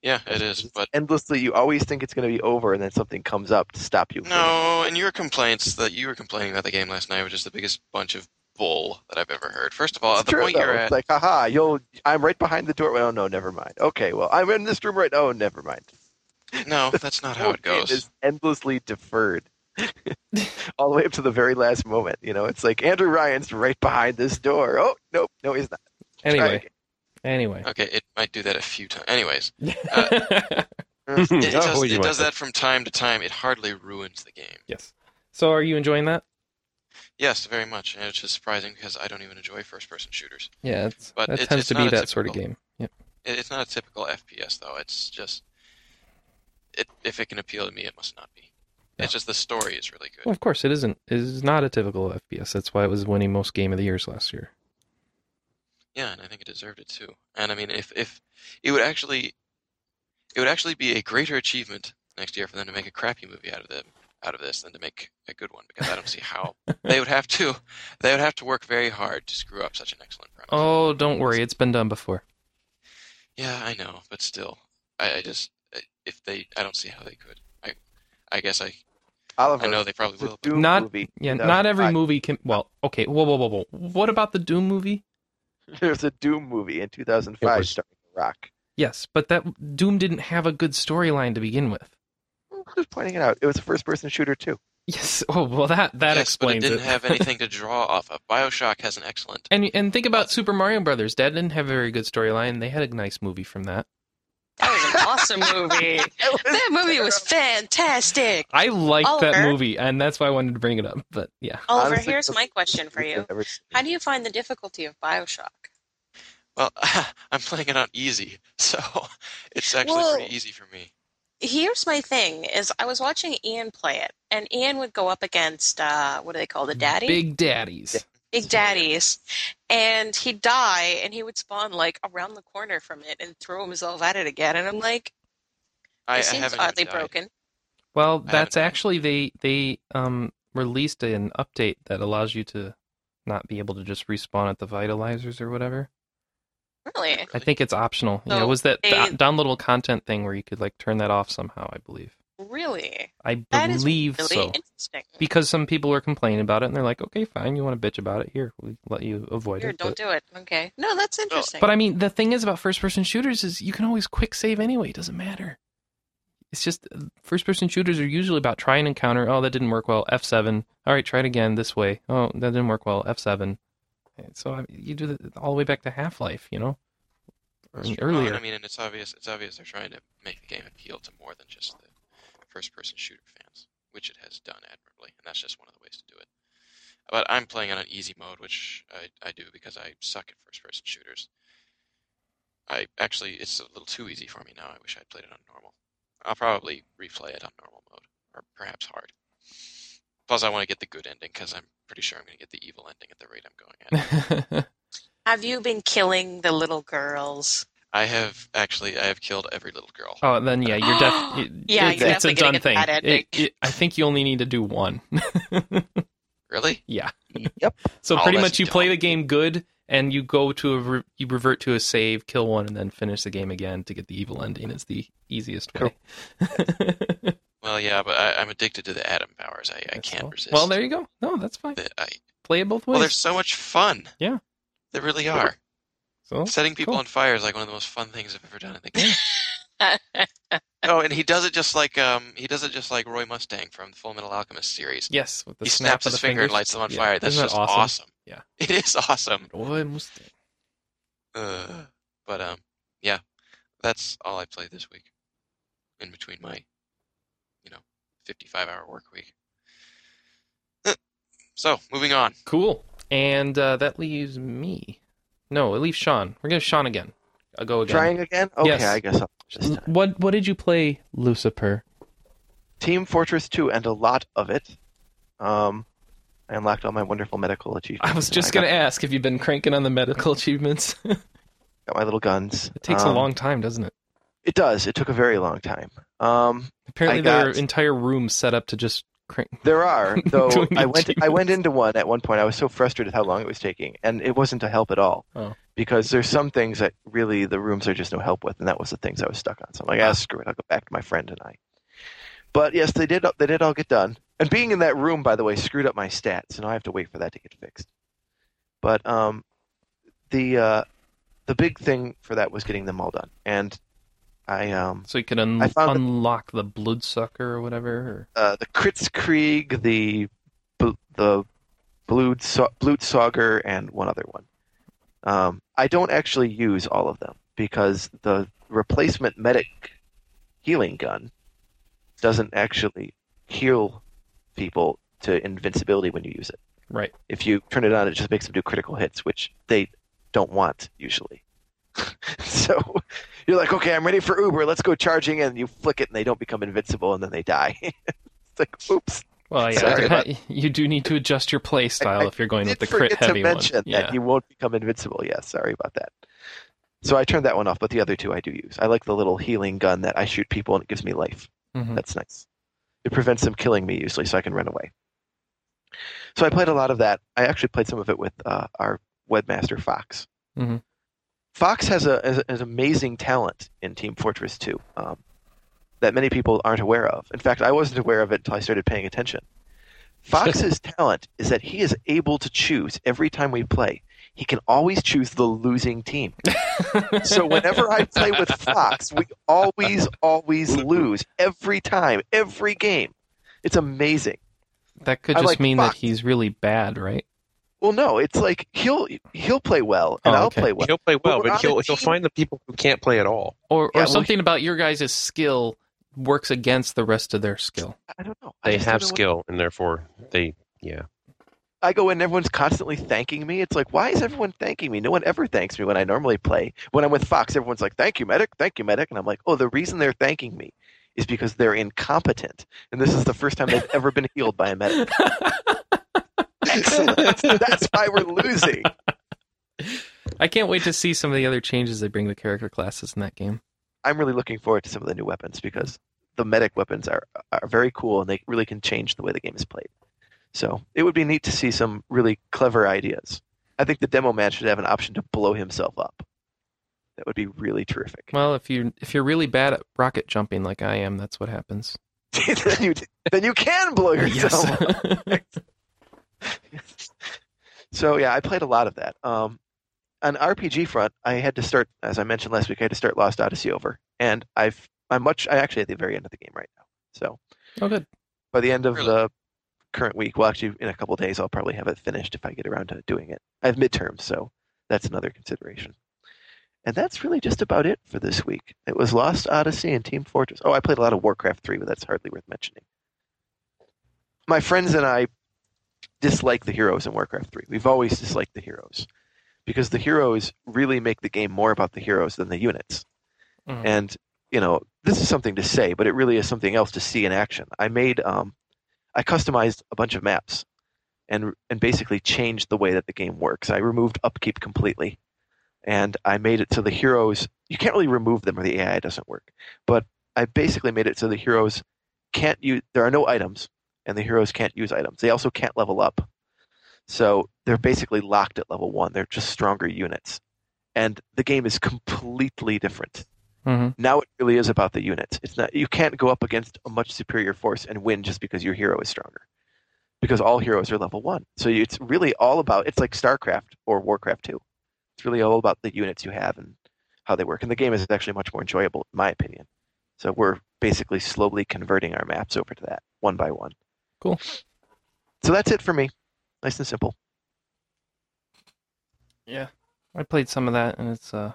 Speaker 4: Yeah, it is, but
Speaker 3: Endlessly, you always think it's going to be over, and then something comes up to stop you.
Speaker 4: no. And your complaints that you were complaining about the game last night was just the biggest bunch of bull that I've ever heard. First of all,
Speaker 3: It's
Speaker 4: at the
Speaker 3: true,
Speaker 4: point
Speaker 3: though.
Speaker 4: you're
Speaker 3: It's
Speaker 4: at,
Speaker 3: like, haha, you'll. I'm right behind the door. Oh no, never mind. Okay, well, I'm in this room right. Oh, never mind.
Speaker 4: no, that's not how it
Speaker 3: whole game
Speaker 4: goes.
Speaker 3: is endlessly deferred. All the way up to the very last moment. You know, it's like Andrew Ryan's right behind this door. Oh, nope, no, he's not. Try
Speaker 1: Anyway,
Speaker 3: again.
Speaker 1: anyway.
Speaker 4: Okay, it might do that a few times. Anyways,
Speaker 1: Uh,
Speaker 2: No,
Speaker 4: it, it does,
Speaker 2: Oh, you
Speaker 4: it
Speaker 2: might Hmm.
Speaker 4: does
Speaker 2: not.
Speaker 4: that from time to time. It hardly ruins the game.
Speaker 1: yes. So, are you enjoying that?
Speaker 4: Yes, very much, and it's just surprising because I don't even enjoy first-person shooters.
Speaker 1: Yeah, it's,
Speaker 4: But
Speaker 1: that
Speaker 4: it's-
Speaker 1: tends
Speaker 4: it's
Speaker 1: to be
Speaker 4: not a
Speaker 1: that sort of
Speaker 4: typical-
Speaker 1: game. Yeah.
Speaker 4: It, it's not a typical FPS though. It's just, it, if it can appeal to me, it must not be.
Speaker 1: Yeah.
Speaker 4: It's just the story is really
Speaker 1: Well,
Speaker 4: good.
Speaker 1: of course, it isn't. It is not a typical FPS. That's why it was winning most game of the years last year.
Speaker 4: Yeah, and I think it deserved it too. And I mean, if if it would actually, it would actually be a greater achievement next year for them to make a crappy movie out of them out of this than to make a good one because I don't see how they would have to they would have to work very hard to screw up such an excellent premise.
Speaker 1: Oh, don't worry. It's been done before.
Speaker 4: Yeah, I know, but still, I, I just I- if they, I don't see how they could. I, I guess I,
Speaker 3: Oliver,
Speaker 4: I know they probably
Speaker 3: the
Speaker 4: will. But
Speaker 3: Doom
Speaker 1: Not-
Speaker 3: movie.
Speaker 1: Yeah,
Speaker 3: No,
Speaker 1: not every
Speaker 3: I-
Speaker 1: movie can. Well, okay. Whoa, whoa, whoa, whoa. What about the Doom movie?
Speaker 3: There's a Doom movie in 2005
Speaker 2: It was-
Speaker 3: starring The Rock.
Speaker 1: Yes, but that Doom didn't have a good storyline to begin with.
Speaker 3: Just pointing it out. It was a first-person shooter too.
Speaker 1: Yes. Oh, well, that that
Speaker 4: yes, but it
Speaker 1: explains
Speaker 4: didn't have anything to draw off of. Bioshock has an excellent.
Speaker 1: And and think about Super Mario Brothers. That didn't have a very good storyline. They had a nice movie from that.
Speaker 5: That was an awesome movie. That movie was fantastic.
Speaker 1: I liked that
Speaker 5: Oliver?
Speaker 1: movie, and that's why I wanted to bring it up. But yeah,
Speaker 5: Oliver,
Speaker 3: Honestly,
Speaker 5: here's
Speaker 3: the-
Speaker 5: my question for you. How do you find the difficulty of Bioshock?
Speaker 4: Well, I'm playing it on easy, so it's actually
Speaker 5: Well-
Speaker 4: pretty easy for me.
Speaker 5: Here's my thing: is I was watching Ian play it, and Ian would go up against uh, what do they
Speaker 2: Mm,
Speaker 5: call the daddy?
Speaker 1: Big Daddies.
Speaker 5: Big Daddies, and he'd die, and he would spawn like around the corner from it and throw himself at it again. And I'm like,
Speaker 4: I, I
Speaker 5: this seems
Speaker 4: haven't even
Speaker 5: oddly
Speaker 4: died.
Speaker 5: broken.
Speaker 1: Well,
Speaker 4: I
Speaker 1: that's
Speaker 4: haven't-
Speaker 1: actually they they um released an update that allows you to not be able to just respawn at the vitalizers or whatever.
Speaker 5: Really?
Speaker 1: I think it's optional. yeah,
Speaker 5: So
Speaker 1: it was that
Speaker 5: they-
Speaker 1: do- downloadable content thing where you could like turn that off somehow? I believe.
Speaker 5: Really?
Speaker 1: I
Speaker 5: That is
Speaker 1: believe
Speaker 5: Really
Speaker 1: so.
Speaker 5: interesting.
Speaker 1: Because some people were complaining about it, and they're like, "Okay, fine. You want to bitch about it? Here, we let you avoid
Speaker 5: Weird,
Speaker 1: it."
Speaker 5: don't
Speaker 1: but-
Speaker 5: do it. Okay. No, that's
Speaker 4: Oh,
Speaker 5: interesting.
Speaker 1: But I mean, the thing is about first-person shooters is you can always quick save anyway. It doesn't matter. It's just uh, first-person shooters are usually about try and encounter. Oh, that didn't work well. F seven. All right, try it again this way. Oh, that didn't work well. F seven. So I, you do that all the way back to Half Life, you know, Or
Speaker 4: That's true. Well, and
Speaker 1: earlier.
Speaker 4: I mean, and it's obvious. It's obvious they're trying to make the game appeal to more than just the first-person shooter fans, which it has done admirably, and that's just one of the ways to do it. But I'm playing on an easy mode, which I, I do because I suck at first-person shooters. I actually, it's a little too easy for me now. I wish I'd played it on normal. I'll probably replay it on normal mode, or perhaps hard. Plus, I want to get the good ending because I'm pretty sure I'm going to get the evil ending at the rate I'm going at.
Speaker 5: Have you been killing the little girls?
Speaker 4: I have actually, I have killed every little girl.
Speaker 1: oh, then yeah, you're def. it-
Speaker 5: Yeah,
Speaker 1: it's,
Speaker 5: you're
Speaker 1: it's a
Speaker 5: definitely gonna
Speaker 1: done
Speaker 5: get
Speaker 1: thing.
Speaker 5: that ending.
Speaker 1: It- it- I think you only need to do one.
Speaker 4: Really?
Speaker 1: Yeah.
Speaker 3: Yep.
Speaker 1: So
Speaker 4: Oh,
Speaker 1: pretty
Speaker 4: that's
Speaker 1: much you play
Speaker 4: dumb.
Speaker 1: the game good and you go to a re- you revert to a save, kill one, and then finish the game again to get the evil ending. Is the easiest way.
Speaker 4: Well, yeah, but I, I'm addicted to the atom powers. I, I
Speaker 1: That's
Speaker 4: can't
Speaker 1: all.
Speaker 4: resist.
Speaker 1: Well, there you go. No, that's fine.
Speaker 4: The- I,
Speaker 1: Play it both
Speaker 4: well,
Speaker 1: ways.
Speaker 4: they're so much fun.
Speaker 1: Yeah.
Speaker 4: They really are.
Speaker 1: so
Speaker 4: Setting people
Speaker 1: cool.
Speaker 4: on fire is like one of the most fun things I've ever done in the game. Oh, and he does it just like um, he does it just like Roy Mustang from the Full Metal Alchemist series.
Speaker 1: Yes, with the
Speaker 4: he
Speaker 1: snap
Speaker 4: snaps
Speaker 1: of
Speaker 4: his
Speaker 1: the
Speaker 4: finger
Speaker 1: fingers.
Speaker 4: and lights them on
Speaker 1: Yeah.
Speaker 4: fire. That's
Speaker 1: Isn't that
Speaker 4: just
Speaker 1: awesome? Yeah.
Speaker 4: It is awesome.
Speaker 1: Roy Mustang.
Speaker 4: Ugh. But um, yeah, that's all I played this week. In between my, you know, fifty-five hour work week. So moving on.
Speaker 1: Cool. And uh, that leaves me. No, it leaves Sean. We're gonna Sean again. I'll go again.
Speaker 3: Trying again? Okay,
Speaker 1: Yes. Mm-hmm.
Speaker 3: I guess I'll this time.
Speaker 1: What What did you play, Lucifer?
Speaker 3: Team Fortress 2 and a lot of it. Um, I unlocked all my wonderful medical achievements.
Speaker 1: I was
Speaker 3: and
Speaker 1: just
Speaker 3: got-
Speaker 1: gonna ask if you've been cranking on the medical achievements.
Speaker 3: got my little guns.
Speaker 1: it takes a
Speaker 3: Um,
Speaker 1: long time, doesn't it?
Speaker 3: It does. It took a very long time. Um,
Speaker 1: Apparently,
Speaker 3: I
Speaker 1: their
Speaker 3: got-
Speaker 1: entire room set up to just crank.
Speaker 3: there are though.
Speaker 1: Doing the
Speaker 3: I went. I went
Speaker 1: achievements.
Speaker 3: into one at one point. I was so frustrated with how long it was taking, and it wasn't to help at all.
Speaker 1: Oh.
Speaker 3: Because there's some things that really the rooms are just no help with, and that was the things I was stuck on. So I'm like, ah, screw it. I'll go back to my friend and I. But yes, they did. They did all get done. And being in that room, by the way, screwed up my stats, and I have to wait for that to get fixed. But um, the uh, the big thing for that was getting them all done, and I um,
Speaker 1: So you can un-
Speaker 3: I found that-
Speaker 1: unlock the bloodsucker or whatever. Or...
Speaker 3: uh, the Kritzkrieg, the Bl- the Blutso- Blutsauger, and one other one. Um, I don't actually use all of them because the replacement medic healing gun doesn't actually heal people to invincibility when you use it.
Speaker 1: Right.
Speaker 3: If you turn it on, it just makes them do critical hits, which they don't want usually. so you're like, okay, I'm ready for Uber. Let's go charging, and you flick it, and they don't become invincible, and then they die. it's like, oops.
Speaker 1: Well, yeah,
Speaker 3: Sorry about-
Speaker 1: you do need to adjust your play style
Speaker 3: I
Speaker 1: if you're going with
Speaker 3: Did
Speaker 1: the crit
Speaker 3: forget to
Speaker 1: heavy
Speaker 3: mention
Speaker 1: one. Yeah.
Speaker 3: that you won't become invincible. Yeah, sorry about that. So I turned that one off, but the other two I do use. I like the little healing gun that I shoot people and it gives me life.
Speaker 1: Mhm.
Speaker 3: That's nice. It prevents them killing me usually, so I can run away. So I played a lot of that. I actually played some of it with uh, our webmaster Fox.
Speaker 1: Mhm.
Speaker 3: Fox has a has, has amazing talent in Team Fortress 2 um, that many people aren't aware of. In fact, I wasn't aware of it until I started paying attention. Fox's talent is that he is able to choose every time we play. He can always choose the losing team. so whenever I play with Fox, we always, always lose every time, every game. It's amazing.
Speaker 1: That could
Speaker 3: I
Speaker 1: just
Speaker 3: like
Speaker 1: mean
Speaker 3: Fox.
Speaker 1: that he's really bad, right?
Speaker 3: Well, no, it's like he'll he'll play well and
Speaker 1: Oh,
Speaker 3: I'll
Speaker 1: okay.
Speaker 3: play well.
Speaker 2: He'll play well,
Speaker 3: we're
Speaker 2: but
Speaker 3: on
Speaker 2: he'll
Speaker 3: a
Speaker 2: he'll
Speaker 3: team.
Speaker 2: find the people who can't play at all.
Speaker 1: Or
Speaker 3: Yeah,
Speaker 1: or
Speaker 3: well,
Speaker 1: something about your guys' skill works against the rest of their skill.
Speaker 3: I don't know. I
Speaker 2: They
Speaker 3: just don't
Speaker 2: have
Speaker 3: know what-
Speaker 2: skill, and therefore they.
Speaker 3: I go in, everyone's constantly thanking me. It's like, why is everyone thanking me? No one ever thanks me when I normally play. When I'm with Fox, everyone's like, "Thank you, medic. Thank you, medic." And I'm like, "Oh, the reason they're thanking me is because they're incompetent, and this is the first time they've ever been healed by a medic." Excellent. That's why we're losing.
Speaker 1: I can't wait to see some of the other changes they bring to character classes in that game.
Speaker 3: I'm really looking forward to some of the new weapons because the medic weapons are are very cool and they really can change the way the game is played. So it would be neat to see some really clever ideas. I think the demo man should have an option to blow himself up. That would be really terrific.
Speaker 1: Well, if you if you're really bad at rocket jumping like I am, that's what happens.
Speaker 3: then, you, then you can blow yourself up. so yeah, I played a lot of that. Um, on RPG front, I had to start, as I mentioned last week, I had to start Lost Odyssey over, and I've I'm much I actually at the very end of the game right now. So
Speaker 1: oh, good.
Speaker 3: by the end of
Speaker 4: Really?
Speaker 3: the current week, well, actually in a couple days, I'll probably have it finished if I get around to doing it. I have midterms, so that's another consideration. And that's really just about it for this week. It was Lost Odyssey and Team Fortress. Oh, I played a lot of Warcraft 3, but that's hardly worth mentioning. My friends and I dislike the heroes in Warcraft 3. We've always disliked the heroes because the heroes really make the game more about the heroes than the units.
Speaker 1: Mhm.
Speaker 3: And, you know, this is something to say, but it really is something else to see in action. I made, um, I customized a bunch of maps and, and basically changed the way that the game works. I removed upkeep completely and I made it so the heroes, you can't really remove them or the AI doesn't work, but I basically made it so the heroes can't use, there are no items and the heroes can't use items. They also can't level up. So they're basically locked at level one. They're just stronger units. And the game is completely different.
Speaker 1: Mhm.
Speaker 3: Now it really is about the units. It's not you can't go up against a much superior force and win just because your hero is stronger. Because all heroes are level one. So you- it's really all about it's like StarCraft or Warcraft 2. It's really all about the units you have and how they work. And the game is actually much more enjoyable, in my opinion. So we're basically slowly converting our maps over to that one by one.
Speaker 1: Cool.
Speaker 3: So that's it for me. Nice and simple.
Speaker 1: I played some of that, and it's uh,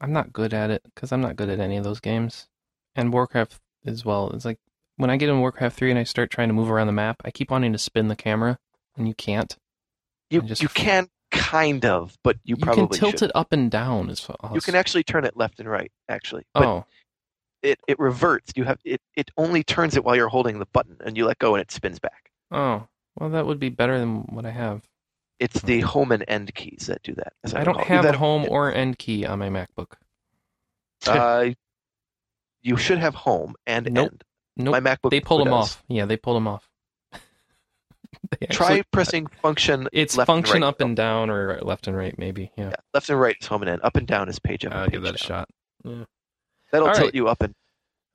Speaker 1: I'm not good at it because I'm not good at any of those games, and Warcraft as well. It's like when I get in Warcraft three and I start trying to move around the map, I keep wanting to spin the camera, and you can't.
Speaker 3: You
Speaker 1: And just
Speaker 3: you
Speaker 1: f-
Speaker 3: can kind of, but you,
Speaker 1: You can
Speaker 3: probably
Speaker 1: tilt
Speaker 3: should.
Speaker 1: it up and down as well.
Speaker 3: You can actually turn it left and right, actually. But
Speaker 1: Oh,
Speaker 3: it, it reverts. You have it, it only turns it while you're holding the button and you let go and it spins back.
Speaker 1: oh, well, that would be better than what I have.
Speaker 3: It's the home and end keys that do that. as
Speaker 1: Hmm. I don't
Speaker 3: recall.
Speaker 1: have
Speaker 3: That-
Speaker 1: a home or end key on my MacBook.
Speaker 3: Uh, you should have home and
Speaker 1: Nope.
Speaker 3: end.
Speaker 1: Nope,
Speaker 3: My MacBook.
Speaker 1: they pulled them
Speaker 3: does.
Speaker 1: off. Yeah, they pulled them off. They
Speaker 3: Try
Speaker 1: actually-
Speaker 3: pressing function.
Speaker 1: it's
Speaker 3: left and
Speaker 1: function
Speaker 3: right.
Speaker 1: up and down or left and right, maybe. Yeah,
Speaker 3: Yeah, left and right is home and end. Up and down is page up.
Speaker 1: I'll
Speaker 3: and
Speaker 1: Uh, give
Speaker 3: page
Speaker 1: that a
Speaker 3: down.
Speaker 1: shot.
Speaker 3: That'll
Speaker 1: All
Speaker 3: tilt
Speaker 1: right.
Speaker 3: you up and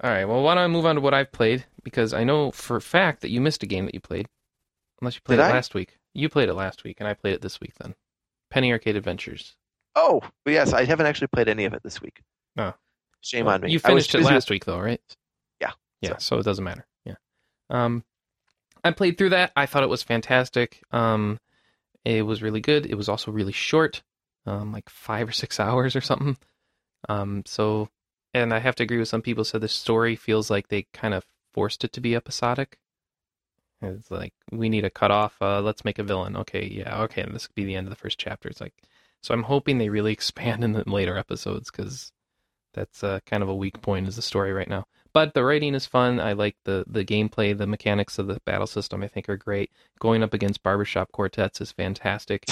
Speaker 1: All right. Well, why don't I move on to what I've played? Because I know for a fact that you missed a game that you played, unless you played
Speaker 3: Did
Speaker 1: it
Speaker 3: I?
Speaker 1: last week. You played it last week, and I played it this week. Then, Penny Arcade Adventures.
Speaker 3: oh but yes, I haven't actually played any of it this week.
Speaker 1: Oh.
Speaker 3: Shame
Speaker 1: Well,
Speaker 3: on me.
Speaker 1: You
Speaker 3: I was
Speaker 1: finished it
Speaker 3: busy with-
Speaker 1: last week, though, right?
Speaker 3: Yeah,
Speaker 1: Yeah. So. it doesn't matter. Yeah. Um, I played through that. I thought it was fantastic. Um, it was really good. It was also really short, um, like five or six hours or something. Um, so, and I have to agree with some people. Said the story feels like they kind of forced it to be episodic. It's like we need a cutoff. Uh, let's make a villain. Okay, yeah, okay, and this could be the end of the first chapter. It's like, so I'm hoping they really expand in the later episodes because that's uh, kind of a weak point is the story right now. But the writing is fun. I like the the gameplay, the mechanics of the battle system. I think are great. Going up against barbershop quartets is fantastic.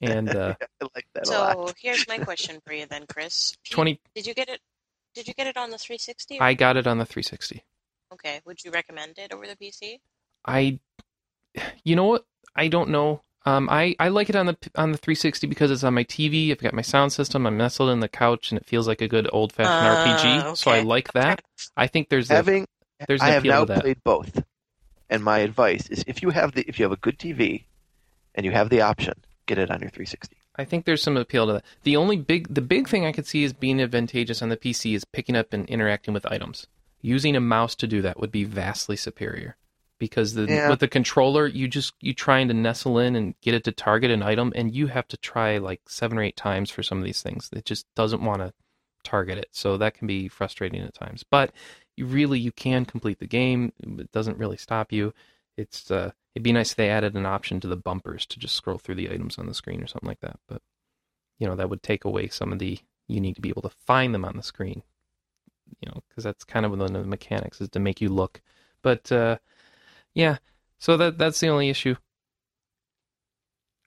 Speaker 1: And uh,
Speaker 3: I like that a lot.
Speaker 5: So here's my question for you then, Chris. Did you-
Speaker 1: twenty,
Speaker 5: Did you get it? Did you get it on the 360?
Speaker 1: I got it on the 360.
Speaker 5: okay. Would you recommend it over the PC?
Speaker 1: I, you know what? I don't know. Um, I, I like it on the on the 360 because it's on my TV. I've got my sound system. I'm nestled in the couch, and it feels like a good old fashioned RPG.
Speaker 5: Ah,
Speaker 1: So I
Speaker 5: okay.
Speaker 1: like that. I think there's a,
Speaker 3: Having
Speaker 1: there's an
Speaker 3: I have
Speaker 1: appeal
Speaker 3: now
Speaker 1: to that.
Speaker 3: played both, and my advice is if you have the if you have a good TV, and you have the option, get it on your 360.
Speaker 1: I think there's some appeal to that. The only big, the big thing I could see is being advantageous on the PC is picking up and interacting with items. Using a mouse to do that would be vastly superior, because the,
Speaker 3: Yeah.
Speaker 1: with the controller, you just you trying to nestle in and get it to target an item, and you have to try like seven or eight times for some of these things. It just doesn't want to target it, so that can be frustrating at times. But you really you can complete the game. It doesn't really stop you. It's uh, it'd be nice if they added an option to the bumpers to just scroll through the items on the screen or something like that. But you know that would take away some of the you need to be able to find them on the screen. You know because that's kind of one of the mechanics is to make you look. But uh, yeah, so that that's the only issue.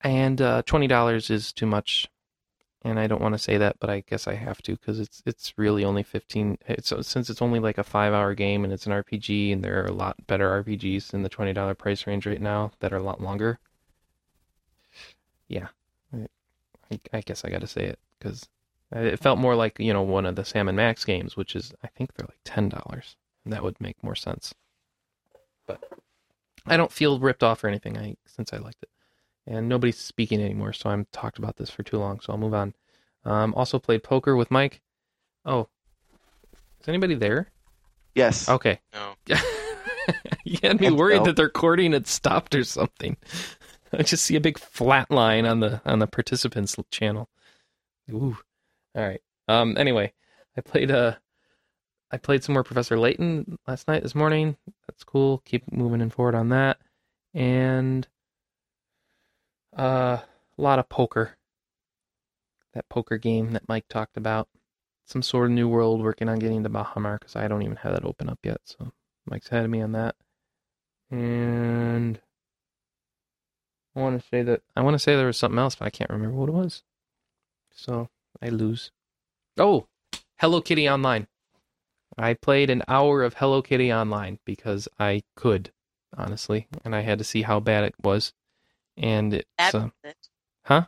Speaker 1: And uh, twenty dollars is too much and I don't want to say that, but I guess I have to because it's it's really only fifteen. It's since it's only like a five hour game and it's an RPG, and there are a lot better RPGs in the twenty dollar price range right now that are a lot longer. Yeah, I, I- I guess I got to say it because it felt more like you know one of the Sam and Max games, which is I think they're like ten dollars, and that would make more sense. But I don't feel ripped off or anything. I since I liked it, and nobody's speaking anymore, so I'm talked about this for too long. So I'll move on. Um, also played poker with Mike. Oh, is anybody there?
Speaker 3: Yes.
Speaker 1: Okay.
Speaker 4: No.
Speaker 1: you had me worried
Speaker 3: No.
Speaker 1: that the recording had stopped or something. I just see a big flat line on the on the participants channel. Ooh. All right. Um. Anyway, I played uh, I played some more Professor Layton last night, this morning. That's cool. Keep moving and forward on that, and uh, a lot of poker. That poker game that Mike talked about. Some sort of new world working on getting the Bahamar because I don't even have that open up yet. So Mike's ahead of me on that. And I want to say that I want to say there was something else, but I can't remember what it was. So I lose. Oh, Hello Kitty Online. I played an hour of Hello Kitty Online because I could, honestly, and I had to see how bad it was. And it's
Speaker 5: Bad
Speaker 1: uh,
Speaker 5: was it?
Speaker 1: Huh?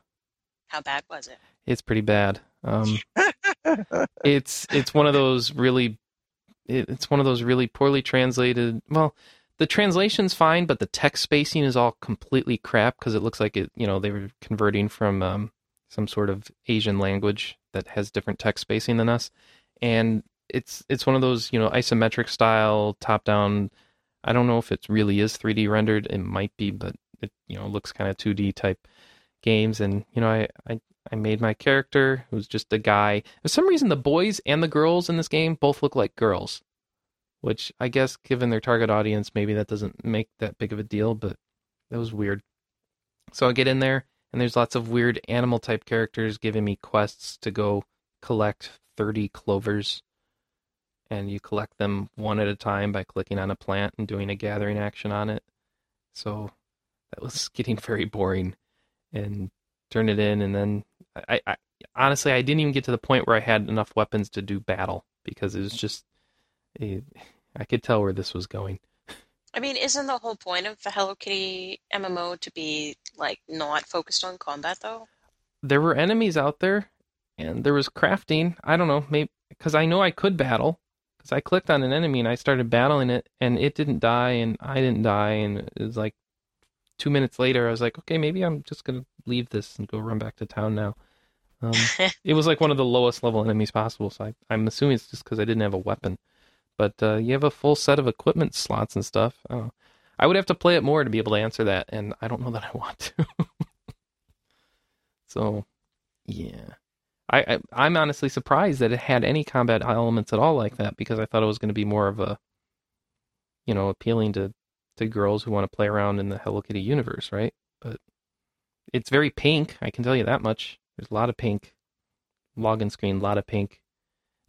Speaker 5: How bad was it?
Speaker 1: it's pretty bad. Um, it's it's one of those really, it, it's one of those really poorly translated. Well, the translation's fine, but the text spacing is all completely crap because it looks like it. You know, they were converting from um, some sort of Asian language that has different text spacing than us, and it's it's one of those you know isometric style top down. I don't know if it really is 3D rendered. It might be, but it you know looks kind of 2D type games. And you know I, I I made my character who's just a guy. For some reason, the boys and the girls in this game both look like girls, which I guess given their target audience, maybe that doesn't make that big of a deal. But that was weird. So I get in there, and there's lots of weird animal type characters giving me quests to go collect 30 clovers. And you collect them one at a time by clicking on a plant and doing a gathering action on it. So that was getting very boring. And turn it in, and then I, I honestly I didn't even get to the point where I had enough weapons to do battle because it was just it, I could tell where this was going.
Speaker 5: I mean, isn't the whole point of the Hello Kitty MMO to be like not focused on combat though?
Speaker 1: There were enemies out there, and there was crafting. I don't know, maybe because I know I could battle because I clicked on an enemy and I started battling it, and it didn't die, and I didn't die, and it was like two minutes later, I was like, okay, maybe I'm just gonna leave this and go run back to town now. Um, it was like one of the lowest level enemies possible, so I, I'm assuming it's just because I didn't have a weapon. But uh, you have a full set of equipment slots and stuff. I, don't know. I would have to play it more to be able to answer that, and I don't know that I want to. so, yeah, I, I I'm honestly surprised that it had any combat elements at all like that because I thought it was going to be more of a, you know, appealing to to girls who want to play around in the Hello Kitty universe, right? But it's very pink, I can tell you that much. There's a lot of pink. Login screen, a lot of pink.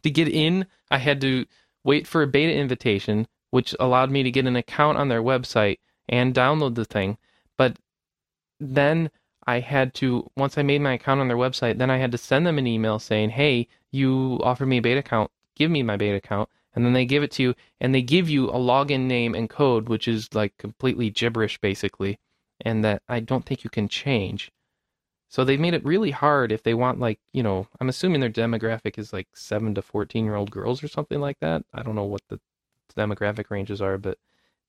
Speaker 1: To get in, I had to wait for a beta invitation, which allowed me to get an account on their website and download the thing. But then I had to, once I made my account on their website, then I had to send them an email saying, hey, you offered me a beta account, give me my beta account and then they give it to you and they give you a login name and code which is like completely gibberish basically and that i don't think you can change so they've made it really hard if they want like you know i'm assuming their demographic is like 7 to 14 year old girls or something like that i don't know what the demographic ranges are but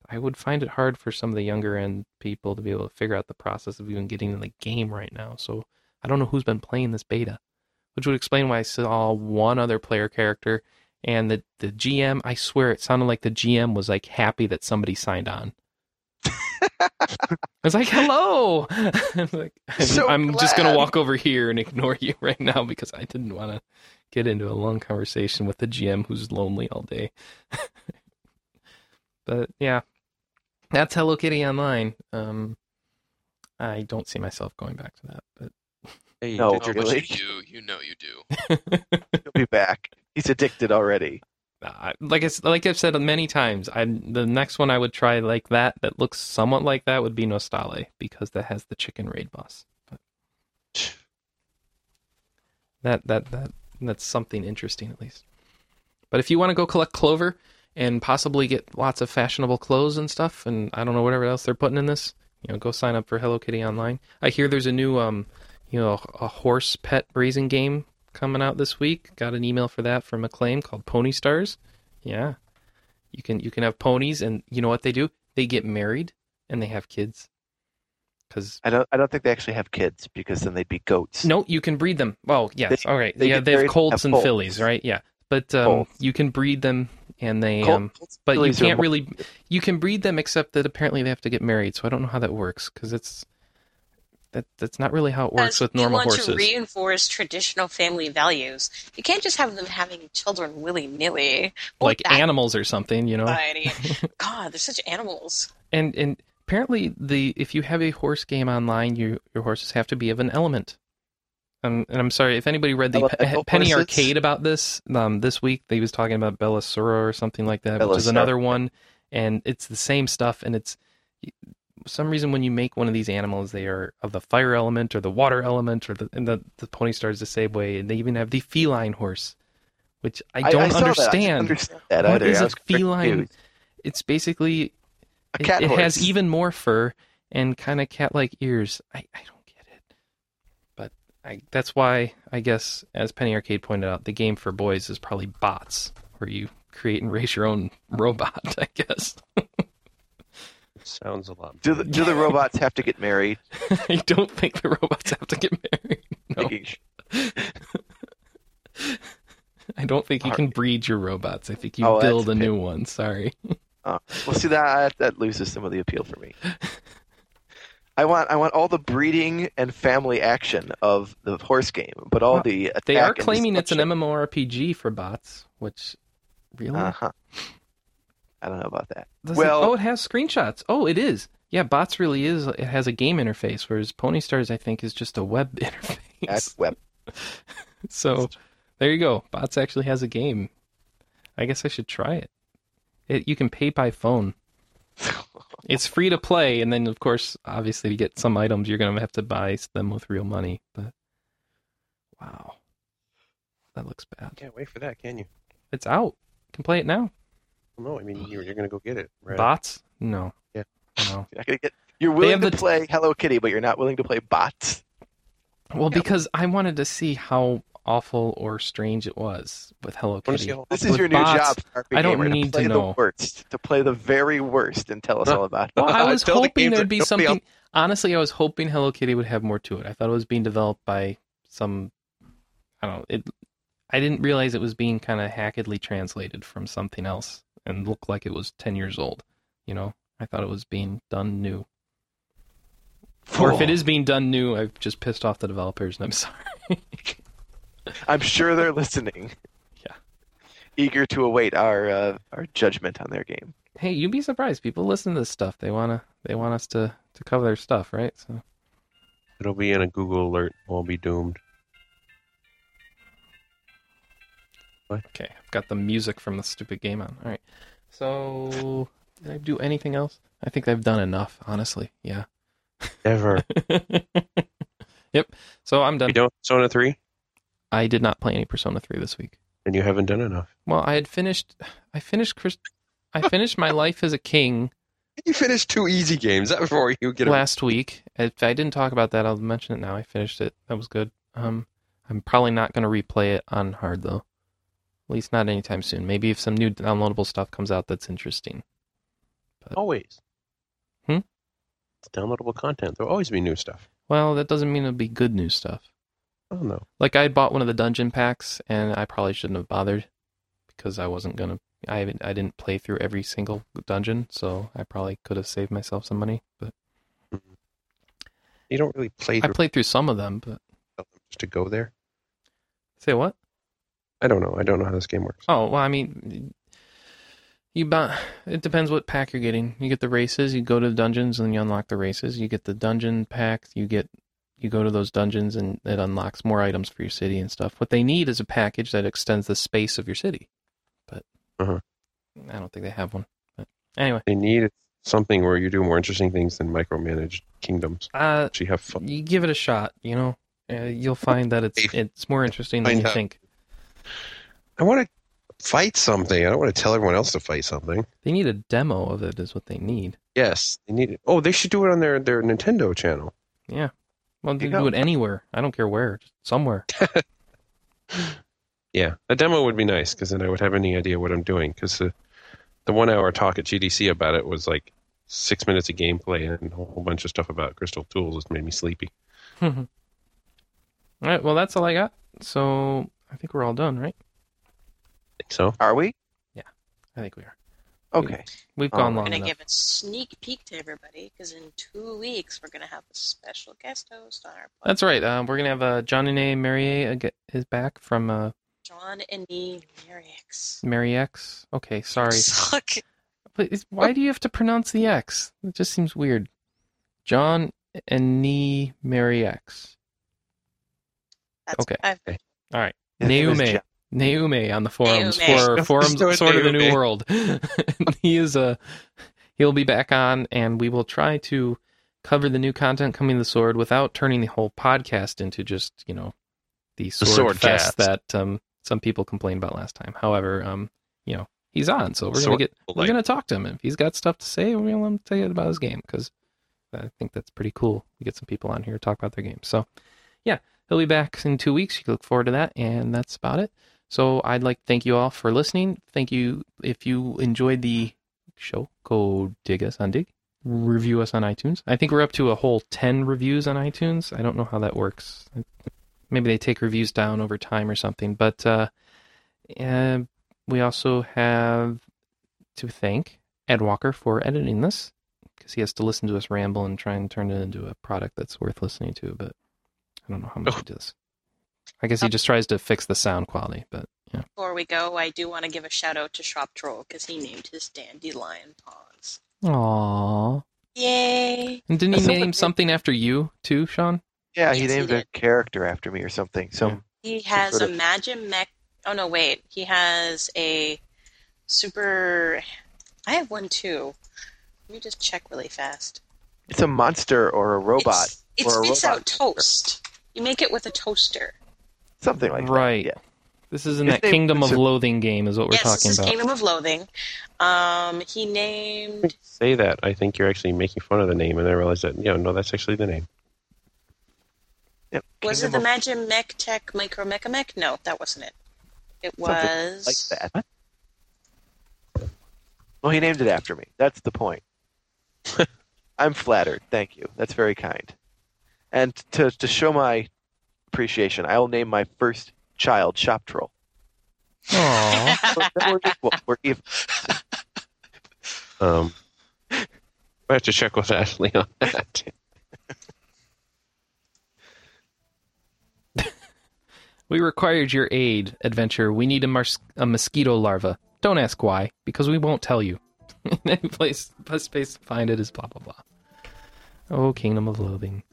Speaker 1: i would find it hard for some of the younger end people to be able to figure out the process of even getting in the game right now so i don't know who's been playing this beta which would explain why i saw one other player character and the the GM, I swear it sounded like the GM was like happy that somebody signed on. I was like, "Hello." I'm like, I'm,
Speaker 3: So
Speaker 1: I'm just gonna
Speaker 3: glad.
Speaker 1: walk over here and ignore you right now because I didn't want to get into a long conversation with the GM who's lonely all day. but yeah, that's Hello Kitty Online. Um, I don't see myself going back to that, but
Speaker 2: Hey,
Speaker 3: No,
Speaker 2: did
Speaker 4: Oh,
Speaker 2: your
Speaker 4: but
Speaker 3: really?
Speaker 4: you do. You know you do.
Speaker 3: He'll be back. He's addicted already.
Speaker 1: I- like I s- like I've said many times, I the next one I would try like that that looks somewhat like that would be Nostale because that has the chicken raid boss. But that that that that's something interesting at least. But if you want to go collect clover and possibly get lots of fashionable clothes and stuff, and I don't know whatever else they're putting in this, you know, go sign up for Hello Kitty Online. I hear there's a new um, you know, a horse pet raising game coming out this week. Got an email for that from Acclaim called Pony Stars. Yeah. You can you can have ponies and you know what they do? They get married and they have kids. Cuz
Speaker 3: I don't. I don't think they actually have kids because then they'd be goats.
Speaker 1: no, you can breed them. Oh, yes.
Speaker 3: They-
Speaker 1: All right.
Speaker 3: they
Speaker 1: yeah,
Speaker 3: get
Speaker 1: they have
Speaker 3: married
Speaker 1: colts
Speaker 3: and
Speaker 1: and
Speaker 3: have
Speaker 1: fillies,
Speaker 3: foals.
Speaker 1: right? Yeah. But um,
Speaker 3: Foals.
Speaker 1: you can breed them and they
Speaker 3: Col-
Speaker 1: um but you
Speaker 3: Phillies are
Speaker 1: can't
Speaker 3: more-
Speaker 1: really you can breed them except that apparently they have to get married. So I don't know how that works cuz it's that that's not really how it works
Speaker 5: Because
Speaker 1: with normal
Speaker 5: you want
Speaker 1: horses.
Speaker 5: to reinforce traditional family values. You can't just have them having children willy nilly.
Speaker 1: like animals or something, you know.
Speaker 5: Society. God, they're such animals.
Speaker 1: and and apparently the if you have a horse game online, you your horses have to be of an element. Um, and I'm sorry if anybody read the Pe-
Speaker 3: Elemental
Speaker 1: Penny
Speaker 3: horses?
Speaker 1: Arcade about this um, this week. They was talking about Bellasura or something like that, which is
Speaker 3: Bellasura.
Speaker 1: another one, and it's the same stuff. And it's for some reason when you make one of these animals, they are of the fire element or the water element, or the and the, the pony star is the same way. And they even have the feline horse, which I
Speaker 3: I
Speaker 1: don't
Speaker 3: I saw that. I didn't
Speaker 1: understand.
Speaker 3: understand that
Speaker 1: What
Speaker 3: either.
Speaker 1: is
Speaker 3: I
Speaker 1: a
Speaker 3: was confused.
Speaker 1: feline- It's basically
Speaker 3: A
Speaker 1: it,
Speaker 3: cat
Speaker 1: it
Speaker 3: horse.
Speaker 1: has even more fur and kind of cat-like ears. I, I don't get it, but I, that's why I guess, as Penny Arcade pointed out, the game for boys is probably bots, where you create and raise your own robot. I guess
Speaker 2: sounds a lot.
Speaker 3: Do the, do the robots have to get married?
Speaker 1: I don't think the robots have to get married. No.
Speaker 3: Making-
Speaker 1: I I don't think you can breed your robots. I think you
Speaker 3: Oh, that's
Speaker 1: build
Speaker 3: a
Speaker 1: a
Speaker 3: pity.
Speaker 1: new one. Sorry.
Speaker 3: Oh, well, see that that loses some of the appeal for me. I want I want all the breeding and family action of the horse game, but all
Speaker 1: Well,
Speaker 3: the attack
Speaker 1: They are
Speaker 3: and
Speaker 1: claiming it's an
Speaker 3: destruction-
Speaker 1: MMORPG for bots, which really
Speaker 3: Uh-huh. I don't know about that.
Speaker 1: Does it-
Speaker 3: well-
Speaker 1: oh, it has screenshots. Oh, it is. Yeah, bots really is. It has a game interface, whereas Pony Stars, I think, is just a web interface.
Speaker 3: That's web.
Speaker 1: So there you go. Bots actually has a game. I guess I should try it. it you can pay by phone. It's free to play, and then of course, obviously, to get some items, you're gonna have to buy them with real money. But wow, that looks bad.
Speaker 2: Can't wait for that, can you?
Speaker 1: It's out. You can play it now.
Speaker 2: No, I mean you're, you're gonna go get it. Right?
Speaker 1: Bots? No.
Speaker 2: Yeah.
Speaker 1: No.
Speaker 3: You're, not gonna get, you're willing
Speaker 1: have
Speaker 3: to
Speaker 1: the-
Speaker 3: play Hello Kitty, but you're not willing to play bots.
Speaker 1: Well, because I wanted to see how awful or strange it was with Hello
Speaker 2: I want to see
Speaker 1: Kitty.
Speaker 2: how
Speaker 3: This is
Speaker 1: With
Speaker 3: your new
Speaker 1: bots,
Speaker 3: job, Harpy
Speaker 1: I don't
Speaker 3: Gamer,
Speaker 1: need to
Speaker 3: to play the
Speaker 1: know.
Speaker 3: worst, to play the very worst, and tell us all about it.
Speaker 1: Well, I was
Speaker 2: Tell the
Speaker 1: hoping
Speaker 2: games
Speaker 1: there'd
Speaker 2: that
Speaker 1: be
Speaker 2: nobody
Speaker 1: something.
Speaker 2: else-
Speaker 1: Honestly, I was hoping Hello Kitty would have more to it. I thought it was being developed by some. I don't. It. I didn't realize it was being kind of hackedly translated from something else and looked like it was ten years old. You know, I thought it was being done new. Or if it is being done new, I've just pissed off the developers, and I'm sorry.
Speaker 3: I'm sure they're listening.
Speaker 1: Yeah.
Speaker 3: Eager to await our uh, our judgment on their game.
Speaker 1: hey, you'd be surprised. People listen to this stuff. They wanna. They want us to to cover their stuff, right? So
Speaker 2: It'll be in a Google alert. We'll be doomed.
Speaker 1: okay, I've got the music from the stupid game on. All right. So did I do anything else? I think I've done enough, honestly. Yeah.
Speaker 2: Never.
Speaker 1: yep. So I'm
Speaker 2: you
Speaker 1: done.
Speaker 2: don't Persona three,
Speaker 1: I did not play any Persona 3 this week.
Speaker 2: and you haven't done enough.
Speaker 1: Well, I had finished. I finished Chris. I finished my life as a king
Speaker 2: You finished two easy games. That before you get a
Speaker 1: last week. If I didn't talk about that, I'll mention it now. I finished it. That was good. Um, I'm probably not going to replay it on hard though. At least not anytime soon. Maybe if some new downloadable stuff comes out that's interesting.
Speaker 2: always.
Speaker 1: Hmm?
Speaker 2: It's downloadable content. There'll always be new stuff.
Speaker 1: Well, that doesn't mean it'll be good new stuff.
Speaker 2: I don't know.
Speaker 1: Like I had bought one of the dungeon packs, and I probably shouldn't have bothered because I wasn't gonna. I haven't. I didn't play through every single dungeon, so I probably could have saved myself some money. But
Speaker 2: You don't really play
Speaker 1: I
Speaker 2: through
Speaker 1: played through some of them. But
Speaker 2: just to go there.
Speaker 1: say what?
Speaker 2: I don't know. I don't know how this game works.
Speaker 1: Oh well, I mean, you buy. It depends what pack you're getting. You get the races. You go to the dungeons and you unlock the races. You get the dungeon pack. You get you go to those dungeons and it unlocks more items for your city and stuff. What they need is a package that extends the space of your city. But
Speaker 2: Uh-huh.
Speaker 1: I don't think they have one. But anyway,
Speaker 2: They need something where you do more interesting things than micromanage kingdoms.
Speaker 1: uh,
Speaker 2: Actually, have fun.
Speaker 1: you give it a shot. You know, uh, you'll find that it's it's more interesting than
Speaker 2: Find
Speaker 1: you
Speaker 2: out.
Speaker 1: think.
Speaker 2: I want to fight something. I don't want to tell everyone else to fight something.
Speaker 1: They need a demo of it. Is what they need.
Speaker 2: Yes, they need it. Oh, they should do it on their their Nintendo channel.
Speaker 1: Well,
Speaker 3: There
Speaker 1: they
Speaker 3: you
Speaker 1: do it
Speaker 3: go.
Speaker 1: anywhere. I don't care where. Just somewhere.
Speaker 2: Yeah, a demo would be nice because then I would have any idea what I'm doing. Because the, the one hour talk at GDC about it was like six minutes of gameplay and a whole bunch of stuff about crystal tools. It made me sleepy.
Speaker 1: all right. Well, that's all I got. So I think we're all done, right?
Speaker 2: Think so?
Speaker 3: Are we?
Speaker 1: I think we are.
Speaker 3: Okay.
Speaker 1: We've
Speaker 3: Oh,
Speaker 1: gone
Speaker 3: we're
Speaker 1: long
Speaker 5: going to
Speaker 1: enough.
Speaker 5: give a sneak peek to everybody because in two weeks we're going to have a special guest host on our podcast.
Speaker 1: That's right. Um, we're gonna have uh, Johnny Marier ag- is back from uh,
Speaker 5: John and me, Merix.
Speaker 1: Mary X. Okay, sorry.
Speaker 5: Suck.
Speaker 1: But is- why do you have to pronounce the X? It just seems weird. John and Nee Mary X.
Speaker 5: That's
Speaker 1: Okay.
Speaker 5: I've,
Speaker 3: His name is
Speaker 1: Neume.
Speaker 3: Jeff.
Speaker 1: Neume on the forums
Speaker 5: Neume.
Speaker 1: for forums
Speaker 2: Just
Speaker 1: sort of the new
Speaker 2: Neume.
Speaker 1: world. he is a he'll be back on and we will try to cover the new content coming to the sword without turning the whole podcast into just, you know, the sword,
Speaker 2: sword
Speaker 1: fest
Speaker 2: cast.
Speaker 1: that um, some people complained about last time. However, um, you know, he's on, so we're gonna
Speaker 2: Sword
Speaker 1: get
Speaker 2: people
Speaker 1: we're
Speaker 2: like-
Speaker 1: gonna talk to him. If he's got stuff to say, we're gonna let him tell you about his game because I think that's pretty cool. We get some people on here to talk about their game. So yeah, he'll be back in two weeks. You can look forward to that, and that's about it. So I'd like to thank you all for listening. Thank you if you enjoyed the show, go dig us on Dig. Review us on iTunes. I think we're up to a whole ten reviews on iTunes. I don't know how that works. Maybe they take reviews down over time or something, but uh, And we also have to thank Ed Walker for editing this because he has to listen to us ramble and try and turn it into a product that's worth listening to. But I don't know how
Speaker 3: Oh.
Speaker 1: much he does. I guess he just tries to fix the sound quality, but yeah.
Speaker 5: Before we go, I do want to give a shout out to Shop Troll because he named his dandelion paws.
Speaker 1: Aww.
Speaker 5: Yay!
Speaker 1: And didn't he
Speaker 3: That's
Speaker 1: name something after you too, Sean?
Speaker 3: Yeah, he
Speaker 5: Yes, he
Speaker 3: named a
Speaker 5: did.
Speaker 3: character after me or something. So
Speaker 1: Yeah.
Speaker 5: He has
Speaker 3: sort
Speaker 5: a
Speaker 3: of-
Speaker 5: Magimech. Oh no, wait. He has a super. I have one too. Let me just check really fast.
Speaker 3: it's a monster or a robot,
Speaker 5: It's- it
Speaker 3: or a
Speaker 5: spits
Speaker 3: robot
Speaker 5: out toast. You make it with a toaster.
Speaker 3: something like
Speaker 1: Right.
Speaker 3: that. Yeah.
Speaker 1: This is in
Speaker 3: His
Speaker 1: that
Speaker 3: name-
Speaker 1: Kingdom of
Speaker 3: it's a-
Speaker 1: Loathing game, is what we're
Speaker 5: yes,
Speaker 1: talking
Speaker 5: this is
Speaker 1: about.
Speaker 5: Kingdom of Loathing. Um, he named.
Speaker 2: Say that. I think you're actually making fun of the name, and I realize that, you know, no, that's actually the name.
Speaker 3: Yep.
Speaker 5: Was it the
Speaker 3: Kingdom of-
Speaker 5: Magimech Tech Micro Mechamech? No, that wasn't it. It
Speaker 3: Something
Speaker 5: was.
Speaker 3: like that? Well, he named it after me. That's the point. I'm flattered. Thank you. That's very kind. And to, to show my appreciation, I will name my first child Shop Troll.
Speaker 1: Aww.
Speaker 3: We're- we're equal. We're equal.
Speaker 2: Um, I have to check with Ashley on that.
Speaker 1: we required your aid, adventure. We need a, mars- a mosquito larva. Don't ask why, because we won't tell you. Any place, best place to find it is blah blah blah. Oh, Kingdom of Loathing.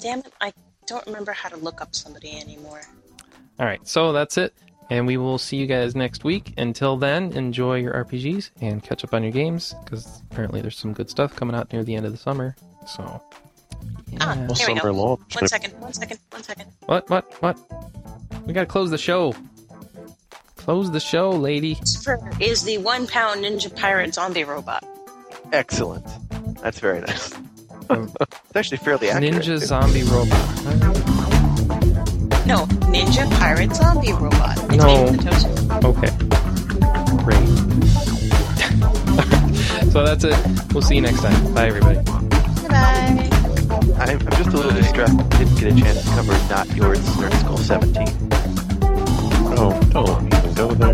Speaker 5: Damn it! I don't remember how to look up somebody anymore.
Speaker 1: All right, so that's it, and we will see you guys next week. Until then, enjoy your RPGs and catch up on your games because apparently there's some good stuff coming out near the end of the summer. So,
Speaker 5: Ah,
Speaker 1: yeah.
Speaker 5: There we
Speaker 2: summer
Speaker 5: go.
Speaker 2: long.
Speaker 5: One second. One second. One second.
Speaker 1: what, what, what? We gotta close the show. Close the show, lady.
Speaker 5: Lucifer is the one pound ninja pirate zombie robot.
Speaker 3: Excellent. That's very nice. it's actually fairly accurate.
Speaker 1: Ninja
Speaker 3: too.
Speaker 1: zombie robot.
Speaker 5: No, ninja pirate zombie robot. It's
Speaker 1: No.
Speaker 5: made with the toaster.
Speaker 1: Okay. Great. so that's it. We'll see you next time. Bye, everybody.
Speaker 5: Bye.
Speaker 3: I'm, I'm just a little distressed. I didn't get a chance to cover not yours, Nerd School 17.
Speaker 2: Oh, don't even go there.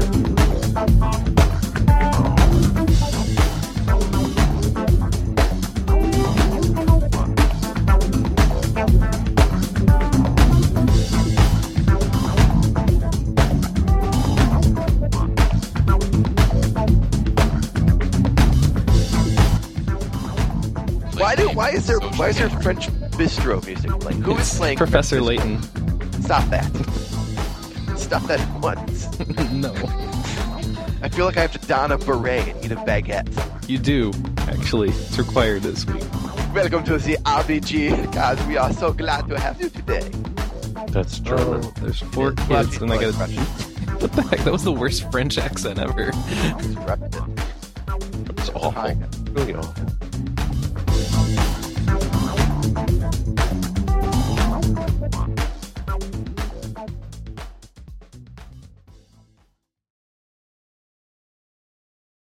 Speaker 3: Why do? Why is there? Why is there French bistro music playing? Who is playing?
Speaker 1: Professor
Speaker 3: French
Speaker 1: Layton?
Speaker 3: bistro? Stop that! Stop that at once!
Speaker 1: no.
Speaker 3: I feel like I have to don a beret and eat a baguette.
Speaker 1: You do, actually. It's required this week.
Speaker 3: Welcome to the RBG, guys. We are so glad to have you today.
Speaker 2: That's
Speaker 1: Oh,
Speaker 2: German.
Speaker 1: there's four
Speaker 3: It is
Speaker 1: kids, and I
Speaker 3: like
Speaker 1: got to What the heck? That was the worst French accent ever.
Speaker 3: Russian.
Speaker 2: It's awful. Really awful.